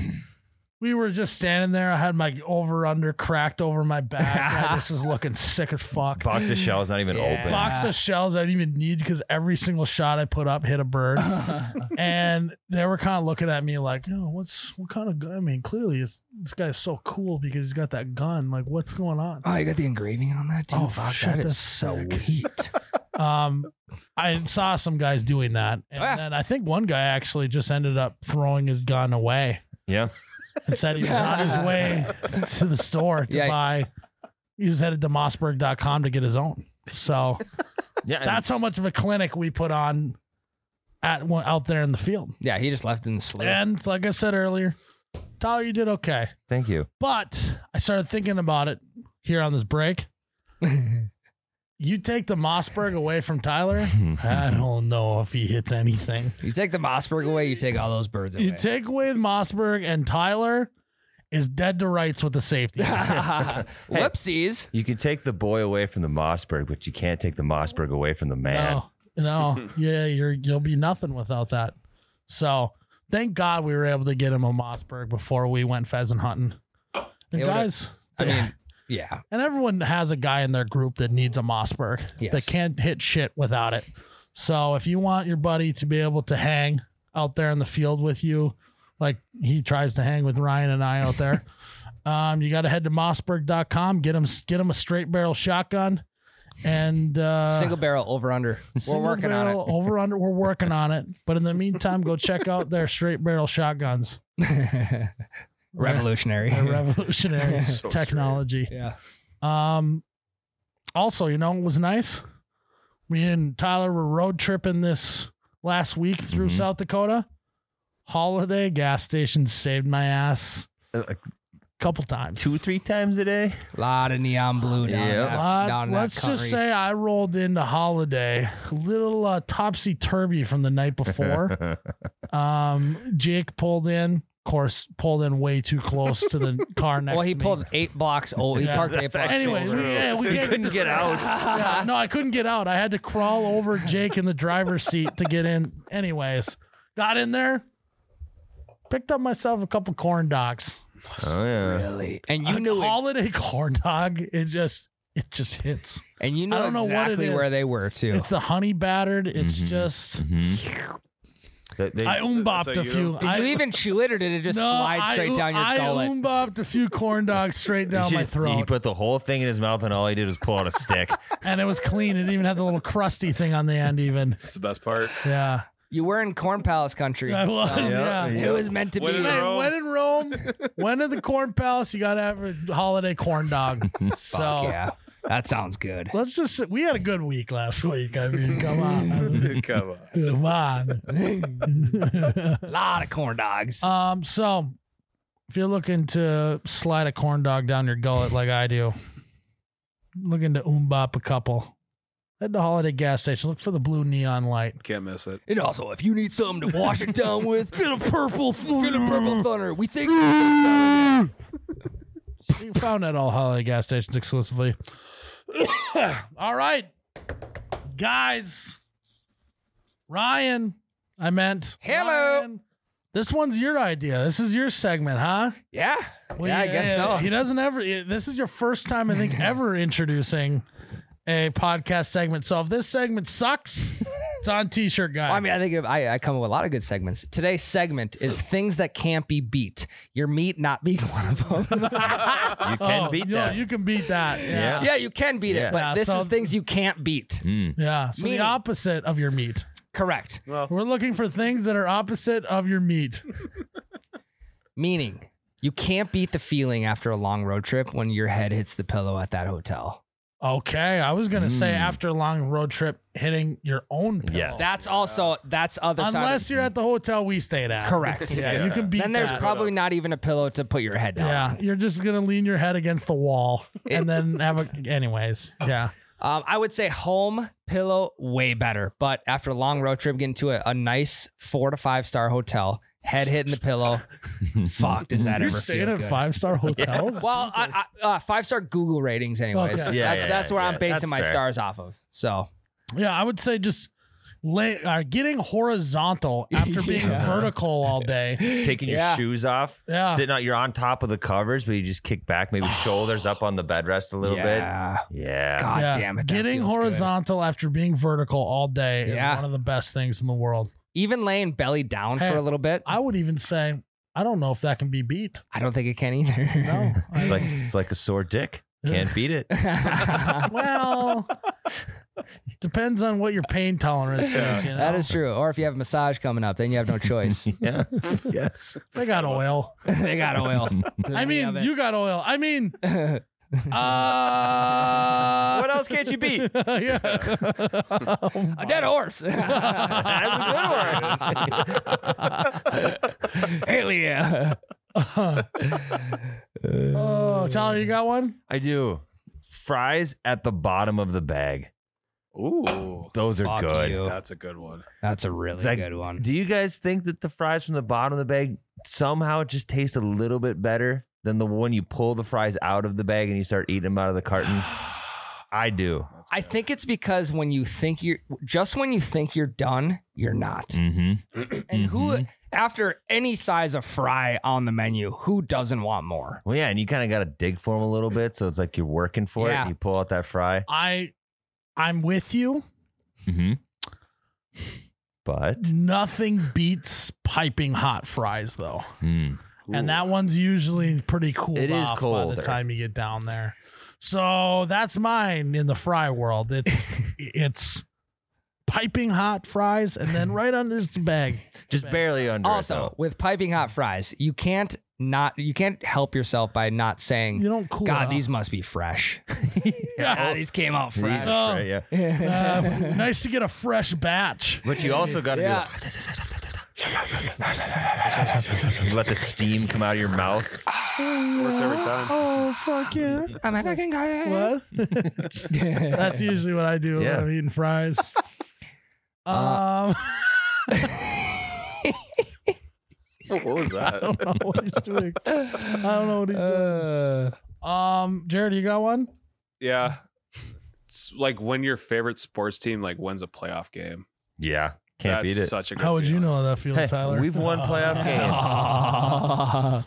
[SPEAKER 1] We were just standing there. I had my over under cracked over my back. Yeah, this is looking sick as fuck.
[SPEAKER 3] Box of shells not even
[SPEAKER 2] Yeah.
[SPEAKER 3] open.
[SPEAKER 1] box
[SPEAKER 2] Yeah.
[SPEAKER 1] of shells I didn't even need because every single shot I put up hit a
[SPEAKER 2] *laughs*
[SPEAKER 1] bird.
[SPEAKER 2] Oh,
[SPEAKER 1] and they were kind of looking at me like, "Yo, what's what kind of gun? I mean, clearly it's, this guy's so cool because he's got that gun. Like, what's going on?"
[SPEAKER 2] Oh, you got the engraving on that too.
[SPEAKER 1] Oh,
[SPEAKER 2] Fuck,
[SPEAKER 1] shit,
[SPEAKER 2] that is *laughs*
[SPEAKER 1] that's sick.
[SPEAKER 2] sweet.
[SPEAKER 1] Um, I saw some guys doing that, and
[SPEAKER 2] Oh, yeah.
[SPEAKER 1] then I think one guy actually just ended up throwing his gun away
[SPEAKER 3] Yeah.
[SPEAKER 1] and said he was on
[SPEAKER 2] *laughs*
[SPEAKER 1] his way to the store to
[SPEAKER 2] Yeah.
[SPEAKER 1] buy. He was headed to mossberg.com to get his own.
[SPEAKER 2] *laughs*
[SPEAKER 1] So
[SPEAKER 3] Yeah. and-
[SPEAKER 1] that's how much of a clinic we put on at one- out there in the field.
[SPEAKER 2] Yeah, he just left in the sleep. *laughs*
[SPEAKER 1] And like I said earlier, Tyler, you did okay. *laughs*
[SPEAKER 3] thank you.
[SPEAKER 1] But I started thinking about it here on this break. You take the Mossberg away from Tyler. I don't know if he hits anything.
[SPEAKER 2] you take the Mossberg away, you take all those birds away.
[SPEAKER 1] You
[SPEAKER 2] *laughs*
[SPEAKER 1] take away Mossberg and Tyler is dead to rights with the
[SPEAKER 2] *laughs*
[SPEAKER 1] safety.
[SPEAKER 2] Whoopsies.
[SPEAKER 3] You can take the boy away from the Mossberg, but you can't take the Mossberg away from the man.
[SPEAKER 1] no,
[SPEAKER 2] *laughs*
[SPEAKER 1] no, yeah, you're you'll be nothing without that. So thank God we were able to get him a Mossberg before we went pheasant hunting. And
[SPEAKER 2] It would've-
[SPEAKER 1] guys,
[SPEAKER 2] I mean, yeah.
[SPEAKER 1] and everyone has a guy in their group that needs a Mossberg.
[SPEAKER 2] Yes.
[SPEAKER 1] They can't hit shit without it. So if you want your buddy to be able to hang out there in the field with you, like he tries to hang with Ryan and I out
[SPEAKER 2] *laughs*
[SPEAKER 1] there, um, you got to head to mossberg.com, get him, get him a straight barrel shotgun and uh,
[SPEAKER 2] single barrel over under. We're
[SPEAKER 1] single
[SPEAKER 2] working on
[SPEAKER 1] barrel
[SPEAKER 2] it.
[SPEAKER 1] over under. We're working on it. But in the meantime, go check out their straight barrel shotguns.
[SPEAKER 2] *laughs* Revolutionary.
[SPEAKER 1] They're
[SPEAKER 2] *laughs*
[SPEAKER 1] revolutionary
[SPEAKER 5] So straight.
[SPEAKER 1] technology.
[SPEAKER 2] yeah.
[SPEAKER 1] Um, also, you know, it was nice. Me and Tyler were road tripping this last week through
[SPEAKER 3] Mhm.
[SPEAKER 1] South Dakota. Holiday gas stations saved my ass
[SPEAKER 3] Uh,
[SPEAKER 1] a
[SPEAKER 3] like
[SPEAKER 1] couple times.
[SPEAKER 3] Two, three times a day?
[SPEAKER 2] *laughs* lot of neon blue down,
[SPEAKER 3] Yeah.
[SPEAKER 2] that,
[SPEAKER 1] Lot-
[SPEAKER 2] down in that
[SPEAKER 1] let's just
[SPEAKER 2] country.
[SPEAKER 1] say I rolled into Holiday a little uh, topsy turvy from the night
[SPEAKER 3] *laughs*
[SPEAKER 1] before. um, Jake pulled in, of course, pulled in way too close to the car next.
[SPEAKER 2] Well, he
[SPEAKER 1] to me.
[SPEAKER 2] pulled eight blocks. Oh, he
[SPEAKER 1] Yeah.
[SPEAKER 2] parked eight blocks.
[SPEAKER 1] Anyways, we,
[SPEAKER 5] True.
[SPEAKER 1] yeah, we
[SPEAKER 3] He
[SPEAKER 1] can't
[SPEAKER 3] couldn't
[SPEAKER 1] dis-
[SPEAKER 3] get out.
[SPEAKER 1] *laughs* Yeah, no, I couldn't get out. I had to crawl over Jake in the driver's seat to get in. Anyways, got in there, picked up myself a couple corn dogs.
[SPEAKER 3] Oh, yeah.
[SPEAKER 2] Really? And you
[SPEAKER 1] a
[SPEAKER 2] knew it,
[SPEAKER 1] holiday corn dog. It just it just hits.
[SPEAKER 2] and you
[SPEAKER 1] I
[SPEAKER 2] know
[SPEAKER 1] don't know what it
[SPEAKER 2] exactly where
[SPEAKER 1] is.
[SPEAKER 2] they were too.
[SPEAKER 1] It's the honey battered. It's
[SPEAKER 3] Mhm.
[SPEAKER 1] just
[SPEAKER 3] Mhm. They- they-
[SPEAKER 1] I umbopped
[SPEAKER 5] That's how
[SPEAKER 1] a
[SPEAKER 5] you-
[SPEAKER 1] few.
[SPEAKER 2] Did
[SPEAKER 1] I,
[SPEAKER 2] you even chew it, or did it just
[SPEAKER 1] no,
[SPEAKER 2] slide straight
[SPEAKER 1] I,
[SPEAKER 2] down your
[SPEAKER 1] I
[SPEAKER 2] gullet?
[SPEAKER 1] umbopped a few corn dogs straight
[SPEAKER 3] he *laughs*
[SPEAKER 1] down my
[SPEAKER 3] should've- He
[SPEAKER 1] throat,
[SPEAKER 3] put the whole thing in his mouth, and all he did was pull out a stick.
[SPEAKER 1] and it was clean. It didn't even have the little crusty thing on the end. Even
[SPEAKER 5] That's the best part. *laughs*
[SPEAKER 1] yeah,
[SPEAKER 2] you were in Corn Palace country.
[SPEAKER 1] I
[SPEAKER 2] so
[SPEAKER 1] was yeah.
[SPEAKER 2] It was meant to be.
[SPEAKER 5] What
[SPEAKER 1] Hey,
[SPEAKER 5] did Rome.
[SPEAKER 1] when in Rome, when in the corn palace, you gotta have a holiday corn dog. So
[SPEAKER 2] yeah, that sounds good.
[SPEAKER 1] let's just say- we had a good week last week. I mean, come
[SPEAKER 5] *laughs*
[SPEAKER 1] on.
[SPEAKER 5] Come on.
[SPEAKER 1] come on.
[SPEAKER 2] A lot of corn dogs.
[SPEAKER 1] um, so if you're looking to slide a corn dog down your gullet like I do, looking to umbop a couple. Head to Holiday gas station. Look for the blue neon light.
[SPEAKER 5] Can't miss it.
[SPEAKER 2] and also, if you need something to wash it *laughs* down with, get a purple thunder. Get a purple thunder. We think. this is-
[SPEAKER 1] You found at all holiday gas stations exclusively. *coughs* all right, guys. Ryan, I meant
[SPEAKER 2] Hello.
[SPEAKER 1] Ryan, this one's your idea. This is your segment, huh?
[SPEAKER 2] yeah. yeah, I guess so.
[SPEAKER 1] He doesn't ever. This is your first time, I
[SPEAKER 2] *laughs*
[SPEAKER 1] think, ever introducing a podcast segment. So if this segment sucks, it's on T-shirt guy.
[SPEAKER 2] Well, I mean, I think I, I come up with a lot of good segments. Today's segment *sighs* is things that can't be beat. Your meat not being *laughs* one of them.
[SPEAKER 1] *laughs*
[SPEAKER 3] You can
[SPEAKER 1] Oh,
[SPEAKER 3] beat
[SPEAKER 1] no,
[SPEAKER 3] that.
[SPEAKER 1] You can beat that. Yeah.
[SPEAKER 3] Yeah.
[SPEAKER 1] Yeah.
[SPEAKER 2] yeah, you can beat
[SPEAKER 3] Yeah.
[SPEAKER 2] it, but
[SPEAKER 1] Yeah,
[SPEAKER 2] this
[SPEAKER 1] so-
[SPEAKER 2] is things you can't beat.
[SPEAKER 3] Mm.
[SPEAKER 1] So
[SPEAKER 2] Meaning-
[SPEAKER 1] the opposite of your meat.
[SPEAKER 2] Correct.
[SPEAKER 5] Well,
[SPEAKER 1] We're looking for things that are opposite of your meat.
[SPEAKER 2] Meaning, you can't beat the feeling after a long road trip when your head hits the pillow at that hotel.
[SPEAKER 1] Okay, I was gonna say
[SPEAKER 3] Mm.
[SPEAKER 1] after a long road trip, hitting your own pillow.
[SPEAKER 3] Yes.
[SPEAKER 2] That's also that's other
[SPEAKER 1] Unless
[SPEAKER 2] side.
[SPEAKER 1] you're at the hotel we stayed at.
[SPEAKER 2] Of, *laughs* correct.
[SPEAKER 1] Yeah,
[SPEAKER 5] Yeah.
[SPEAKER 1] you can beat
[SPEAKER 2] Then there's
[SPEAKER 1] that.
[SPEAKER 2] probably not even a pillow to put your head down.
[SPEAKER 1] yeah,
[SPEAKER 2] on.
[SPEAKER 1] you're just gonna lean your head against the
[SPEAKER 2] *laughs*
[SPEAKER 1] wall and then have a. Anyways, yeah,
[SPEAKER 2] Um, I would say home pillow way better, but after a long road trip, getting to a, a nice four to five star hotel, head hitting the
[SPEAKER 3] *laughs*
[SPEAKER 2] pillow, fuck, does that
[SPEAKER 1] you're
[SPEAKER 2] ever
[SPEAKER 1] staying
[SPEAKER 2] feel
[SPEAKER 1] at
[SPEAKER 2] good?
[SPEAKER 1] five star hotels.
[SPEAKER 2] Well, I, I, uh, five star Google ratings, anyways.
[SPEAKER 1] Okay.
[SPEAKER 3] Yeah,
[SPEAKER 2] that's
[SPEAKER 3] yeah,
[SPEAKER 2] that's where
[SPEAKER 3] yeah.
[SPEAKER 2] I'm basing
[SPEAKER 3] That's
[SPEAKER 2] my
[SPEAKER 3] fair.
[SPEAKER 2] stars off of. So
[SPEAKER 1] Yeah, I would say just lay, uh, getting
[SPEAKER 2] *laughs*
[SPEAKER 1] horizontal after being
[SPEAKER 2] Yeah.
[SPEAKER 1] vertical all day.
[SPEAKER 3] Taking your
[SPEAKER 2] Yeah.
[SPEAKER 3] shoes off,
[SPEAKER 1] Yeah.
[SPEAKER 3] sitting out, you're on top of the covers, but you just kick
[SPEAKER 1] *sighs*
[SPEAKER 3] back, maybe shoulders up on the bed rest a little
[SPEAKER 2] yeah.
[SPEAKER 3] bit. Yeah.
[SPEAKER 2] *laughs* God
[SPEAKER 1] yeah.
[SPEAKER 2] damn it, that
[SPEAKER 1] Getting
[SPEAKER 2] feels good.
[SPEAKER 1] horizontal after being vertical all day is
[SPEAKER 2] Yeah.
[SPEAKER 1] one of the best things in the world.
[SPEAKER 2] Even laying belly down
[SPEAKER 1] Hey,
[SPEAKER 2] for a little bit, I,
[SPEAKER 1] I would even say I don't know if that can be beat.
[SPEAKER 2] don't think it can either. *laughs*
[SPEAKER 1] No,
[SPEAKER 3] It's like
[SPEAKER 1] *laughs*
[SPEAKER 3] it's like a sore dick. Can't beat it.
[SPEAKER 1] well, Depends on what your pain tolerance
[SPEAKER 5] Yeah.
[SPEAKER 1] is. You know?
[SPEAKER 2] *laughs* That is true. Or if you have a massage coming up, then you have no
[SPEAKER 3] *laughs*
[SPEAKER 2] choice. *laughs*
[SPEAKER 3] Yeah. yes.
[SPEAKER 1] They got oil.
[SPEAKER 2] they got oil.
[SPEAKER 1] I mean, you got oil. I mean,
[SPEAKER 3] *laughs*
[SPEAKER 1] *laughs*
[SPEAKER 2] *laughs*
[SPEAKER 3] Uh, what else can't you beat?
[SPEAKER 1] yeah.
[SPEAKER 2] a dead
[SPEAKER 3] *laughs*
[SPEAKER 2] horse.
[SPEAKER 3] That's a good
[SPEAKER 2] *laughs*
[SPEAKER 3] one.
[SPEAKER 2] Hell yeah.
[SPEAKER 1] Oh, Tyler, you got one?
[SPEAKER 3] *laughs* I do. Fries at the bottom of the bag.
[SPEAKER 5] Ooh,
[SPEAKER 3] Those are
[SPEAKER 2] Fuck
[SPEAKER 3] good.
[SPEAKER 2] you.
[SPEAKER 5] that's a good one.
[SPEAKER 2] That's a really
[SPEAKER 3] Zach,
[SPEAKER 2] good one.
[SPEAKER 3] Do you guys think that the fries from the bottom of the bag somehow just taste a little bit better than the one you pull the fries out of the bag and you start eating them out of the carton? *sighs* I do.
[SPEAKER 5] That's
[SPEAKER 2] I
[SPEAKER 5] good.
[SPEAKER 2] think it's because when you think you're just when you think you're done, you're not.
[SPEAKER 3] Mm-hmm.
[SPEAKER 2] And who after any size of fry on the menu, who doesn't want more?
[SPEAKER 3] Well, yeah, and you kind of got to dig for them a little bit, so it's like you're working for
[SPEAKER 2] Yeah.
[SPEAKER 3] it. You pull out that fry,
[SPEAKER 1] I, I'm with you.
[SPEAKER 3] mm-hmm. but
[SPEAKER 1] Nothing beats piping hot fries though,
[SPEAKER 3] mm,
[SPEAKER 1] and
[SPEAKER 5] Ooh.
[SPEAKER 1] that one's usually pretty cool.
[SPEAKER 3] It is
[SPEAKER 1] off by
[SPEAKER 3] colder.
[SPEAKER 1] the time you get down there. So that's mine in the fry world. It's it's piping hot fries, and then right under is the bag.
[SPEAKER 3] just barely under. it,
[SPEAKER 2] Also,
[SPEAKER 3] though.
[SPEAKER 2] with piping hot fries, you can't not you can't help yourself by not saying,
[SPEAKER 1] You don't cool. it
[SPEAKER 2] God,
[SPEAKER 1] up. *laughs*
[SPEAKER 2] these must be
[SPEAKER 3] *laughs*
[SPEAKER 2] fresh. *laughs*
[SPEAKER 3] Yeah.
[SPEAKER 2] Ah, these came out
[SPEAKER 3] *laughs* These
[SPEAKER 2] fresh.
[SPEAKER 3] are
[SPEAKER 1] Oh.
[SPEAKER 3] fri- yeah.
[SPEAKER 1] Uh, nice to get a fresh batch.
[SPEAKER 3] But you also got to
[SPEAKER 2] Yeah.
[SPEAKER 3] *laughs* let the steam come out of your mouth.
[SPEAKER 5] works
[SPEAKER 2] *laughs*
[SPEAKER 5] every time.
[SPEAKER 1] Oh fuck yeah!
[SPEAKER 2] Am I fucking
[SPEAKER 1] What? *laughs* That's usually what I do
[SPEAKER 3] Yeah.
[SPEAKER 1] when I'm eating
[SPEAKER 2] *laughs*
[SPEAKER 1] fries.
[SPEAKER 2] Uh,
[SPEAKER 1] Um,
[SPEAKER 5] Oh, What was
[SPEAKER 1] I
[SPEAKER 5] that?
[SPEAKER 1] don't
[SPEAKER 2] *laughs*
[SPEAKER 1] know *laughs* what he's doing. I don't know what he's doing. Um, Jared, you got one?
[SPEAKER 5] yeah, it's like when your favorite sports team like wins a playoff game.
[SPEAKER 3] Yeah, can't
[SPEAKER 5] that's
[SPEAKER 3] beat it.
[SPEAKER 5] Such a good
[SPEAKER 1] How would you
[SPEAKER 5] feeling.
[SPEAKER 1] know how that feels,
[SPEAKER 3] Hey,
[SPEAKER 1] Tyler?
[SPEAKER 3] we've won playoff
[SPEAKER 1] *laughs*
[SPEAKER 3] games.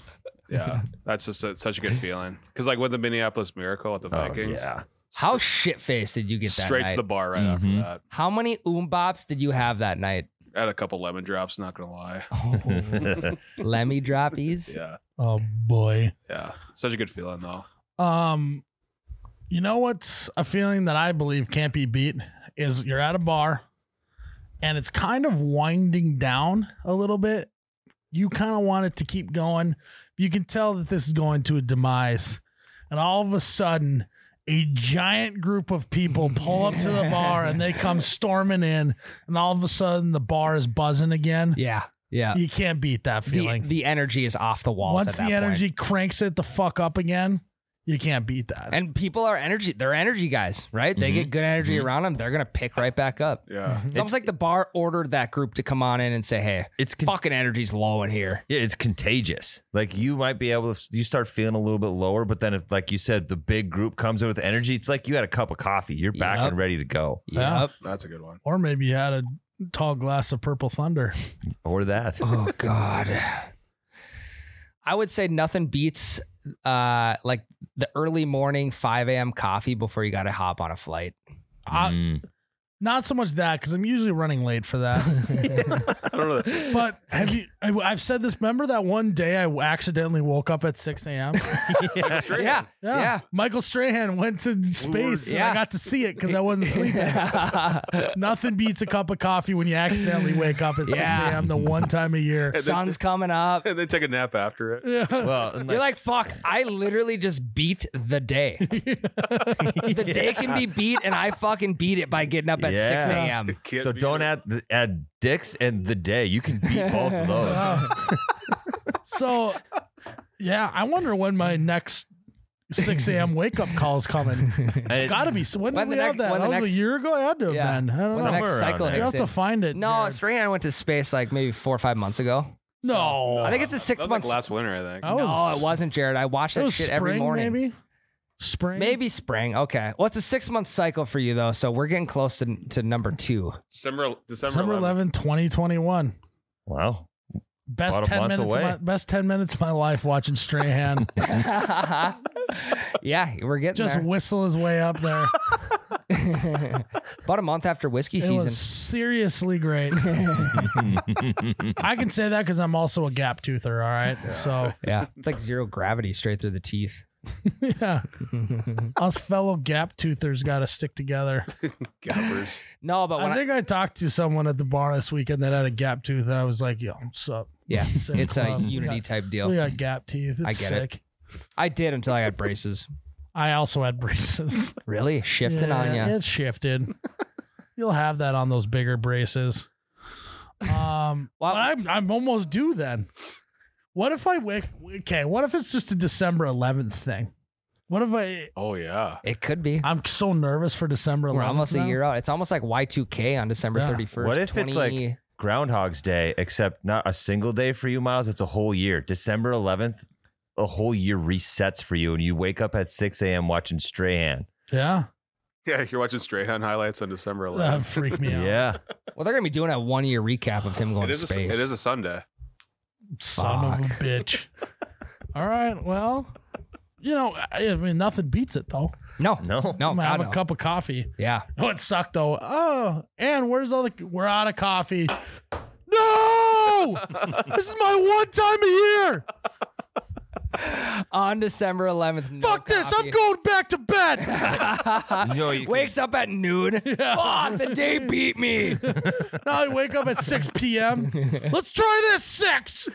[SPEAKER 5] Yeah, that's just a, such a good feeling. Because like with the Minneapolis Miracle at the
[SPEAKER 3] Oh,
[SPEAKER 5] Vikings, *laughs*
[SPEAKER 3] yeah. *laughs*
[SPEAKER 2] How shit faced did you get that
[SPEAKER 5] straight
[SPEAKER 2] night? Mm-hmm.
[SPEAKER 5] to the bar right
[SPEAKER 3] Mhm.
[SPEAKER 5] after
[SPEAKER 2] How many oombops did you have
[SPEAKER 1] *laughs*
[SPEAKER 2] that night?
[SPEAKER 5] that. Had a couple lemon drops. Not gonna lie.
[SPEAKER 2] Lemmy droppies.
[SPEAKER 5] Yeah,
[SPEAKER 1] oh boy.
[SPEAKER 5] yeah, such a good feeling though.
[SPEAKER 1] Um, you know what's a feeling that I believe can't be beat is you're at a bar, and it's kind of winding down a little bit. You kind of want it to keep going. You can tell that this is going to a demise, and all of a sudden. A giant group of people pull up to the bar and they come storming in, and all of a sudden the bar is buzzing again.
[SPEAKER 2] Yeah. Yeah.
[SPEAKER 1] You can't beat that
[SPEAKER 2] The,
[SPEAKER 1] feeling.
[SPEAKER 2] the energy is off the walls.
[SPEAKER 1] Once
[SPEAKER 2] at
[SPEAKER 1] the
[SPEAKER 2] that point.
[SPEAKER 1] energy cranks it the fuck up again, you can't beat that.
[SPEAKER 2] And people are energy. They're energy guys, right? They
[SPEAKER 1] Mhm.
[SPEAKER 2] get good energy around them. They're gonna pick right back up.
[SPEAKER 5] Yeah,
[SPEAKER 2] It's, almost like the bar ordered that group to come on in and say, "Hey,
[SPEAKER 3] It's con-
[SPEAKER 2] fucking energy's low in here."
[SPEAKER 3] yeah, it's contagious. Like you might be able to, you start feeling a little bit lower, but then if, like you said, the big group comes in with energy, it's like you had a cup of coffee. You're back
[SPEAKER 2] Yep.
[SPEAKER 3] and ready to go,
[SPEAKER 1] Yeah.
[SPEAKER 2] Yep.
[SPEAKER 5] that's a good one.
[SPEAKER 1] or maybe you had a tall glass of purple thunder.
[SPEAKER 3] or that.
[SPEAKER 2] Oh God. I would say nothing beats uh like the early morning 5 a.m. coffee before you gotta hop on a flight.
[SPEAKER 1] I-
[SPEAKER 3] Mm.
[SPEAKER 1] not so much that because I'm usually running late for
[SPEAKER 2] *laughs*
[SPEAKER 1] that.
[SPEAKER 5] I don't know. That.
[SPEAKER 1] but have you? I, I've said this. Remember that one day I accidentally woke up at 6
[SPEAKER 2] *laughs*
[SPEAKER 1] a.m.
[SPEAKER 3] Yeah.
[SPEAKER 2] Yeah. Yeah.
[SPEAKER 1] Michael Strahan went to space. And
[SPEAKER 2] Yeah.
[SPEAKER 1] I got to see it because I
[SPEAKER 2] *laughs*
[SPEAKER 1] wasn't sleeping.
[SPEAKER 2] yeah.
[SPEAKER 1] Nothing beats a cup of coffee when you accidentally wake up at 6
[SPEAKER 2] Yeah.
[SPEAKER 1] a.m. the one time a year.
[SPEAKER 2] *laughs* Sun's coming
[SPEAKER 5] *laughs*
[SPEAKER 2] up.
[SPEAKER 5] And they take a nap after it.
[SPEAKER 1] Yeah.
[SPEAKER 2] *laughs*
[SPEAKER 3] Well, and
[SPEAKER 2] You're
[SPEAKER 3] like,
[SPEAKER 2] like, fuck, I literally just beat the day. *laughs* the day can be beat, and I fucking beat it by getting up at
[SPEAKER 3] Yeah.
[SPEAKER 2] 6 a.m.
[SPEAKER 5] *laughs* Can't
[SPEAKER 3] so
[SPEAKER 5] beat
[SPEAKER 3] don't
[SPEAKER 5] it.
[SPEAKER 3] add the, add dicks and the day. You can beat
[SPEAKER 2] *laughs*
[SPEAKER 3] both of those.
[SPEAKER 1] Uh, *laughs* so, yeah, I wonder when my next 6 a.m. wake up call is
[SPEAKER 3] *laughs*
[SPEAKER 1] coming.
[SPEAKER 3] And it-
[SPEAKER 1] It's got to be. So when,
[SPEAKER 2] When
[SPEAKER 1] did we
[SPEAKER 2] the
[SPEAKER 1] have
[SPEAKER 2] next-
[SPEAKER 1] that?
[SPEAKER 2] when
[SPEAKER 1] That
[SPEAKER 2] the
[SPEAKER 1] was
[SPEAKER 2] next-
[SPEAKER 1] a year ago. I had to have
[SPEAKER 2] Yeah.
[SPEAKER 1] been. I don't
[SPEAKER 2] When the
[SPEAKER 1] know.
[SPEAKER 3] Somewhere
[SPEAKER 2] next
[SPEAKER 3] around
[SPEAKER 2] cycle
[SPEAKER 3] there.
[SPEAKER 1] You
[SPEAKER 2] hits
[SPEAKER 1] have to
[SPEAKER 2] in.
[SPEAKER 1] find it.
[SPEAKER 2] No,
[SPEAKER 1] Jared.
[SPEAKER 2] Strahan went to space like maybe four or five months ago.
[SPEAKER 1] no.
[SPEAKER 2] I think it's a six
[SPEAKER 5] that was
[SPEAKER 2] months.
[SPEAKER 5] like last winter. I think.
[SPEAKER 1] Oh, That
[SPEAKER 2] no,
[SPEAKER 1] was-
[SPEAKER 2] it wasn't, Jared. I watched
[SPEAKER 1] it
[SPEAKER 2] that
[SPEAKER 1] was
[SPEAKER 2] shit
[SPEAKER 1] spring,
[SPEAKER 2] every morning.
[SPEAKER 1] maybe. Spring,
[SPEAKER 2] Maybe spring. Okay. Well, it's a six month cycle for you, though. So we're getting close to, to
[SPEAKER 1] *laughs*
[SPEAKER 2] number two.
[SPEAKER 5] December, December,
[SPEAKER 1] December
[SPEAKER 5] 11th.
[SPEAKER 1] 11, 2021.
[SPEAKER 3] Wow.
[SPEAKER 1] Best
[SPEAKER 3] About a
[SPEAKER 1] ten
[SPEAKER 3] month
[SPEAKER 1] minutes. Of
[SPEAKER 3] away.
[SPEAKER 1] my, best ten minutes of my life watching
[SPEAKER 2] *laughs*
[SPEAKER 1] Strahan
[SPEAKER 2] yeah, we're getting
[SPEAKER 1] just whistle his way up there.
[SPEAKER 2] there. About a month after whiskey
[SPEAKER 1] it
[SPEAKER 2] season.
[SPEAKER 1] was seriously great. I can say that because I'm also a gap toother. All right, so
[SPEAKER 2] Yeah. It's like zero gravity straight through the teeth.
[SPEAKER 1] yeah. Us fellow gap toothers got to stick together.
[SPEAKER 2] *laughs*
[SPEAKER 5] Gappers.
[SPEAKER 2] no, but when
[SPEAKER 1] I
[SPEAKER 2] I
[SPEAKER 1] think I, talked to someone at the bar this weekend that had a gap tooth, and I was like, "Yo, what's up?
[SPEAKER 2] yeah,
[SPEAKER 1] Same
[SPEAKER 2] it's a
[SPEAKER 1] club. We
[SPEAKER 2] unity
[SPEAKER 1] got-
[SPEAKER 2] type
[SPEAKER 1] We
[SPEAKER 2] deal.
[SPEAKER 1] got gap teeth. It's
[SPEAKER 2] I get it.
[SPEAKER 1] sick."
[SPEAKER 2] I did until I got braces.
[SPEAKER 1] I also had braces.
[SPEAKER 2] Really shifting on
[SPEAKER 1] Yeah,
[SPEAKER 2] you.
[SPEAKER 1] It
[SPEAKER 2] *laughs*
[SPEAKER 1] shifted. You'll have that on those bigger braces. Um,
[SPEAKER 2] *laughs* Well-
[SPEAKER 1] but I'm I'm almost due then. What if I wake? Okay, what if it's just a December 11th thing? What if I?
[SPEAKER 5] Oh yeah.
[SPEAKER 2] It could be.
[SPEAKER 1] I'm so nervous for December 11th.
[SPEAKER 2] We're almost
[SPEAKER 1] now.
[SPEAKER 2] a year out. It's almost like Y2K on December
[SPEAKER 1] Yeah.
[SPEAKER 2] 31st.
[SPEAKER 3] What if it's like-
[SPEAKER 2] 20
[SPEAKER 3] Groundhog's Day, except not a single day for you, Miles. It's a whole year. December 11th, a whole year resets for you, and you wake up at 6 a.m. watching Strahan.
[SPEAKER 1] Yeah,
[SPEAKER 5] Yeah, you're watching Strahan highlights on December
[SPEAKER 2] Ah,
[SPEAKER 1] that
[SPEAKER 5] 11th.
[SPEAKER 1] freaked
[SPEAKER 3] *laughs*
[SPEAKER 1] me out.
[SPEAKER 2] Well, they're gonna be doing a one year recap of him going
[SPEAKER 5] it,
[SPEAKER 2] to
[SPEAKER 5] is a, it
[SPEAKER 2] space.
[SPEAKER 5] is
[SPEAKER 2] *laughs*
[SPEAKER 5] a Sunday.
[SPEAKER 1] Son of a
[SPEAKER 2] Fuck.
[SPEAKER 1] bitch. All right, well, you know, I I mean, nothing beats it though.
[SPEAKER 2] no,
[SPEAKER 3] No.
[SPEAKER 2] no,
[SPEAKER 1] I'm gonna
[SPEAKER 2] God,
[SPEAKER 1] have
[SPEAKER 2] no.
[SPEAKER 1] a cup of coffee.
[SPEAKER 2] Yeah,
[SPEAKER 1] Oh, it sucked though. Oh, and where's all the? We're out of coffee. No, this is my one time a year.
[SPEAKER 2] on December 11th. no
[SPEAKER 1] Fuck this. I'm
[SPEAKER 2] copy.
[SPEAKER 1] going back to bed.
[SPEAKER 3] No, you
[SPEAKER 2] Wakes up at noon. *laughs* Fuck, the day beat me.
[SPEAKER 1] *laughs* now I wake up at 6 p.m. Let's try this six.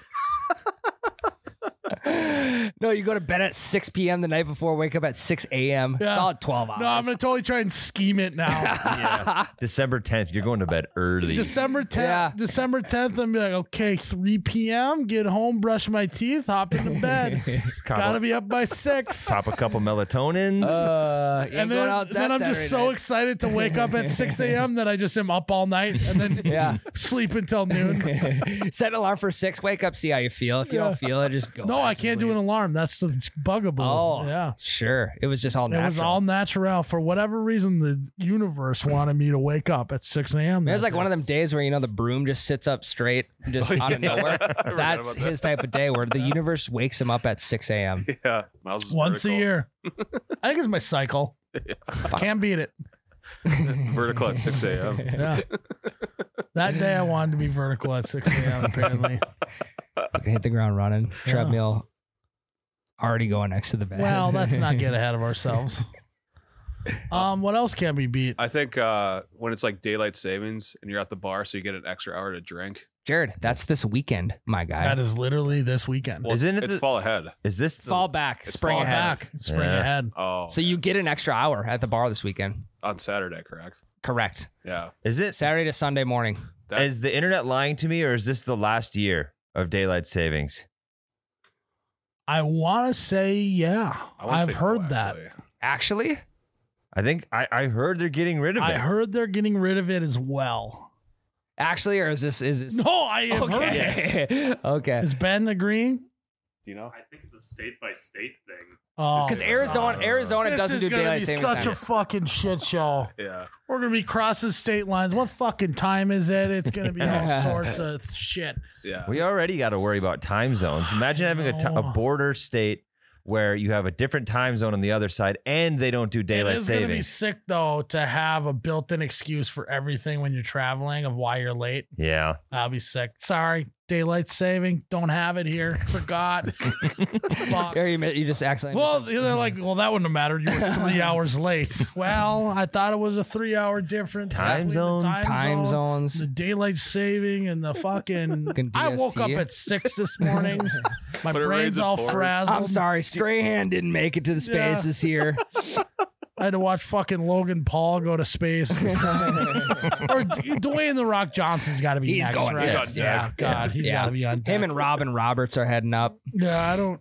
[SPEAKER 2] no, you go to bed at 6 p.m. the night before, wake up at 6 a.m.
[SPEAKER 1] Yeah.
[SPEAKER 2] Solid 12 hours.
[SPEAKER 1] No, I'm gonna totally try and scheme it now.
[SPEAKER 3] December 10th, you're going to bed early.
[SPEAKER 1] December 10th.
[SPEAKER 2] Yeah.
[SPEAKER 1] December 10th. I'm be like, okay, 3 p.m. Get home, brush my teeth, hop into bed.
[SPEAKER 3] Couple-
[SPEAKER 1] Gotta be up by six.
[SPEAKER 3] pop a couple melatonins.
[SPEAKER 2] uh, you ain't
[SPEAKER 1] and
[SPEAKER 2] going
[SPEAKER 1] then,
[SPEAKER 2] out
[SPEAKER 1] and then
[SPEAKER 2] that
[SPEAKER 1] I'm just so
[SPEAKER 2] Saturday
[SPEAKER 1] excited to wake up
[SPEAKER 2] *laughs*
[SPEAKER 1] at 6 a.m. that I just am up all night and then
[SPEAKER 2] Yeah.
[SPEAKER 1] sleep
[SPEAKER 2] *laughs*
[SPEAKER 1] until noon.
[SPEAKER 2] night. Set an alarm for 6, wake up, see how you feel. If you
[SPEAKER 1] Yeah.
[SPEAKER 2] don't feel it, just go.
[SPEAKER 1] No,
[SPEAKER 2] back
[SPEAKER 1] I
[SPEAKER 2] to
[SPEAKER 1] can't do
[SPEAKER 2] sleep.
[SPEAKER 1] an alarm. That's the bugaboo.
[SPEAKER 2] Oh,
[SPEAKER 1] yeah.
[SPEAKER 2] Sure. It was just all natural.
[SPEAKER 1] It was all natural. For whatever reason, the universe wanted me to wake up at 6 a.m.
[SPEAKER 2] It was like one of them days where you know the broom just sits up straight, and
[SPEAKER 5] Oh,
[SPEAKER 2] just out of
[SPEAKER 5] *laughs*
[SPEAKER 2] nowhere.
[SPEAKER 5] about
[SPEAKER 2] That's
[SPEAKER 5] that.
[SPEAKER 2] his type of day where
[SPEAKER 5] *laughs*
[SPEAKER 2] the universe wakes him up at 6 a.m.
[SPEAKER 5] Yeah. Miles is
[SPEAKER 1] Once a
[SPEAKER 5] vertical.
[SPEAKER 1] year.
[SPEAKER 2] *laughs*
[SPEAKER 1] I think it's my cycle. Can't beat it.
[SPEAKER 5] Vertical at 6 a.m.
[SPEAKER 2] *laughs*
[SPEAKER 1] Yeah. that day I wanted to be vertical at 6 a.m.
[SPEAKER 2] *laughs*
[SPEAKER 1] apparently.
[SPEAKER 2] Hit the ground running,
[SPEAKER 1] Yeah.
[SPEAKER 2] treadmill, already going next to the bed.
[SPEAKER 1] Well, let's not
[SPEAKER 2] *laughs*
[SPEAKER 1] get ahead of ourselves. Um, what else can be beat?
[SPEAKER 5] I think uh, when it's like daylight savings and you're at the bar, so you get an extra hour to drink.
[SPEAKER 2] Jared. That's this weekend, my guy.
[SPEAKER 1] That is literally this weekend.
[SPEAKER 5] Well,
[SPEAKER 3] Isn't it
[SPEAKER 5] It's
[SPEAKER 3] the-
[SPEAKER 5] fall ahead.
[SPEAKER 3] Is this the,
[SPEAKER 2] fall back,
[SPEAKER 5] It's
[SPEAKER 2] spring
[SPEAKER 5] fall
[SPEAKER 2] ahead.
[SPEAKER 1] back, spring
[SPEAKER 3] Yeah.
[SPEAKER 1] ahead.
[SPEAKER 5] Oh,
[SPEAKER 2] So you get an extra hour at the bar this weekend.
[SPEAKER 5] on Saturday, correct?
[SPEAKER 2] Correct.
[SPEAKER 5] Yeah.
[SPEAKER 3] is it
[SPEAKER 2] Saturday to Sunday morning.
[SPEAKER 5] That-
[SPEAKER 3] is the internet lying to me or is this the last year of daylight savings?
[SPEAKER 1] I want to say, yeah.
[SPEAKER 5] I wanna
[SPEAKER 1] I've
[SPEAKER 5] say no,
[SPEAKER 1] heard that.
[SPEAKER 5] actually.
[SPEAKER 2] Actually,
[SPEAKER 3] I think I, I heard they're getting rid of it.
[SPEAKER 1] I heard they're getting rid of it as well.
[SPEAKER 2] actually, or is this is this?
[SPEAKER 1] No, I have heard this.
[SPEAKER 2] Okay. *laughs* okay.
[SPEAKER 1] Is Ben agreeing?
[SPEAKER 5] Do you know?
[SPEAKER 6] I think it's a state by state thing.
[SPEAKER 1] Oh,
[SPEAKER 2] Because Arizona, Arizona
[SPEAKER 1] this
[SPEAKER 2] doesn't
[SPEAKER 1] is
[SPEAKER 2] do
[SPEAKER 1] gonna
[SPEAKER 2] daylight
[SPEAKER 1] be
[SPEAKER 2] savings
[SPEAKER 1] such
[SPEAKER 2] time.
[SPEAKER 1] a fucking shit show.
[SPEAKER 5] Yeah.
[SPEAKER 1] We're gonna be crossing state lines. What fucking time is it? It's gonna be
[SPEAKER 2] *laughs*
[SPEAKER 1] all
[SPEAKER 2] Yeah.
[SPEAKER 1] sorts of shit.
[SPEAKER 5] Yeah.
[SPEAKER 3] We already got to worry about
[SPEAKER 1] *sighs*
[SPEAKER 3] time zones. Imagine having a, t- a
[SPEAKER 1] No.
[SPEAKER 3] border state where you have a different time zone on the other side and they don't do
[SPEAKER 1] It
[SPEAKER 3] daylight
[SPEAKER 1] is gonna be
[SPEAKER 3] savings.
[SPEAKER 1] sick though to have a built-in excuse for everything when you're traveling of why you're late.
[SPEAKER 3] yeah.
[SPEAKER 1] I'll be sick. Sorry, daylight saving. Don't have it here. Forgot. Fuck.
[SPEAKER 2] *laughs* There you, you just accidentally.
[SPEAKER 1] Well, they're like, well, that wouldn't have mattered. You were three hours late. Well, I thought it was a three-hour difference
[SPEAKER 3] Time
[SPEAKER 1] between the
[SPEAKER 3] zones.
[SPEAKER 2] time
[SPEAKER 1] zone,
[SPEAKER 2] zones.
[SPEAKER 1] the daylight saving, and the fucking.
[SPEAKER 2] Fucking
[SPEAKER 1] I woke up
[SPEAKER 2] DST.
[SPEAKER 1] at six this morning. My
[SPEAKER 5] But it
[SPEAKER 1] brain's
[SPEAKER 5] rains and
[SPEAKER 1] all
[SPEAKER 5] pours.
[SPEAKER 1] frazzled.
[SPEAKER 2] I'm sorry, Strahan didn't make it to the
[SPEAKER 1] Yeah.
[SPEAKER 2] space this
[SPEAKER 1] *laughs*
[SPEAKER 2] year.
[SPEAKER 1] I had to watch fucking Logan Paul go to space.
[SPEAKER 2] *laughs*
[SPEAKER 1] or D- Dwayne the Rock Johnson's got to be
[SPEAKER 2] He's
[SPEAKER 1] next,
[SPEAKER 2] going
[SPEAKER 1] right?
[SPEAKER 5] next.
[SPEAKER 1] yeah, God, he's
[SPEAKER 2] Yeah.
[SPEAKER 1] got to be on deck.
[SPEAKER 2] Him and Robin Roberts are heading up.
[SPEAKER 1] yeah, I don't.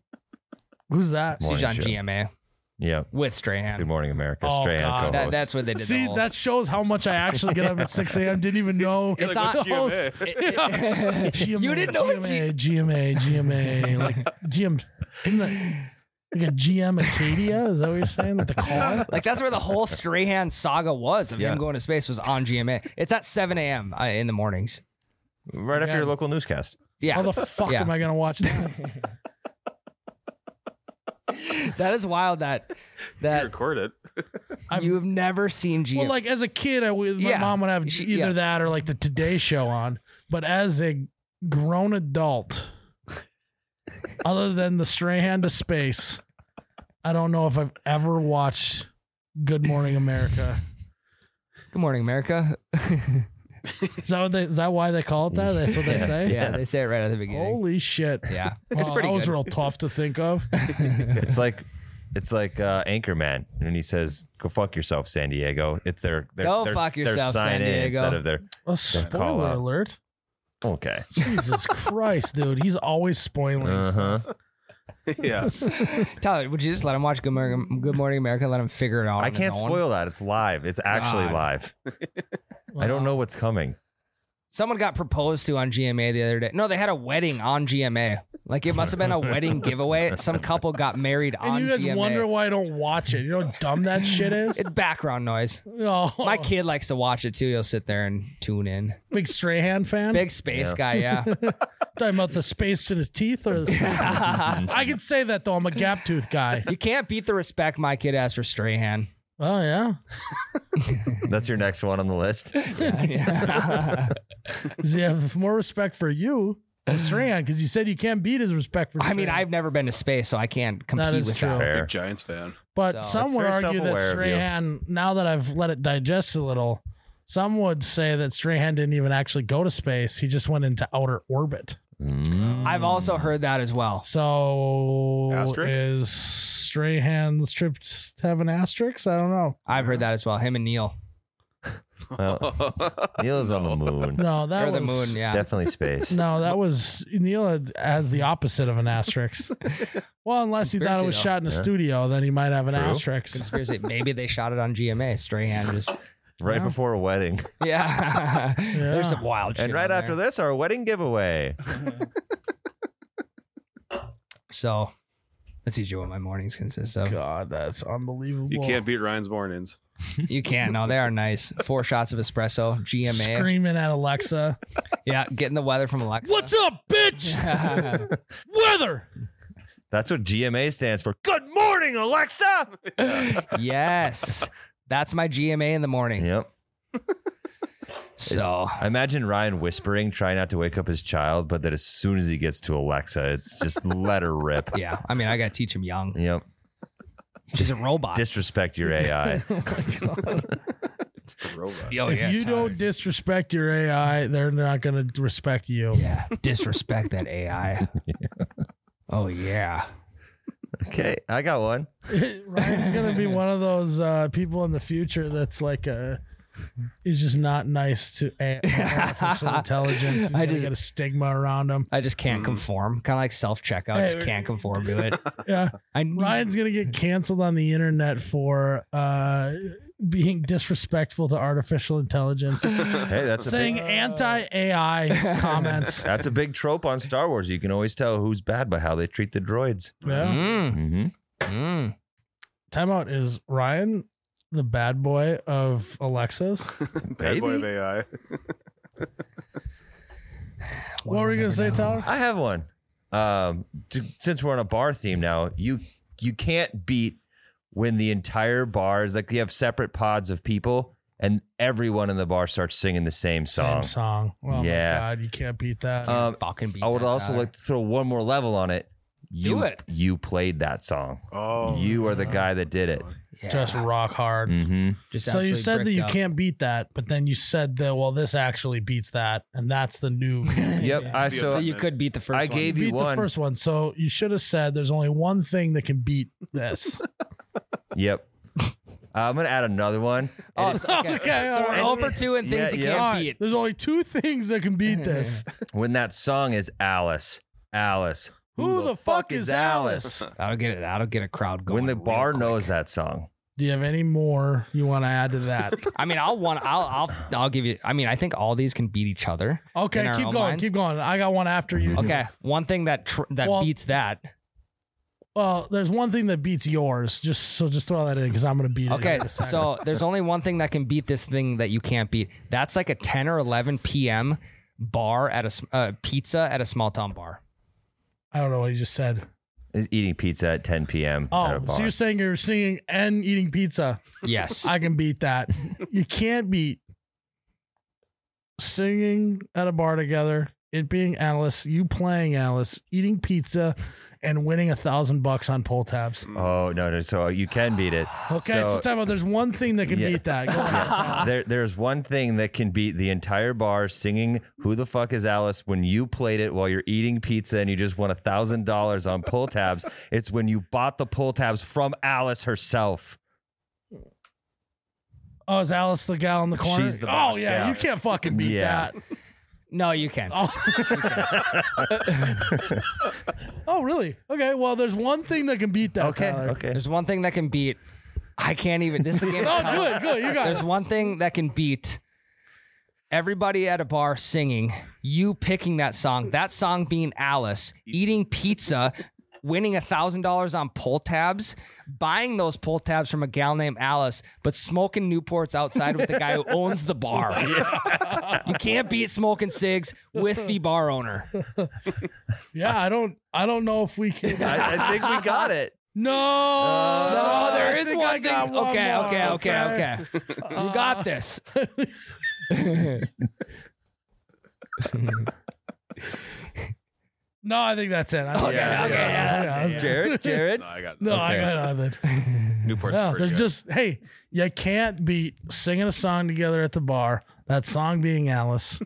[SPEAKER 1] Who's that?
[SPEAKER 3] Morning
[SPEAKER 2] She's on
[SPEAKER 3] show.
[SPEAKER 2] GMA
[SPEAKER 3] Yeah.
[SPEAKER 2] with
[SPEAKER 3] Good
[SPEAKER 2] Strahan.
[SPEAKER 3] morning, America.
[SPEAKER 1] Oh,
[SPEAKER 3] Strahan
[SPEAKER 1] God.
[SPEAKER 3] co-host.
[SPEAKER 2] That, that's what they did. the
[SPEAKER 1] See,
[SPEAKER 2] whole-
[SPEAKER 1] that shows how much I actually get up at 6 a.m. Didn't even
[SPEAKER 2] *laughs*
[SPEAKER 1] know.
[SPEAKER 2] It's
[SPEAKER 5] like,
[SPEAKER 2] on-
[SPEAKER 5] what's *laughs*
[SPEAKER 2] *laughs*
[SPEAKER 5] GMA?
[SPEAKER 2] It-
[SPEAKER 1] *laughs*
[SPEAKER 2] it- *laughs*
[SPEAKER 1] GMA,
[SPEAKER 2] you didn't know what
[SPEAKER 1] GMA, GMA, GMA, like GM, isn't that like a GM Acadia? Is that what you're saying? That the call?
[SPEAKER 2] Like that's where the whole Strahan saga was of
[SPEAKER 3] Yeah.
[SPEAKER 2] him going to space was on GMA. It's at 7 a.m. uh, in the mornings.
[SPEAKER 3] right after
[SPEAKER 1] Yeah.
[SPEAKER 3] your
[SPEAKER 1] *laughs*
[SPEAKER 3] local newscast.
[SPEAKER 1] How
[SPEAKER 2] Yeah,
[SPEAKER 1] the fuck
[SPEAKER 2] Yeah.
[SPEAKER 1] am I gonna watch that?
[SPEAKER 2] *laughs* that is wild. That
[SPEAKER 5] You
[SPEAKER 2] that
[SPEAKER 5] record it.
[SPEAKER 1] I've-
[SPEAKER 2] you have never seen GMA.
[SPEAKER 1] Well, like as a kid, I would, my
[SPEAKER 2] Yeah.
[SPEAKER 1] mom would have
[SPEAKER 2] She-
[SPEAKER 1] either
[SPEAKER 2] yeah.
[SPEAKER 1] that or like the Today Show on. But as a grown adult, other than the Strahan to space, I don't know if I've ever watched Good Morning America.
[SPEAKER 2] Good morning, America.
[SPEAKER 1] Is that what they, is that why they call it that? That's what *laughs*
[SPEAKER 2] *laughs*
[SPEAKER 1] they
[SPEAKER 3] Yes.
[SPEAKER 1] say.
[SPEAKER 2] yeah, they say it right at the beginning.
[SPEAKER 1] Holy shit! *laughs*
[SPEAKER 2] Yeah, it's
[SPEAKER 1] Wow,
[SPEAKER 2] pretty
[SPEAKER 1] that was
[SPEAKER 2] good.
[SPEAKER 1] real tough to think
[SPEAKER 2] *laughs*
[SPEAKER 1] of.
[SPEAKER 3] It's like it's like uh, Anchorman, and he says, "Go fuck yourself, San Diego." It's their, their
[SPEAKER 2] Go
[SPEAKER 3] their,
[SPEAKER 2] fuck
[SPEAKER 3] their
[SPEAKER 2] yourself,
[SPEAKER 3] sign
[SPEAKER 2] San
[SPEAKER 3] in
[SPEAKER 2] Diego.
[SPEAKER 3] instead of their
[SPEAKER 1] A
[SPEAKER 3] call
[SPEAKER 1] spoiler
[SPEAKER 3] out.
[SPEAKER 1] alert!
[SPEAKER 3] okay.
[SPEAKER 2] *laughs*
[SPEAKER 1] Jesus Christ, dude, he's always spoiling.
[SPEAKER 2] Uh-huh.
[SPEAKER 3] Uh huh.
[SPEAKER 5] *laughs* yeah.
[SPEAKER 2] *laughs* Tyler, would you just let him watch Good Morning, Good morning America? Let him figure it out.
[SPEAKER 3] I
[SPEAKER 2] on his
[SPEAKER 3] can't
[SPEAKER 2] own?
[SPEAKER 3] spoil that. It's live. It's actually
[SPEAKER 2] God.
[SPEAKER 3] live. I don't know what's coming.
[SPEAKER 2] Someone got proposed to on GMA the other day. No, they had a wedding on GMA. Like it must have been a wedding giveaway. Some couple got married
[SPEAKER 1] And
[SPEAKER 2] on
[SPEAKER 1] you guys
[SPEAKER 2] GMA.
[SPEAKER 1] wonder why I don't watch it. You know how dumb that shit is.
[SPEAKER 2] it's background noise.
[SPEAKER 1] *laughs* oh,
[SPEAKER 2] My kid likes to watch it too. He'll sit there and tune in.
[SPEAKER 1] big Strahan fan.
[SPEAKER 2] Big space
[SPEAKER 3] Yeah.
[SPEAKER 2] guy, yeah.
[SPEAKER 1] Talking about the space in his teeth
[SPEAKER 2] *laughs*
[SPEAKER 1] or the space. I can say that though. I'm a gap tooth guy.
[SPEAKER 2] you can't beat the respect my kid has for Strahan. *laughs*
[SPEAKER 1] Oh yeah.
[SPEAKER 3] That's your next one on
[SPEAKER 1] *laughs*
[SPEAKER 3] the list.
[SPEAKER 2] Yeah.
[SPEAKER 1] Does he have more respect for you than Strahan? Because you said you can't beat his respect for.
[SPEAKER 2] I mean,
[SPEAKER 1] Strahan.
[SPEAKER 2] I've never been to space, so I can't compete
[SPEAKER 1] That is
[SPEAKER 2] with
[SPEAKER 1] true.
[SPEAKER 2] that.
[SPEAKER 3] Fair.
[SPEAKER 5] Big Giants fan. *laughs*
[SPEAKER 1] But
[SPEAKER 2] So-
[SPEAKER 1] some
[SPEAKER 3] That's
[SPEAKER 1] would
[SPEAKER 3] very
[SPEAKER 1] argue that
[SPEAKER 3] self-aware of you.
[SPEAKER 1] Strahan, now that I've let it digest a little, some would say that Strahan didn't even actually go to space. He just went into outer orbit.
[SPEAKER 3] Mm.
[SPEAKER 2] I've also heard that as well.
[SPEAKER 1] So
[SPEAKER 5] Asterisk?
[SPEAKER 1] is Strahan's trip to have an asterisk? I don't know.
[SPEAKER 2] I've heard that as well. Him and Neil.
[SPEAKER 3] Well, Neil's on the moon.
[SPEAKER 1] No, that
[SPEAKER 2] or the
[SPEAKER 1] was
[SPEAKER 2] moon, yeah.
[SPEAKER 3] Definitely space.
[SPEAKER 1] No, that was Neil had- has the opposite of an asterisk. well, unless he thought it was
[SPEAKER 2] Conspiracy,
[SPEAKER 1] shot in a
[SPEAKER 3] Yeah.
[SPEAKER 1] studio, then he might have an
[SPEAKER 3] True.
[SPEAKER 1] asterisk.
[SPEAKER 2] Conspiracy. Maybe they shot it on GMA. Strahan just
[SPEAKER 3] Right
[SPEAKER 1] Yeah.
[SPEAKER 3] before a wedding.
[SPEAKER 2] yeah. *laughs* There's some wild shit.
[SPEAKER 3] And right
[SPEAKER 2] on
[SPEAKER 3] after
[SPEAKER 2] there.
[SPEAKER 3] this, our wedding giveaway.
[SPEAKER 2] So that's usually what my mornings consist of.
[SPEAKER 1] God, that's unbelievable.
[SPEAKER 5] You can't beat
[SPEAKER 3] *laughs*
[SPEAKER 5] Ryan's mornings.
[SPEAKER 2] You can't. No, they are nice. Four shots of espresso, GMA.
[SPEAKER 1] screaming at Alexa.
[SPEAKER 2] Yeah, getting the weather from Alexa.
[SPEAKER 1] What's *laughs* up, bitch? Weather.
[SPEAKER 3] That's what GMA stands for. Good morning, Alexa.
[SPEAKER 2] *laughs* yes. That's my GMA in the morning.
[SPEAKER 3] Yep.
[SPEAKER 2] So
[SPEAKER 3] I imagine Ryan whispering, try not to wake up his child, but that as soon as he gets to Alexa, it's just let
[SPEAKER 2] *laughs*
[SPEAKER 3] her rip.
[SPEAKER 2] yeah, I mean, I gotta teach him
[SPEAKER 3] *laughs*
[SPEAKER 2] young.
[SPEAKER 3] Yep.
[SPEAKER 2] She's a robot.
[SPEAKER 3] Disrespect your AI.
[SPEAKER 2] *laughs*
[SPEAKER 5] It's a robot.
[SPEAKER 2] Yo,
[SPEAKER 1] if
[SPEAKER 2] Oh, yeah,
[SPEAKER 1] you
[SPEAKER 2] Tyler.
[SPEAKER 1] don't disrespect your AI, they're not going to respect you.
[SPEAKER 2] *laughs* yeah, disrespect that
[SPEAKER 3] *laughs*
[SPEAKER 2] AI. Oh yeah.
[SPEAKER 3] okay, I got one.
[SPEAKER 1] *laughs* Ryan's going to be one of those uh, people in the future that's like a. He's just not nice to a-
[SPEAKER 2] *laughs*
[SPEAKER 1] artificial intelligence. He's
[SPEAKER 2] I
[SPEAKER 1] I just
[SPEAKER 2] just-
[SPEAKER 1] got a stigma around him.
[SPEAKER 2] I just
[SPEAKER 3] Mm.
[SPEAKER 2] can't conform. Kind of like self checkout.
[SPEAKER 1] Hey,
[SPEAKER 2] just can't conform
[SPEAKER 1] *laughs*
[SPEAKER 2] to it. *laughs*
[SPEAKER 1] Yeah,
[SPEAKER 2] I need
[SPEAKER 1] Ryan's gonna get canceled on the internet for uh, being disrespectful to artificial
[SPEAKER 2] *laughs*
[SPEAKER 1] intelligence,
[SPEAKER 3] *laughs* Hey, that's a
[SPEAKER 1] saying
[SPEAKER 2] Uh.
[SPEAKER 3] big,
[SPEAKER 1] anti AI comments.
[SPEAKER 3] that's a big trope on Star Wars. You can always tell who's bad by how they treat the droids.
[SPEAKER 1] *laughs* Yeah.
[SPEAKER 2] Mm,
[SPEAKER 3] Mm-hmm.
[SPEAKER 2] mm.
[SPEAKER 1] Timeout is Ryan the bad boy of Alexa's.
[SPEAKER 3] Mm-hmm.
[SPEAKER 5] *laughs* Bad boy of
[SPEAKER 3] Baby.
[SPEAKER 5] AI.
[SPEAKER 1] what were you gonna say, Tyler?
[SPEAKER 3] I have one. Um, to, since we're on a bar theme now, you you can't beat when the entire bar is like you have separate pods of people and everyone in the bar starts singing the same song.
[SPEAKER 1] Same song. Oh
[SPEAKER 3] Yeah.
[SPEAKER 1] my god, you can't beat that.
[SPEAKER 3] Um,
[SPEAKER 2] Fucking beat
[SPEAKER 3] I would
[SPEAKER 2] that,
[SPEAKER 3] also
[SPEAKER 2] Tyler.
[SPEAKER 3] like to throw one more level on it. You,
[SPEAKER 2] it.
[SPEAKER 3] You played that song.
[SPEAKER 5] Oh.
[SPEAKER 3] you are the guy that did it.
[SPEAKER 2] Yeah.
[SPEAKER 1] Just rock hard.
[SPEAKER 3] Mm-hmm.
[SPEAKER 2] Just
[SPEAKER 1] So you
[SPEAKER 2] absolutely
[SPEAKER 1] said that
[SPEAKER 2] bricked
[SPEAKER 1] you
[SPEAKER 2] up.
[SPEAKER 1] can't beat that, but then you said that well, this actually beats that, and that's the
[SPEAKER 2] *laughs*
[SPEAKER 1] new. *laughs*
[SPEAKER 3] Yep. I so,
[SPEAKER 2] So you could beat the first.
[SPEAKER 3] I
[SPEAKER 2] one.
[SPEAKER 3] gave
[SPEAKER 1] You
[SPEAKER 3] you
[SPEAKER 1] beat the
[SPEAKER 3] one.
[SPEAKER 1] first one, so you should have said there's only one thing that can beat this.
[SPEAKER 3] Yep. Uh, I'm gonna add another one.
[SPEAKER 2] Oh, so,
[SPEAKER 1] *laughs*
[SPEAKER 2] okay.
[SPEAKER 1] Okay,
[SPEAKER 2] so we're
[SPEAKER 1] alright.
[SPEAKER 2] over two and things
[SPEAKER 3] Yeah,
[SPEAKER 2] you
[SPEAKER 3] yeah.
[SPEAKER 1] All right,
[SPEAKER 2] *laughs* can't beat.
[SPEAKER 1] There's only two things that can beat
[SPEAKER 2] *laughs*
[SPEAKER 1] this.
[SPEAKER 3] When that song is Alice, Alice.
[SPEAKER 1] Who, the, fuck, is Alice?
[SPEAKER 2] *laughs* That'll get it. That'll get a crowd going.
[SPEAKER 3] When the
[SPEAKER 2] real
[SPEAKER 3] bar
[SPEAKER 2] quick.
[SPEAKER 3] knows that song.
[SPEAKER 1] Do you have any more you want to add to
[SPEAKER 2] *laughs*
[SPEAKER 1] that?
[SPEAKER 2] I mean, I'll want. I'll. I'll. I'll give you. I mean, I think all these can beat each other. In
[SPEAKER 1] Okay,
[SPEAKER 2] our
[SPEAKER 1] keep
[SPEAKER 2] own
[SPEAKER 1] going,
[SPEAKER 2] minds?
[SPEAKER 1] keep going. I got one after you.
[SPEAKER 3] Mhm.
[SPEAKER 2] Okay. One thing that tr- that
[SPEAKER 1] Well-
[SPEAKER 2] beats that.
[SPEAKER 1] Well, there's one thing that beats yours. Just so just throw that in because I'm gonna beat it.
[SPEAKER 2] Okay.
[SPEAKER 1] in a second.
[SPEAKER 2] So there's only one thing that can beat this thing that you can't beat. That's like a 10 or 11 p.m. bar at a s- uh, pizza at a small town bar.
[SPEAKER 1] I don't know what he just said.
[SPEAKER 3] Is eating pizza at 10 p.m. at a
[SPEAKER 1] Oh,
[SPEAKER 3] bar.
[SPEAKER 1] so you're saying you're singing and eating pizza? *laughs*
[SPEAKER 2] Yes.
[SPEAKER 1] I can beat
[SPEAKER 3] *laughs*
[SPEAKER 1] that. you can't beat singing at a bar together, it being Alice, you playing Alice, eating pizza, and winning a thousand bucks on pull tabs.
[SPEAKER 3] Oh no, no. So you can beat *laughs* it.
[SPEAKER 1] Okay, so,
[SPEAKER 3] So-
[SPEAKER 1] time out. There's one thing that can
[SPEAKER 3] *laughs* Yeah.
[SPEAKER 1] beat that. Go on.
[SPEAKER 3] there, there's one thing that can beat the entire bar singing "Who the fuck is Alice?" when you played it while you're eating pizza and you just won a thousand dollars on pull *laughs* tabs. it's when you bought the pull tabs from Alice herself.
[SPEAKER 1] Oh, is Alice the gal in the corner?
[SPEAKER 3] She's the boss,
[SPEAKER 1] oh yeah,
[SPEAKER 3] yeah.
[SPEAKER 1] you can't fucking beat
[SPEAKER 3] Yeah.
[SPEAKER 1] that.
[SPEAKER 2] No, you can. not
[SPEAKER 1] Oh really? Okay. Well, there's one thing that can beat that.
[SPEAKER 3] Okay,
[SPEAKER 1] Tyler.
[SPEAKER 3] okay.
[SPEAKER 2] There's one thing that can beat. I can't even. This is *laughs* a game.
[SPEAKER 1] No,
[SPEAKER 2] of
[SPEAKER 1] do
[SPEAKER 2] telephone.
[SPEAKER 1] it. Oh, Good. You got
[SPEAKER 2] There's
[SPEAKER 1] it.
[SPEAKER 2] one thing that can beat everybody at a bar singing, you picking that song, that song being Alice, eating pizza, winning a thousand dollars on pull tabs, buying those pull tabs from a gal named Alice, but smoking Newports outside with the guy *laughs* who owns the bar.
[SPEAKER 3] *laughs*
[SPEAKER 2] you can't beat smoking cigs with the bar owner.
[SPEAKER 1] Yeah, I don't. I don't know if we can.
[SPEAKER 3] *laughs* I, I think we got it.
[SPEAKER 1] no.
[SPEAKER 2] Oh,
[SPEAKER 3] No,
[SPEAKER 2] there
[SPEAKER 1] I
[SPEAKER 2] is
[SPEAKER 1] think I
[SPEAKER 2] one
[SPEAKER 1] got
[SPEAKER 2] thing.
[SPEAKER 1] one
[SPEAKER 2] okay,
[SPEAKER 1] more.
[SPEAKER 2] okay, okay, okay, You got this. *laughs*
[SPEAKER 1] No, I think that's it. I think
[SPEAKER 2] Okay,
[SPEAKER 1] that's it.
[SPEAKER 2] okay, yeah, that's it,
[SPEAKER 1] that's-
[SPEAKER 2] *laughs*
[SPEAKER 3] Jared, Jared.
[SPEAKER 5] No, I
[SPEAKER 1] *laughs*
[SPEAKER 5] got
[SPEAKER 1] No, I
[SPEAKER 3] Okay.
[SPEAKER 1] got nothing.
[SPEAKER 5] Newport's
[SPEAKER 1] No,
[SPEAKER 5] pretty
[SPEAKER 1] there's
[SPEAKER 5] good.
[SPEAKER 1] just hey, you can't beat singing a song together at the bar. That song being Alice.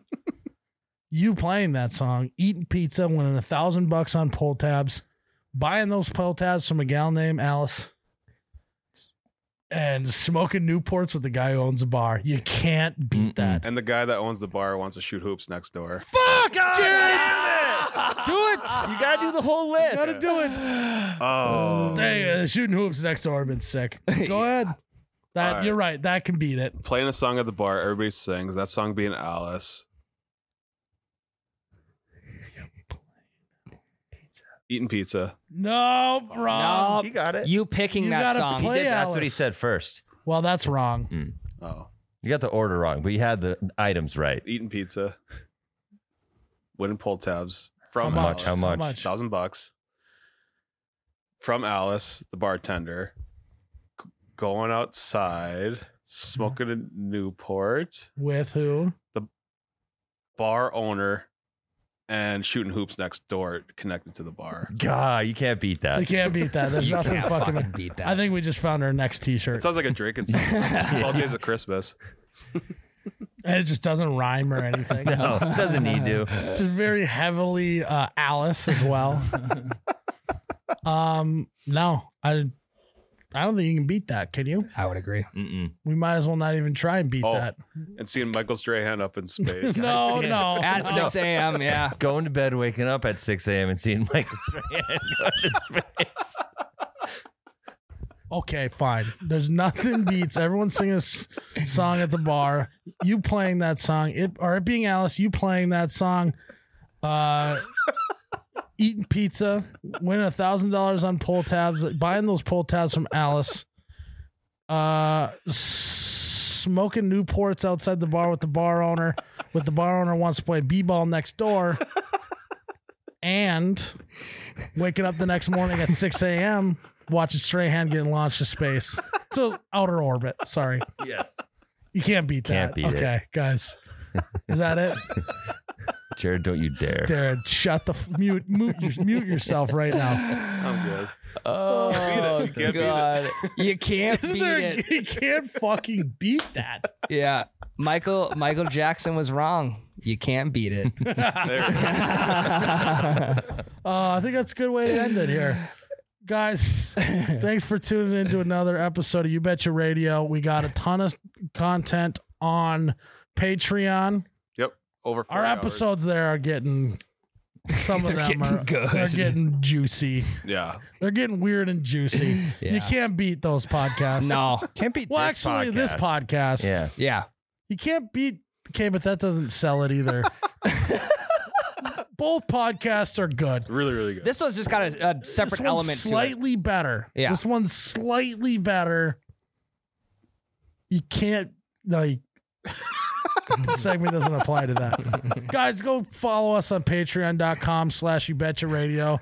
[SPEAKER 1] you playing that song, eating pizza, winning a thousand bucks on pull tabs, buying those pull tabs from a gal named Alice, and smoking Newports with the guy who owns a bar. You can't beat that.
[SPEAKER 5] and the guy that owns the bar wants to shoot hoops next door.
[SPEAKER 3] Fuck, Jared!
[SPEAKER 2] Do it.
[SPEAKER 3] You gotta do the whole list.
[SPEAKER 1] Gotta do it.
[SPEAKER 5] Oh,
[SPEAKER 1] Hey, uh, shooting hoops next door have been sick. Go ahead. That
[SPEAKER 5] All right.
[SPEAKER 1] you're right. That can beat it.
[SPEAKER 5] playing a song at the bar. Everybody sings that song being Alice. Eating pizza.
[SPEAKER 1] No, wrong.
[SPEAKER 3] He got it.
[SPEAKER 2] You picking
[SPEAKER 1] You
[SPEAKER 2] that
[SPEAKER 1] gotta
[SPEAKER 2] song.
[SPEAKER 3] he
[SPEAKER 1] play
[SPEAKER 3] did. That's what he
[SPEAKER 1] Alice.
[SPEAKER 3] said first.
[SPEAKER 1] Well, that's wrong.
[SPEAKER 5] Oh,
[SPEAKER 3] You got the order wrong, but you had the items right.
[SPEAKER 5] eating pizza. Winning pull tabs from
[SPEAKER 3] How much?
[SPEAKER 5] Alice.
[SPEAKER 3] How much?
[SPEAKER 5] Thousand bucks from Alice, the bartender. G- Going
[SPEAKER 3] Mm-hmm.
[SPEAKER 5] outside, smoking a Newport,
[SPEAKER 1] With who?
[SPEAKER 5] bar owner, and shooting hoops next door, connected to the bar.
[SPEAKER 3] God, you can't beat that.
[SPEAKER 1] They can't beat that. There's
[SPEAKER 2] You
[SPEAKER 1] nothing
[SPEAKER 2] can't
[SPEAKER 1] fucking.
[SPEAKER 2] fucking beat that.
[SPEAKER 1] I think we just found our next
[SPEAKER 5] It
[SPEAKER 1] T-shirt.
[SPEAKER 5] sounds like a drink
[SPEAKER 2] *laughs*
[SPEAKER 5] and Twelve Days of Christmas.
[SPEAKER 1] And it just doesn't rhyme or anything.
[SPEAKER 3] *laughs* No, it doesn't need *laughs* to.
[SPEAKER 1] It's just very heavily uh, Alice as well. um, no, I, I don't think you can beat that. Can you?
[SPEAKER 2] I would agree.
[SPEAKER 3] Mm-mm.
[SPEAKER 1] We might as well not even try and beat
[SPEAKER 5] Oh.
[SPEAKER 1] that.
[SPEAKER 5] And seeing Michael Strahan up in space.
[SPEAKER 1] No, no.
[SPEAKER 2] *laughs*
[SPEAKER 1] *laughs*
[SPEAKER 2] At 6 a.m., yeah.
[SPEAKER 3] Going to bed, waking up at 6 a.m. and seeing Michael Strahan *laughs* go to space.
[SPEAKER 1] Okay, fine. There's nothing beats everyone singing a s- song at the bar. You playing that song, it or it being Alice, you playing that song, uh, eating pizza, winning a thousand dollars on pull tabs, buying those pull tabs from Alice, uh, s- smoking Newports outside the bar with the bar owner, with the bar owner wants to play b-ball next door, and waking up the next morning at six a.m watching Strahan getting launched to space to outer orbit. Sorry,
[SPEAKER 3] Yes.
[SPEAKER 1] you can't beat
[SPEAKER 3] Can't
[SPEAKER 1] that.
[SPEAKER 3] beat it.
[SPEAKER 1] okay, guys, is that it?
[SPEAKER 3] Jared, don't you dare.
[SPEAKER 1] Jared, shut the f- mute, mute, your- mute yourself right now.
[SPEAKER 5] I'm good.
[SPEAKER 2] Oh,
[SPEAKER 5] can't beat it.
[SPEAKER 2] God.
[SPEAKER 1] *laughs*
[SPEAKER 2] You can't
[SPEAKER 1] Isn't
[SPEAKER 2] beat
[SPEAKER 1] there?
[SPEAKER 2] it.
[SPEAKER 1] you can't fucking beat that.
[SPEAKER 2] Yeah. Michael Michael Jackson was wrong. You can't beat it. *laughs*
[SPEAKER 5] There we go.
[SPEAKER 1] Uh, I think that's a good way to end it here.
[SPEAKER 2] *laughs*
[SPEAKER 1] Guys, thanks for tuning in to another episode of You Betcha Radio. We got a ton of content on Patreon.
[SPEAKER 5] Yep. Over four
[SPEAKER 1] our
[SPEAKER 5] hours.
[SPEAKER 1] episodes there are getting some of
[SPEAKER 2] They're
[SPEAKER 1] them
[SPEAKER 2] getting
[SPEAKER 1] are
[SPEAKER 2] good.
[SPEAKER 1] they're getting juicy.
[SPEAKER 5] Yeah.
[SPEAKER 1] They're getting weird and juicy. You
[SPEAKER 2] Yeah.
[SPEAKER 1] can't beat those podcasts.
[SPEAKER 2] No.
[SPEAKER 3] Can't beat
[SPEAKER 1] Well,
[SPEAKER 3] this
[SPEAKER 1] actually,
[SPEAKER 3] podcast.
[SPEAKER 1] this podcast.
[SPEAKER 3] Yeah.
[SPEAKER 2] Yeah.
[SPEAKER 1] You can't beat. Okay, but that doesn't sell it either. Both podcasts are good.
[SPEAKER 5] Really, really good.
[SPEAKER 2] This one's just got a, a separate
[SPEAKER 1] this one's
[SPEAKER 2] element to
[SPEAKER 1] slightly better.
[SPEAKER 2] Yeah.
[SPEAKER 1] This one's slightly better. You can't like *laughs* the segment doesn't apply to that. Guys, go follow us on patreon.com slash you betcha radio.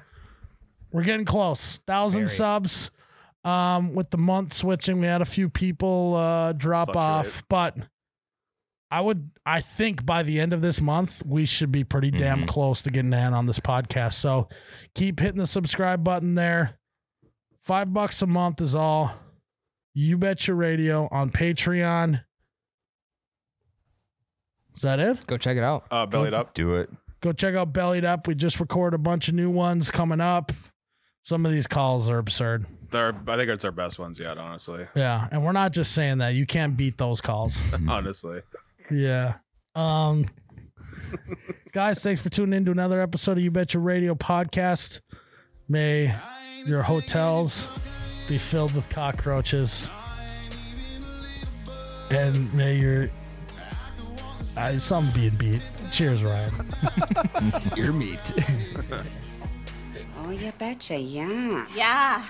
[SPEAKER 1] We're getting close. Thousand
[SPEAKER 2] Very.
[SPEAKER 1] subs. Um, with the month switching, we had a few people uh drop
[SPEAKER 5] Fluctuate.
[SPEAKER 1] off, but I would. I think by the end of this month, we should be pretty damn
[SPEAKER 3] Mhm.
[SPEAKER 1] close to getting in on this podcast. So keep hitting the subscribe button there. Five bucks a month is all. You bet your radio on Patreon. Is that it?
[SPEAKER 2] Go check it out.
[SPEAKER 5] Uh, bellied up.
[SPEAKER 3] Do it.
[SPEAKER 1] Go check out Bellied Up. We just recorded a bunch of new ones coming up. Some of these calls are absurd.
[SPEAKER 5] They're, I think it's our best ones yet, honestly.
[SPEAKER 1] Yeah. And we're not just saying that. You can't beat those calls.
[SPEAKER 5] honestly.
[SPEAKER 1] Yeah. Um guys, thanks for tuning in to another episode of You Bet Your Radio podcast. May your hotels be filled with cockroaches. And may your I some being beat. Cheers, Ryan.
[SPEAKER 2] Your meat.
[SPEAKER 7] Oh, you betcha, yeah.
[SPEAKER 8] Yeah.